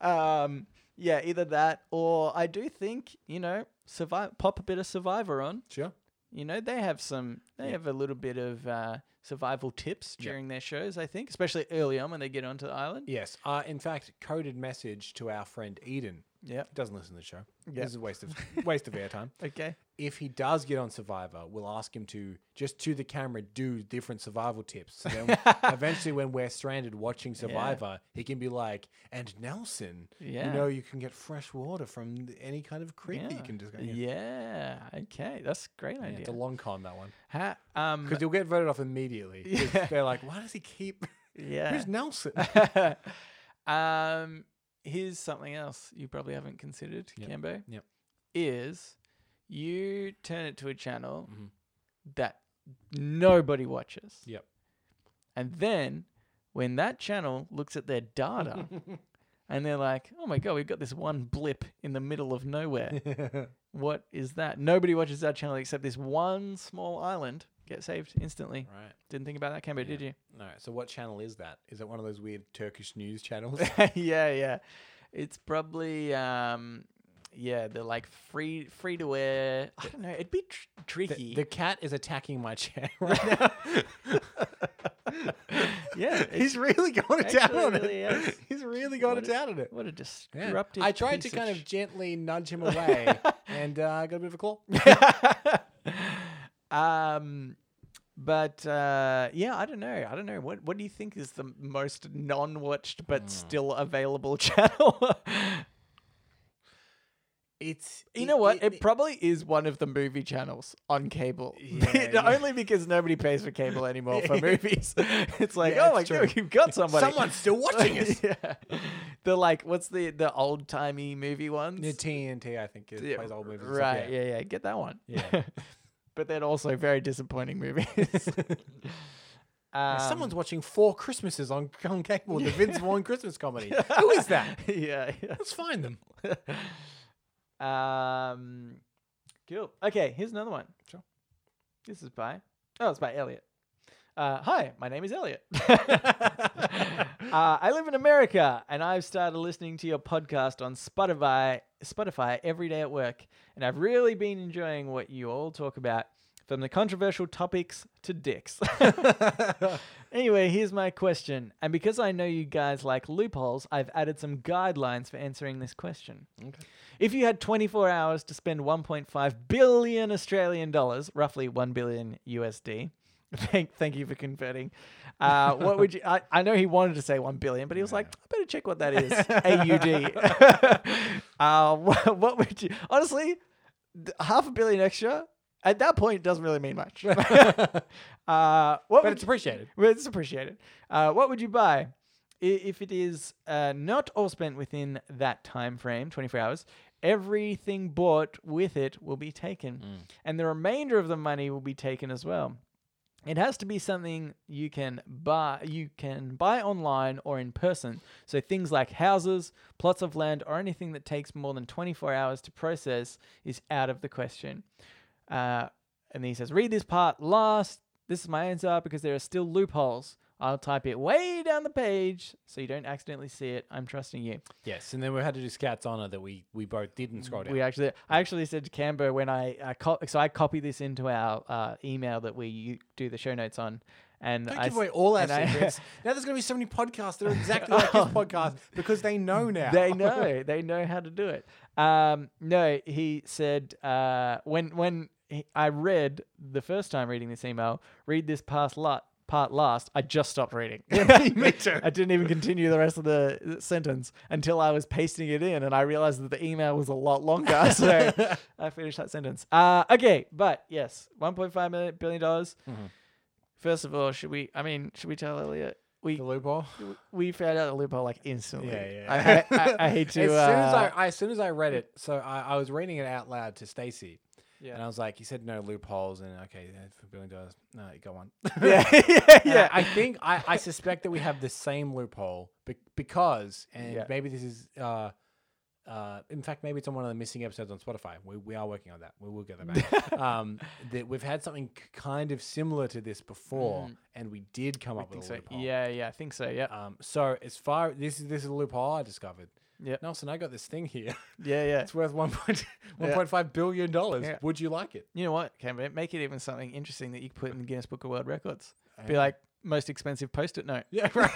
Speaker 1: um, yeah, either that or I do think you know, survive. Pop a bit of Survivor on.
Speaker 2: sure.
Speaker 1: You know, they have some. They have a little bit of uh, survival tips during their shows. I think, especially early on when they get onto the island.
Speaker 2: Yes. Uh, in fact, coded message to our friend Eden
Speaker 1: Yep.
Speaker 2: Doesn't listen to the show.
Speaker 1: Yeah.
Speaker 2: This is a waste of waste of airtime.
Speaker 1: Okay.
Speaker 2: If he does get on Survivor, we'll ask him to just to the camera do different survival tips. So then eventually, when we're stranded watching Survivor, he can be like, "And Nelson,
Speaker 1: Yeah.
Speaker 2: you know, you can get fresh water from any kind of creek that you can just go." Yeah.
Speaker 1: Yeah. Okay. That's a great
Speaker 2: Yeah,
Speaker 1: idea.
Speaker 2: It's a long con that one
Speaker 1: Ha- um,
Speaker 2: because you'll get voted off immediately. 'Cause
Speaker 1: Yeah.
Speaker 2: They're like, "Why does he keep?
Speaker 1: yeah.
Speaker 2: Who's Nelson?"
Speaker 1: um, here's something else you probably haven't considered, Cambo.
Speaker 2: Yep.
Speaker 1: Is you turn it to a channel
Speaker 2: Mm-hmm.
Speaker 1: that nobody watches.
Speaker 2: Yep.
Speaker 1: And then when that channel looks at their data and they're like, oh my God, we've got this one blip in the middle of nowhere. what is that? Nobody watches that channel except this one small island. Get saved instantly.
Speaker 2: Right.
Speaker 1: Didn't think about that, Cambo, did you?
Speaker 2: All right. So, what channel is that? Is it one of those weird Turkish news channels?
Speaker 1: yeah, yeah. It's probably um yeah, they're like free free to wear. I don't know. It'd be tr- tricky.
Speaker 2: The, the cat is attacking my chair right now.
Speaker 1: yeah. it's-
Speaker 2: He's really gone to town
Speaker 1: Actually,
Speaker 2: on
Speaker 1: really
Speaker 2: it.
Speaker 1: is.
Speaker 2: He's really gone to
Speaker 1: What a-
Speaker 2: town on it.
Speaker 1: what a
Speaker 2: Yeah.
Speaker 1: disruptive
Speaker 2: I tried to
Speaker 1: piece
Speaker 2: kind of
Speaker 1: sh-
Speaker 2: gently nudge him away, and uh, I got a bit of a claw.
Speaker 1: um but uh yeah, I don't know. I don't know. What what do you think is the most non-watched
Speaker 2: Hmm.
Speaker 1: but still available channel?
Speaker 2: It's
Speaker 1: You know what? It,
Speaker 2: it-
Speaker 1: probably is one of the movie channels on cable.
Speaker 2: Yeah, yeah.
Speaker 1: Only because nobody pays for cable anymore for movies. It's like,
Speaker 2: Yeah,
Speaker 1: oh my
Speaker 2: it's
Speaker 1: god,
Speaker 2: true.
Speaker 1: you've got somebody.
Speaker 2: Someone's still watching us.
Speaker 1: yeah. The like, what's the the old timey movie ones?
Speaker 2: the TNT, I think, is,
Speaker 1: Yeah,
Speaker 2: plays old movies. and stuff,
Speaker 1: Right? Yeah. yeah, Get that one.
Speaker 2: Yeah.
Speaker 1: but then also very disappointing movies. um,
Speaker 2: Uh, Someone's watching Four Christmases on, on cable, the Vince Vaughn Christmas comedy. Who is that?
Speaker 1: Um, Yeah. yeah.
Speaker 2: Let's find them.
Speaker 1: Um, cool. Okay, here's another one.
Speaker 2: Sure.
Speaker 1: This is by. Oh, it's by Elliot. Uh, hi, my name is Elliot. uh, I live in America, and I've started listening to your podcast on Spotify, Spotify every day at work, and I've really been enjoying what you all talk about, from the controversial topics to dicks. anyway, here's my question, and because I know you guys like loopholes, I've added some guidelines for answering this question. If you had 24 hours to spend 1.5 billion Australian dollars, roughly 1 billion USD, thank thank you for converting. Uh, what would you? I, I know he wanted to say 1 billion, but he was like, I better check what that is. AUD. uh, what, what would you? Honestly, th- half a billion extra at that point doesn't really mean much. uh, what
Speaker 2: But
Speaker 1: would
Speaker 2: it's
Speaker 1: you-
Speaker 2: appreciated.
Speaker 1: well, it's appreciated. Uh, what would you buy I- if it is uh, not all spent within that time frame, 24 hours? Everything bought with it will be taken, and the remainder of the money will be taken as well. It has to be something you can buy you can buy online or in person. So things like houses, plots of land, or anything that takes more than 24 hours to process is out of the question. Uh, and then he says, read this part last. This is my answer because there are still loopholes. I'll type it way down the page so you don't accidentally see it. I'm trusting you.
Speaker 2: Yes, and then we had to do Scat's Honor that we, Mm, we both didn't scroll down.
Speaker 1: We actually, I actually said to Cambo when I, I co- so I copy this into our uh, email that we u- do the show notes on, and
Speaker 2: Don't
Speaker 1: I
Speaker 2: give
Speaker 1: s-
Speaker 2: away all our
Speaker 1: and I- Oh.
Speaker 2: secrets. now there's going to be so many podcasts that are exactly like his podcast because they know now.
Speaker 1: they know they know how to do it um no he said uh when when he, i read the first time reading this email read this past lot part last i just stopped reading me too i didn't even continue the rest of the the sentence until i was pasting it in and i realized that the email was a lot longer so i finished that sentence uh okay but yes 1.5 million billion dollars first of all should we i mean should we tell elliot we
Speaker 2: The loophole.
Speaker 1: we found out the loophole like instantly.
Speaker 2: Yeah, yeah.
Speaker 1: I, I, I, I hate to.
Speaker 2: as soon as I,
Speaker 1: uh,
Speaker 2: I- as soon as I read it, so I, I was reading it out loud to Stacy, and I was like, "You said no loopholes, and okay, yeah, for a billion dollars, no, go on."
Speaker 1: yeah, yeah,
Speaker 2: And
Speaker 1: yeah.
Speaker 2: I think I, I suspect that we have the same loophole be- because, and
Speaker 1: Yeah.
Speaker 2: maybe this is, uh, uh, in fact, maybe it's on one of the missing episodes on Spotify. We, we are working on that. We will get that back. um, that we've had something k- kind of similar to this before, and we did come up
Speaker 1: Mm. think
Speaker 2: with a
Speaker 1: so.
Speaker 2: loophole.
Speaker 1: Yeah, yeah, I think so. Yeah,
Speaker 2: Um, so as far this is this is a loophole I discovered.
Speaker 1: Yep.
Speaker 2: Nelson, I got this thing here.
Speaker 1: yeah, yeah.
Speaker 2: It's worth one point one point five billion dollars.
Speaker 1: Yeah.
Speaker 2: Would you like it?
Speaker 1: You know what, Cameron? Make it even something interesting that you could put in the Guinness Book of World Records. Be like, most expensive post-it note.
Speaker 2: Yeah, right.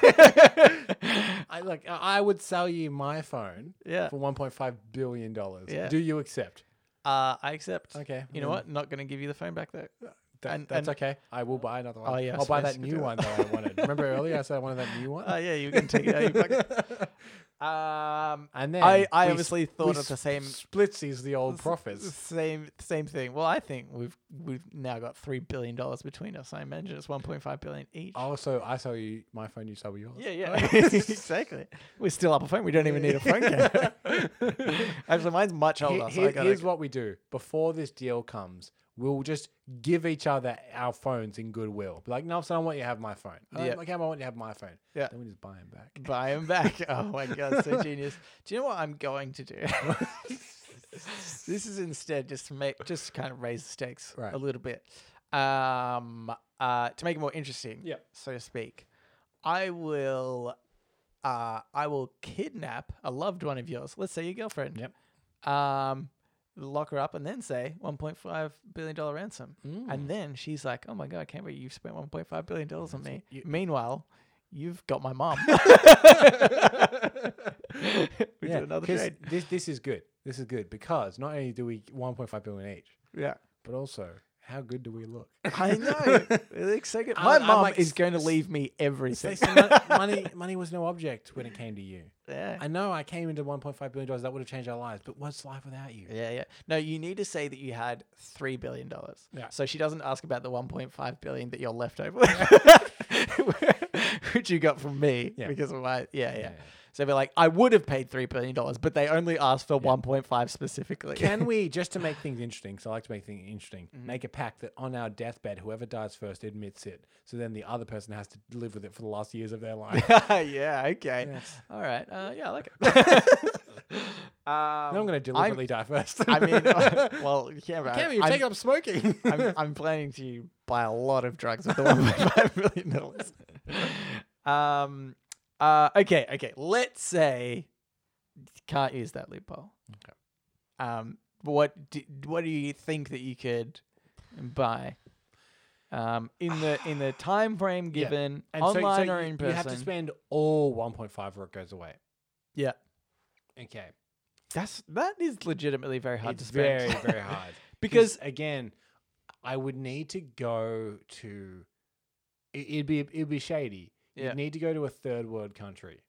Speaker 2: I like. I I would sell you my phone.
Speaker 1: Yeah.
Speaker 2: For one point five billion dollars.
Speaker 1: Yeah.
Speaker 2: Do you accept?
Speaker 1: Uh, I accept.
Speaker 2: Okay,
Speaker 1: You know
Speaker 2: then-
Speaker 1: what? Not going to give you the phone back though.
Speaker 2: That,
Speaker 1: And-
Speaker 2: that's
Speaker 1: and-
Speaker 2: okay. I will buy another one.
Speaker 1: Oh, yeah, I
Speaker 2: I'll buy
Speaker 1: suppose
Speaker 2: that
Speaker 1: you could
Speaker 2: new
Speaker 1: do
Speaker 2: one
Speaker 1: that.
Speaker 2: that I wanted. Remember earlier I said I wanted that new one.
Speaker 1: Oh yeah, you can take it out of your pocket. Um,
Speaker 2: and then
Speaker 1: I, I
Speaker 2: we
Speaker 1: obviously
Speaker 2: sp- we
Speaker 1: thought of the
Speaker 2: sp-
Speaker 1: same
Speaker 2: splitsies the old profits.
Speaker 1: same same thing. Well, I think we've we've now got three billion dollars between us. I imagine it's one point five billion each.
Speaker 2: Also, I sell you my phone. You sell yours.
Speaker 1: Yeah, yeah, exactly. We're still up a phone. We don't even need a phone camera. Actually, mine's much
Speaker 2: He-
Speaker 1: older. so
Speaker 2: he-
Speaker 1: I gotta
Speaker 2: here's
Speaker 1: go-
Speaker 2: what we do before this deal comes. We'll just give each other our phones in goodwill. Be like, no, son, I want you to have my phone. Oh,
Speaker 1: Yeah.
Speaker 2: yeah. Okay, I want you to have my phone.
Speaker 1: Yeah.
Speaker 2: Then we just buy them back.
Speaker 1: buy them back. Oh my god, so genius. Do you know what I'm going to do? this is instead just to make just kind of raise the stakes
Speaker 2: Right.
Speaker 1: a little bit. Um uh to make it more interesting,
Speaker 2: Yeah.
Speaker 1: so to speak. I will uh I will kidnap a loved one of yours. Let's say your girlfriend. Um lock her up and then say 1.5 billion dollar ransom and then she's like oh my god i can't believe you've spent 1.5 billion dollars on me meanwhile you've got my mom we do another
Speaker 2: 'cause
Speaker 1: trade.
Speaker 2: This this is good. This is good because not only do we get 1.5 billion each,
Speaker 1: Yeah.
Speaker 2: but also how good do we look?
Speaker 1: I know. It's so good. My
Speaker 2: I'm
Speaker 1: mom
Speaker 2: like,
Speaker 1: is going to leave me
Speaker 2: They
Speaker 1: everything.
Speaker 2: say mon- money money was no object when it came to you.
Speaker 1: yeah.
Speaker 2: I know I came into 1.5 billion dollars. That would have changed our lives. But what's life without you?
Speaker 1: Yeah, yeah. No, you need to say that you had three billion dollars.
Speaker 2: Yeah.
Speaker 1: So she doesn't ask about the one point five billion that you're left over, which you got from me
Speaker 2: Yeah.
Speaker 1: because of my yeah, yeah.
Speaker 2: yeah.
Speaker 1: So they're like, I would have paid three billion dollars, but they only asked for one point five specifically.
Speaker 2: Can we just to make things interesting? Because I like to make things interesting.
Speaker 1: Mm-hmm.
Speaker 2: Make a pact that on our deathbed, whoever dies first admits it. So then the other person has to live with it for the last years of their life.
Speaker 1: yeah. Okay. All right. Uh, yeah, I like it. Um,
Speaker 2: Then I'm going to deliberately die first.
Speaker 1: I mean, well, yeah, but
Speaker 2: Cameron, you
Speaker 1: I'm-
Speaker 2: take up smoking.
Speaker 1: I'm, I'm planning to buy a lot of drugs with the one point five million dollars. Um. Uh. Okay. Okay. Let's say can't use that loophole. Okay. Um. but What do, What do you think that you could buy? Um. In the in the time frame given,
Speaker 2: And so- so
Speaker 1: online or
Speaker 2: you-
Speaker 1: in person.
Speaker 2: You have to spend all 1.5 or it goes away.
Speaker 1: yeah.
Speaker 2: Okay.
Speaker 1: That's that is legitimately very hard
Speaker 2: it's
Speaker 1: to spend.
Speaker 2: very, very hard.
Speaker 1: Because-
Speaker 2: again, I would need to go to. it- It'd be it'd be shady.
Speaker 1: Yeah.
Speaker 2: You'd need to go to a third world country,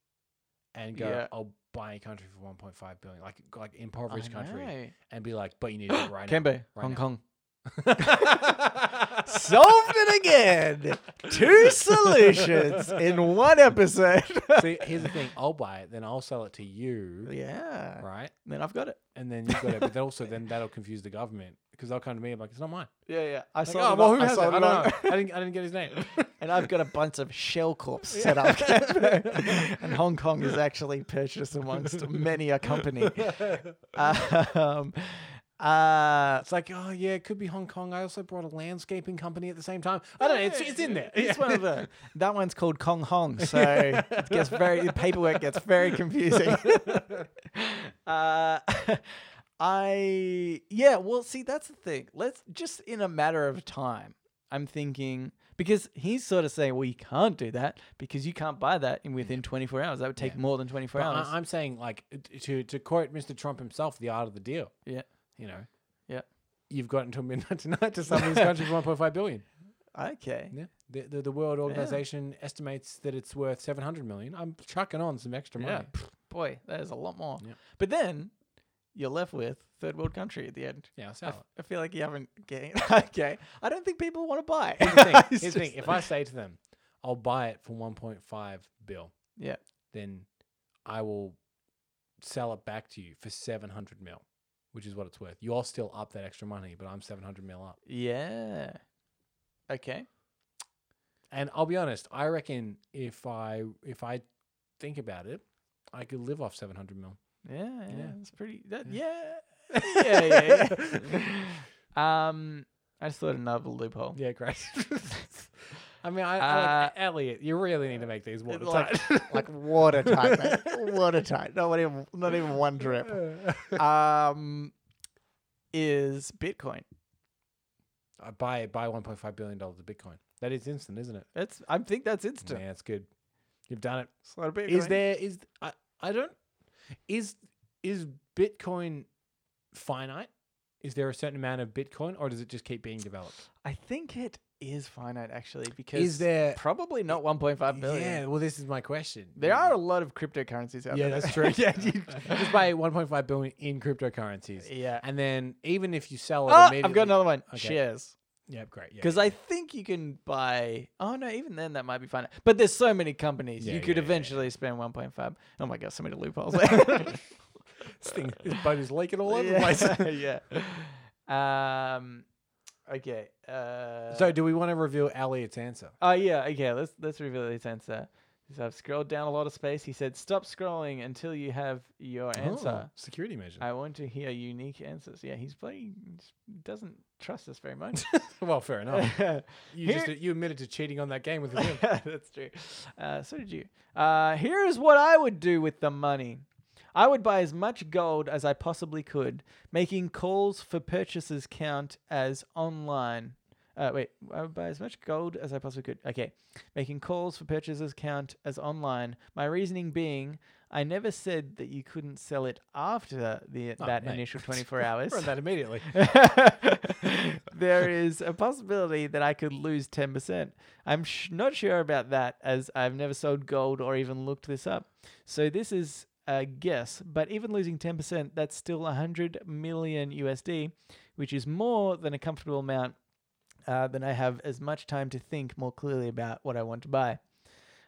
Speaker 2: and go.
Speaker 1: Yeah.
Speaker 2: I'll buy a country for one point five billion, like like impoverished
Speaker 1: I
Speaker 2: country,
Speaker 1: know.
Speaker 2: and be like, but you need to do it right now.
Speaker 1: Kembe,
Speaker 2: right
Speaker 1: Hong
Speaker 2: now."
Speaker 1: Kong. Solved it again. Two solutions in one episode.
Speaker 2: See, here's the thing. I'll buy it, then I'll sell it to you,
Speaker 1: yeah.
Speaker 2: right?
Speaker 1: Then I've got it.
Speaker 2: And then you've got it. But then also, then that'll confuse the government because they'll come to me and be like, it's not mine.
Speaker 1: Yeah, yeah. I
Speaker 2: Like,
Speaker 1: sold
Speaker 2: oh,
Speaker 1: it.
Speaker 2: well,
Speaker 1: on-
Speaker 2: who
Speaker 1: I
Speaker 2: has it? I
Speaker 1: sold
Speaker 2: don't
Speaker 1: it on-
Speaker 2: know. I didn't, I didn't get his name.
Speaker 1: And I've got a bunch of shell corps set up. Kembe. and Hong Kong is actually purchased amongst many a company. Um, uh,
Speaker 2: It's like, oh yeah, it could be Hong Kong. I also brought a landscaping company at the same time. I don't know. It's, it's in there.
Speaker 1: It's one of the that one's called Kong Hong, so it gets very the paperwork gets very confusing. uh, I yeah, well, see, that's the thing. Let's just in a matter of time. I'm thinking because he's sort of saying, well, you can't do that because you can't buy that in within 24 hours. That would take more than 24
Speaker 2: But
Speaker 1: hours.
Speaker 2: I, am saying, like, uh, t- to to quote Mr. Trump himself, the art of the deal.
Speaker 1: yeah,
Speaker 2: You know,
Speaker 1: yeah.
Speaker 2: you've got until midnight tonight to sell this country for 1.5 billion.
Speaker 1: Okay.
Speaker 2: Yeah. The, the, the World Organization estimates that it's worth 700 million. I'm chucking on some extra money.
Speaker 1: Yeah. Boy, that is a lot more. But then you're left with third world country at the end.
Speaker 2: Yeah, I'll
Speaker 1: I,
Speaker 2: sell
Speaker 1: f-
Speaker 2: it.
Speaker 1: I feel like you haven't getting okay. I don't think people want to buy.
Speaker 2: Here's the thing.
Speaker 1: It's
Speaker 2: Here's the thing.
Speaker 1: just-
Speaker 2: If I say to them, I'll buy it for 1.5 bill,
Speaker 1: yeah,
Speaker 2: then I will sell it back to you for 700 mil, which is what it's worth. You're still up that extra money, but I'm 700 mil up.
Speaker 1: yeah, okay,
Speaker 2: And I'll be honest, I reckon if I if I think about it, I could live off 700 mil.
Speaker 1: yeah, yeah, it's pretty. That, yeah, yeah, yeah. yeah. um, I just thought another loophole.
Speaker 2: Yeah, great. I mean, I, I like, Elliot, you really need to make these watertight.
Speaker 1: Uh, Like, like watertight, mate. watertight. Not even, not even one drip. Um, is Bitcoin.
Speaker 2: I buy buy 1.5 billion dollars of Bitcoin. That is instant, isn't it?
Speaker 1: That's I think that's instant.
Speaker 2: Yeah, it's good. You've done it.
Speaker 1: So it'll be
Speaker 2: Is
Speaker 1: great.
Speaker 2: there is I I don't is is Bitcoin finite? Is there a certain amount of Bitcoin, or does it just keep being developed?
Speaker 1: I think it is finite actually because
Speaker 2: Is there-
Speaker 1: probably not 1.5 billion.
Speaker 2: Yeah. Well, this is my question.
Speaker 1: There are a lot of cryptocurrencies out
Speaker 2: Yeah,
Speaker 1: there.
Speaker 2: that's true.
Speaker 1: yeah, you-
Speaker 2: just by 1.5 billion in cryptocurrencies.
Speaker 1: Yeah.
Speaker 2: And then even if you sell it,
Speaker 1: Oh,
Speaker 2: immediately,
Speaker 1: I've got another one.
Speaker 2: Okay.
Speaker 1: Shares.
Speaker 2: Yep, great. yeah,
Speaker 1: Because
Speaker 2: yeah,
Speaker 1: I
Speaker 2: yeah.
Speaker 1: think you can buy. Oh no, even then that might be fine. But there's so many companies.
Speaker 2: Yeah,
Speaker 1: you could
Speaker 2: yeah, yeah,
Speaker 1: eventually spend 1.5. Oh my god, so many loopholes. there.
Speaker 2: this thing, this boat is leaking all over the place.
Speaker 1: yeah. yeah. Um. Okay. Uh,
Speaker 2: so, do we want to reveal Elliot's answer?
Speaker 1: Oh yeah, okay. Let's let's reveal his answer. So I've scrolled down a lot of space. He said, "Stop scrolling until you have your answer."
Speaker 2: Oh, security measure.
Speaker 1: I want to hear unique answers. Yeah, he's bloody s- doesn't trust us very much.
Speaker 2: well, fair enough. You
Speaker 1: Here-
Speaker 2: just you admitted to cheating on that game with him.
Speaker 1: That's true. Uh, so did you. Uh, here is what I would do with the money. I would buy as much gold as I possibly could, making calls for purchases count as online. Uh, wait, I would buy as much gold as I possibly could. Okay. Making calls for purchases count as online. My reasoning being, I never said that you couldn't sell it after the, that
Speaker 2: Oh, mate.
Speaker 1: initial 24 hours.
Speaker 2: Run that immediately.
Speaker 1: there is a possibility that I could lose 10%. I'm sh- not sure about that as I've never sold gold or even looked this up. So this is a guess, but even losing 10%, that's still 100 million USD, which is more than a comfortable amount. Uh, then I have as much time to think more clearly about what I want to buy.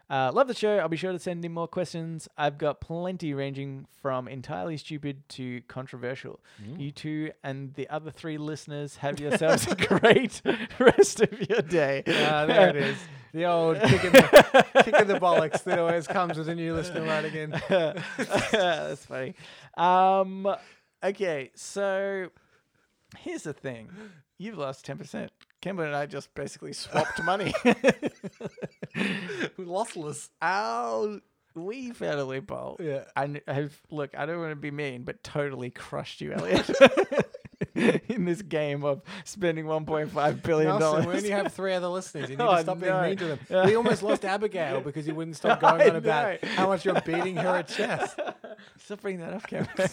Speaker 1: Uh, love the show. I'll be sure to send in more questions. I've got plenty ranging from entirely stupid to controversial.
Speaker 2: Mm.
Speaker 1: You two and the other three listeners have yourselves a great rest of your day.
Speaker 2: Ah, there it is. The old kick in the, kick in the bollocks that always comes with a new listener right again.
Speaker 1: That's funny. Um, okay, so here's the thing you've lost 10%. Kimber and I just basically swapped money.
Speaker 2: Lossless.
Speaker 1: Ow. We found a loophole.
Speaker 2: Yeah.
Speaker 1: And have look, I don't want to be mean, but totally crushed you, Elliot. in this game of spending one point five billion
Speaker 2: Nelson,
Speaker 1: dollars.
Speaker 2: we only have three other listeners. You need
Speaker 1: Oh,
Speaker 2: to stop
Speaker 1: no.
Speaker 2: being mean to them. We almost lost Abigail because you wouldn't stop
Speaker 1: I
Speaker 2: going on about
Speaker 1: know.
Speaker 2: how much you're beating her at chess.
Speaker 1: Stop bringing that up, camera.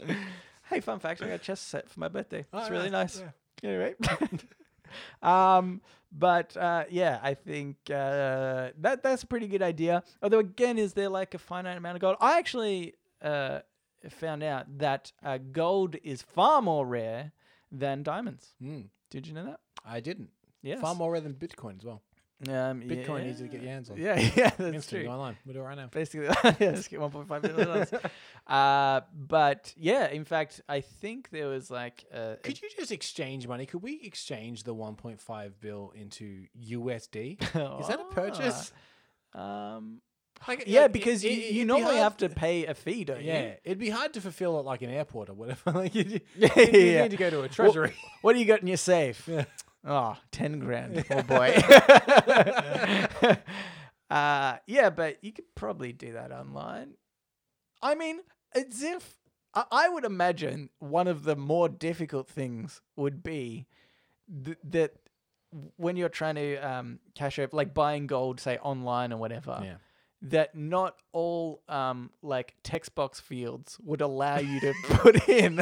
Speaker 1: hey, fun fact, I got a chess set for my birthday.
Speaker 2: Oh,
Speaker 1: it's really
Speaker 2: nice.
Speaker 1: nice. Anyway. um but uh yeah, I think uh that that's a pretty good idea. Although again, is there like a finite amount of gold? I actually uh found out that uh, gold is far more rare than diamonds.
Speaker 2: Mm,
Speaker 1: Did you know that?
Speaker 2: I didn't.
Speaker 1: Yes.
Speaker 2: Far more rare than Bitcoin as well.
Speaker 1: Um,
Speaker 2: Bitcoin
Speaker 1: yeah.
Speaker 2: easy to get your hands on.
Speaker 1: Yeah, yeah, that's
Speaker 2: Instantly
Speaker 1: true.
Speaker 2: online. We'll do it right now.
Speaker 1: basically yeah, just get 1.5 million dollars. uh, but yeah, in fact, I think there was like a,
Speaker 2: Could you just exchange money? Could we exchange the 1.5 bill into USD? Is that a purchase?
Speaker 1: Um,
Speaker 2: Like,
Speaker 1: yeah,
Speaker 2: like,
Speaker 1: because
Speaker 2: it-
Speaker 1: you,
Speaker 2: it-
Speaker 1: you
Speaker 2: it'd be
Speaker 1: normally
Speaker 2: hard-
Speaker 1: have to pay a fee, don't
Speaker 2: Yeah,
Speaker 1: you?
Speaker 2: it'd be hard to fulfill it like an airport or whatever. like you,
Speaker 1: Yeah,
Speaker 2: you
Speaker 1: yeah.
Speaker 2: need to go to a
Speaker 1: What-
Speaker 2: treasury.
Speaker 1: What, do you got in your safe? Oh, 10 grand. Oh boy. uh, yeah, but you could probably do that online. I mean, it's if I, I would imagine one of the more difficult things would be th- that when you're trying to um, cash up, like buying gold, say online or whatever.
Speaker 2: Yeah.
Speaker 1: That not all um, like text box fields would allow you to put in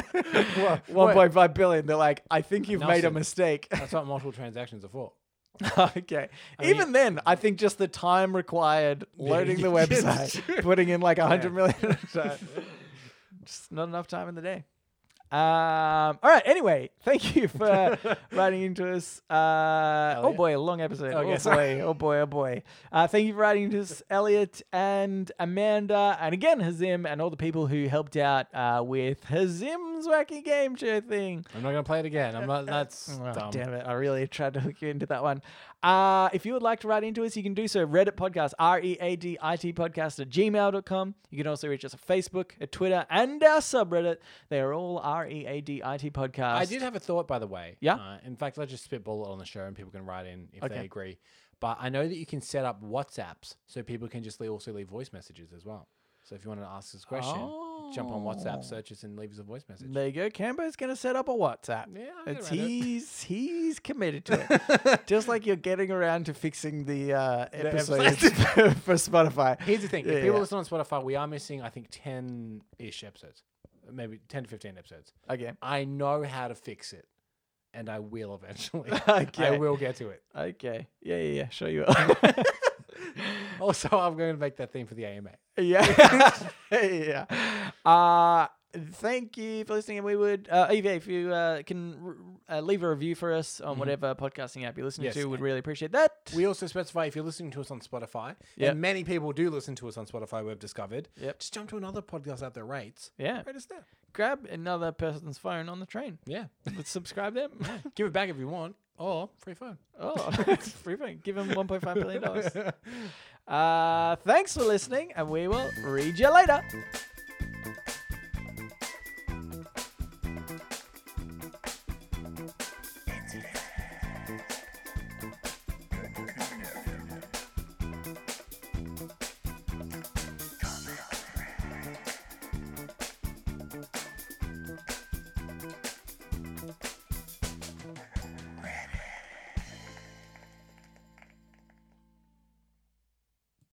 Speaker 1: one point five billion. They're like, I think you've made a
Speaker 2: Nelson.
Speaker 1: mistake.
Speaker 2: That's what multiple transactions are for.
Speaker 1: okay. Even then, I think just the time required loading the
Speaker 2: Yes,
Speaker 1: website, putting in like a hundred million. at a time. just not enough time in the day. Um, all right. Anyway, thank you for writing into us. Uh, oh
Speaker 2: Elliot?
Speaker 1: boy, a long episode.
Speaker 2: Okay,
Speaker 1: oh
Speaker 2: sorry.
Speaker 1: boy. Oh boy. Oh boy. Uh, thank you for writing into us, Elliot and Amanda, and again Hazim and all the people who helped out uh, with Hazim's wacky game show thing.
Speaker 2: I'm not gonna play it again. I'm not. That's
Speaker 1: Oh,
Speaker 2: dumb.
Speaker 1: Damn it. I really tried to hook you into that one. Uh, if you would like to write into us, you can do so. Reddit podcast, R E A D I T podcast at gmail.com. You can also reach us on Facebook, at Twitter, and our subreddit. They are all R E A D I T podcast.
Speaker 2: I did have a thought, by the way.
Speaker 1: Yeah?
Speaker 2: Uh, in fact, let's just spitball it on the show, and people can write in if they
Speaker 1: Okay.
Speaker 2: agree. But I know that you can set up WhatsApps so people can just le- also leave voice messages as well. So if you want to ask us a question, jump on
Speaker 1: Oh.
Speaker 2: WhatsApp, search us, and leave us a voice message.
Speaker 1: There you go. Cambo's going to set up a WhatsApp.
Speaker 2: Yeah, I'll get
Speaker 1: it's,
Speaker 2: around it.
Speaker 1: he's he's committed to it. Just like you're getting around to fixing the uh, episodes for Spotify.
Speaker 2: Here's the thing: if
Speaker 1: Yeah,
Speaker 2: people
Speaker 1: yeah.
Speaker 2: listen on Spotify, we are missing, I think, ten-ish episodes, maybe ten to fifteen episodes.
Speaker 1: Okay.
Speaker 2: I know how to fix it, and I will eventually. I
Speaker 1: Okay.
Speaker 2: will get to it.
Speaker 1: Okay. Yeah, yeah, yeah. Sure you will.
Speaker 2: Also, I'm going to make that theme for the AMA.
Speaker 1: yeah. yeah. Uh, thank you for listening. And we would, uh, yeah, if you uh, can r- uh, leave a review for us on whatever podcasting app you're listening
Speaker 2: Mm-hmm. Yes,
Speaker 1: to, would
Speaker 2: and-
Speaker 1: really appreciate that.
Speaker 2: We also specify if you're listening to us on Spotify,
Speaker 1: Yep.
Speaker 2: and many people do listen to us on Spotify. We've discovered.
Speaker 1: Yep.
Speaker 2: Just jump to another podcast out there rates.
Speaker 1: yeah.
Speaker 2: Rate us there.
Speaker 1: Grab another person's phone on the train.
Speaker 2: Yeah.
Speaker 1: Let's subscribe them.
Speaker 2: Give it back if you want, or free phone.
Speaker 1: Oh, it's free phone. Give him $1.5 billion. dollars. Uh, thanks for listening, and we will read you later.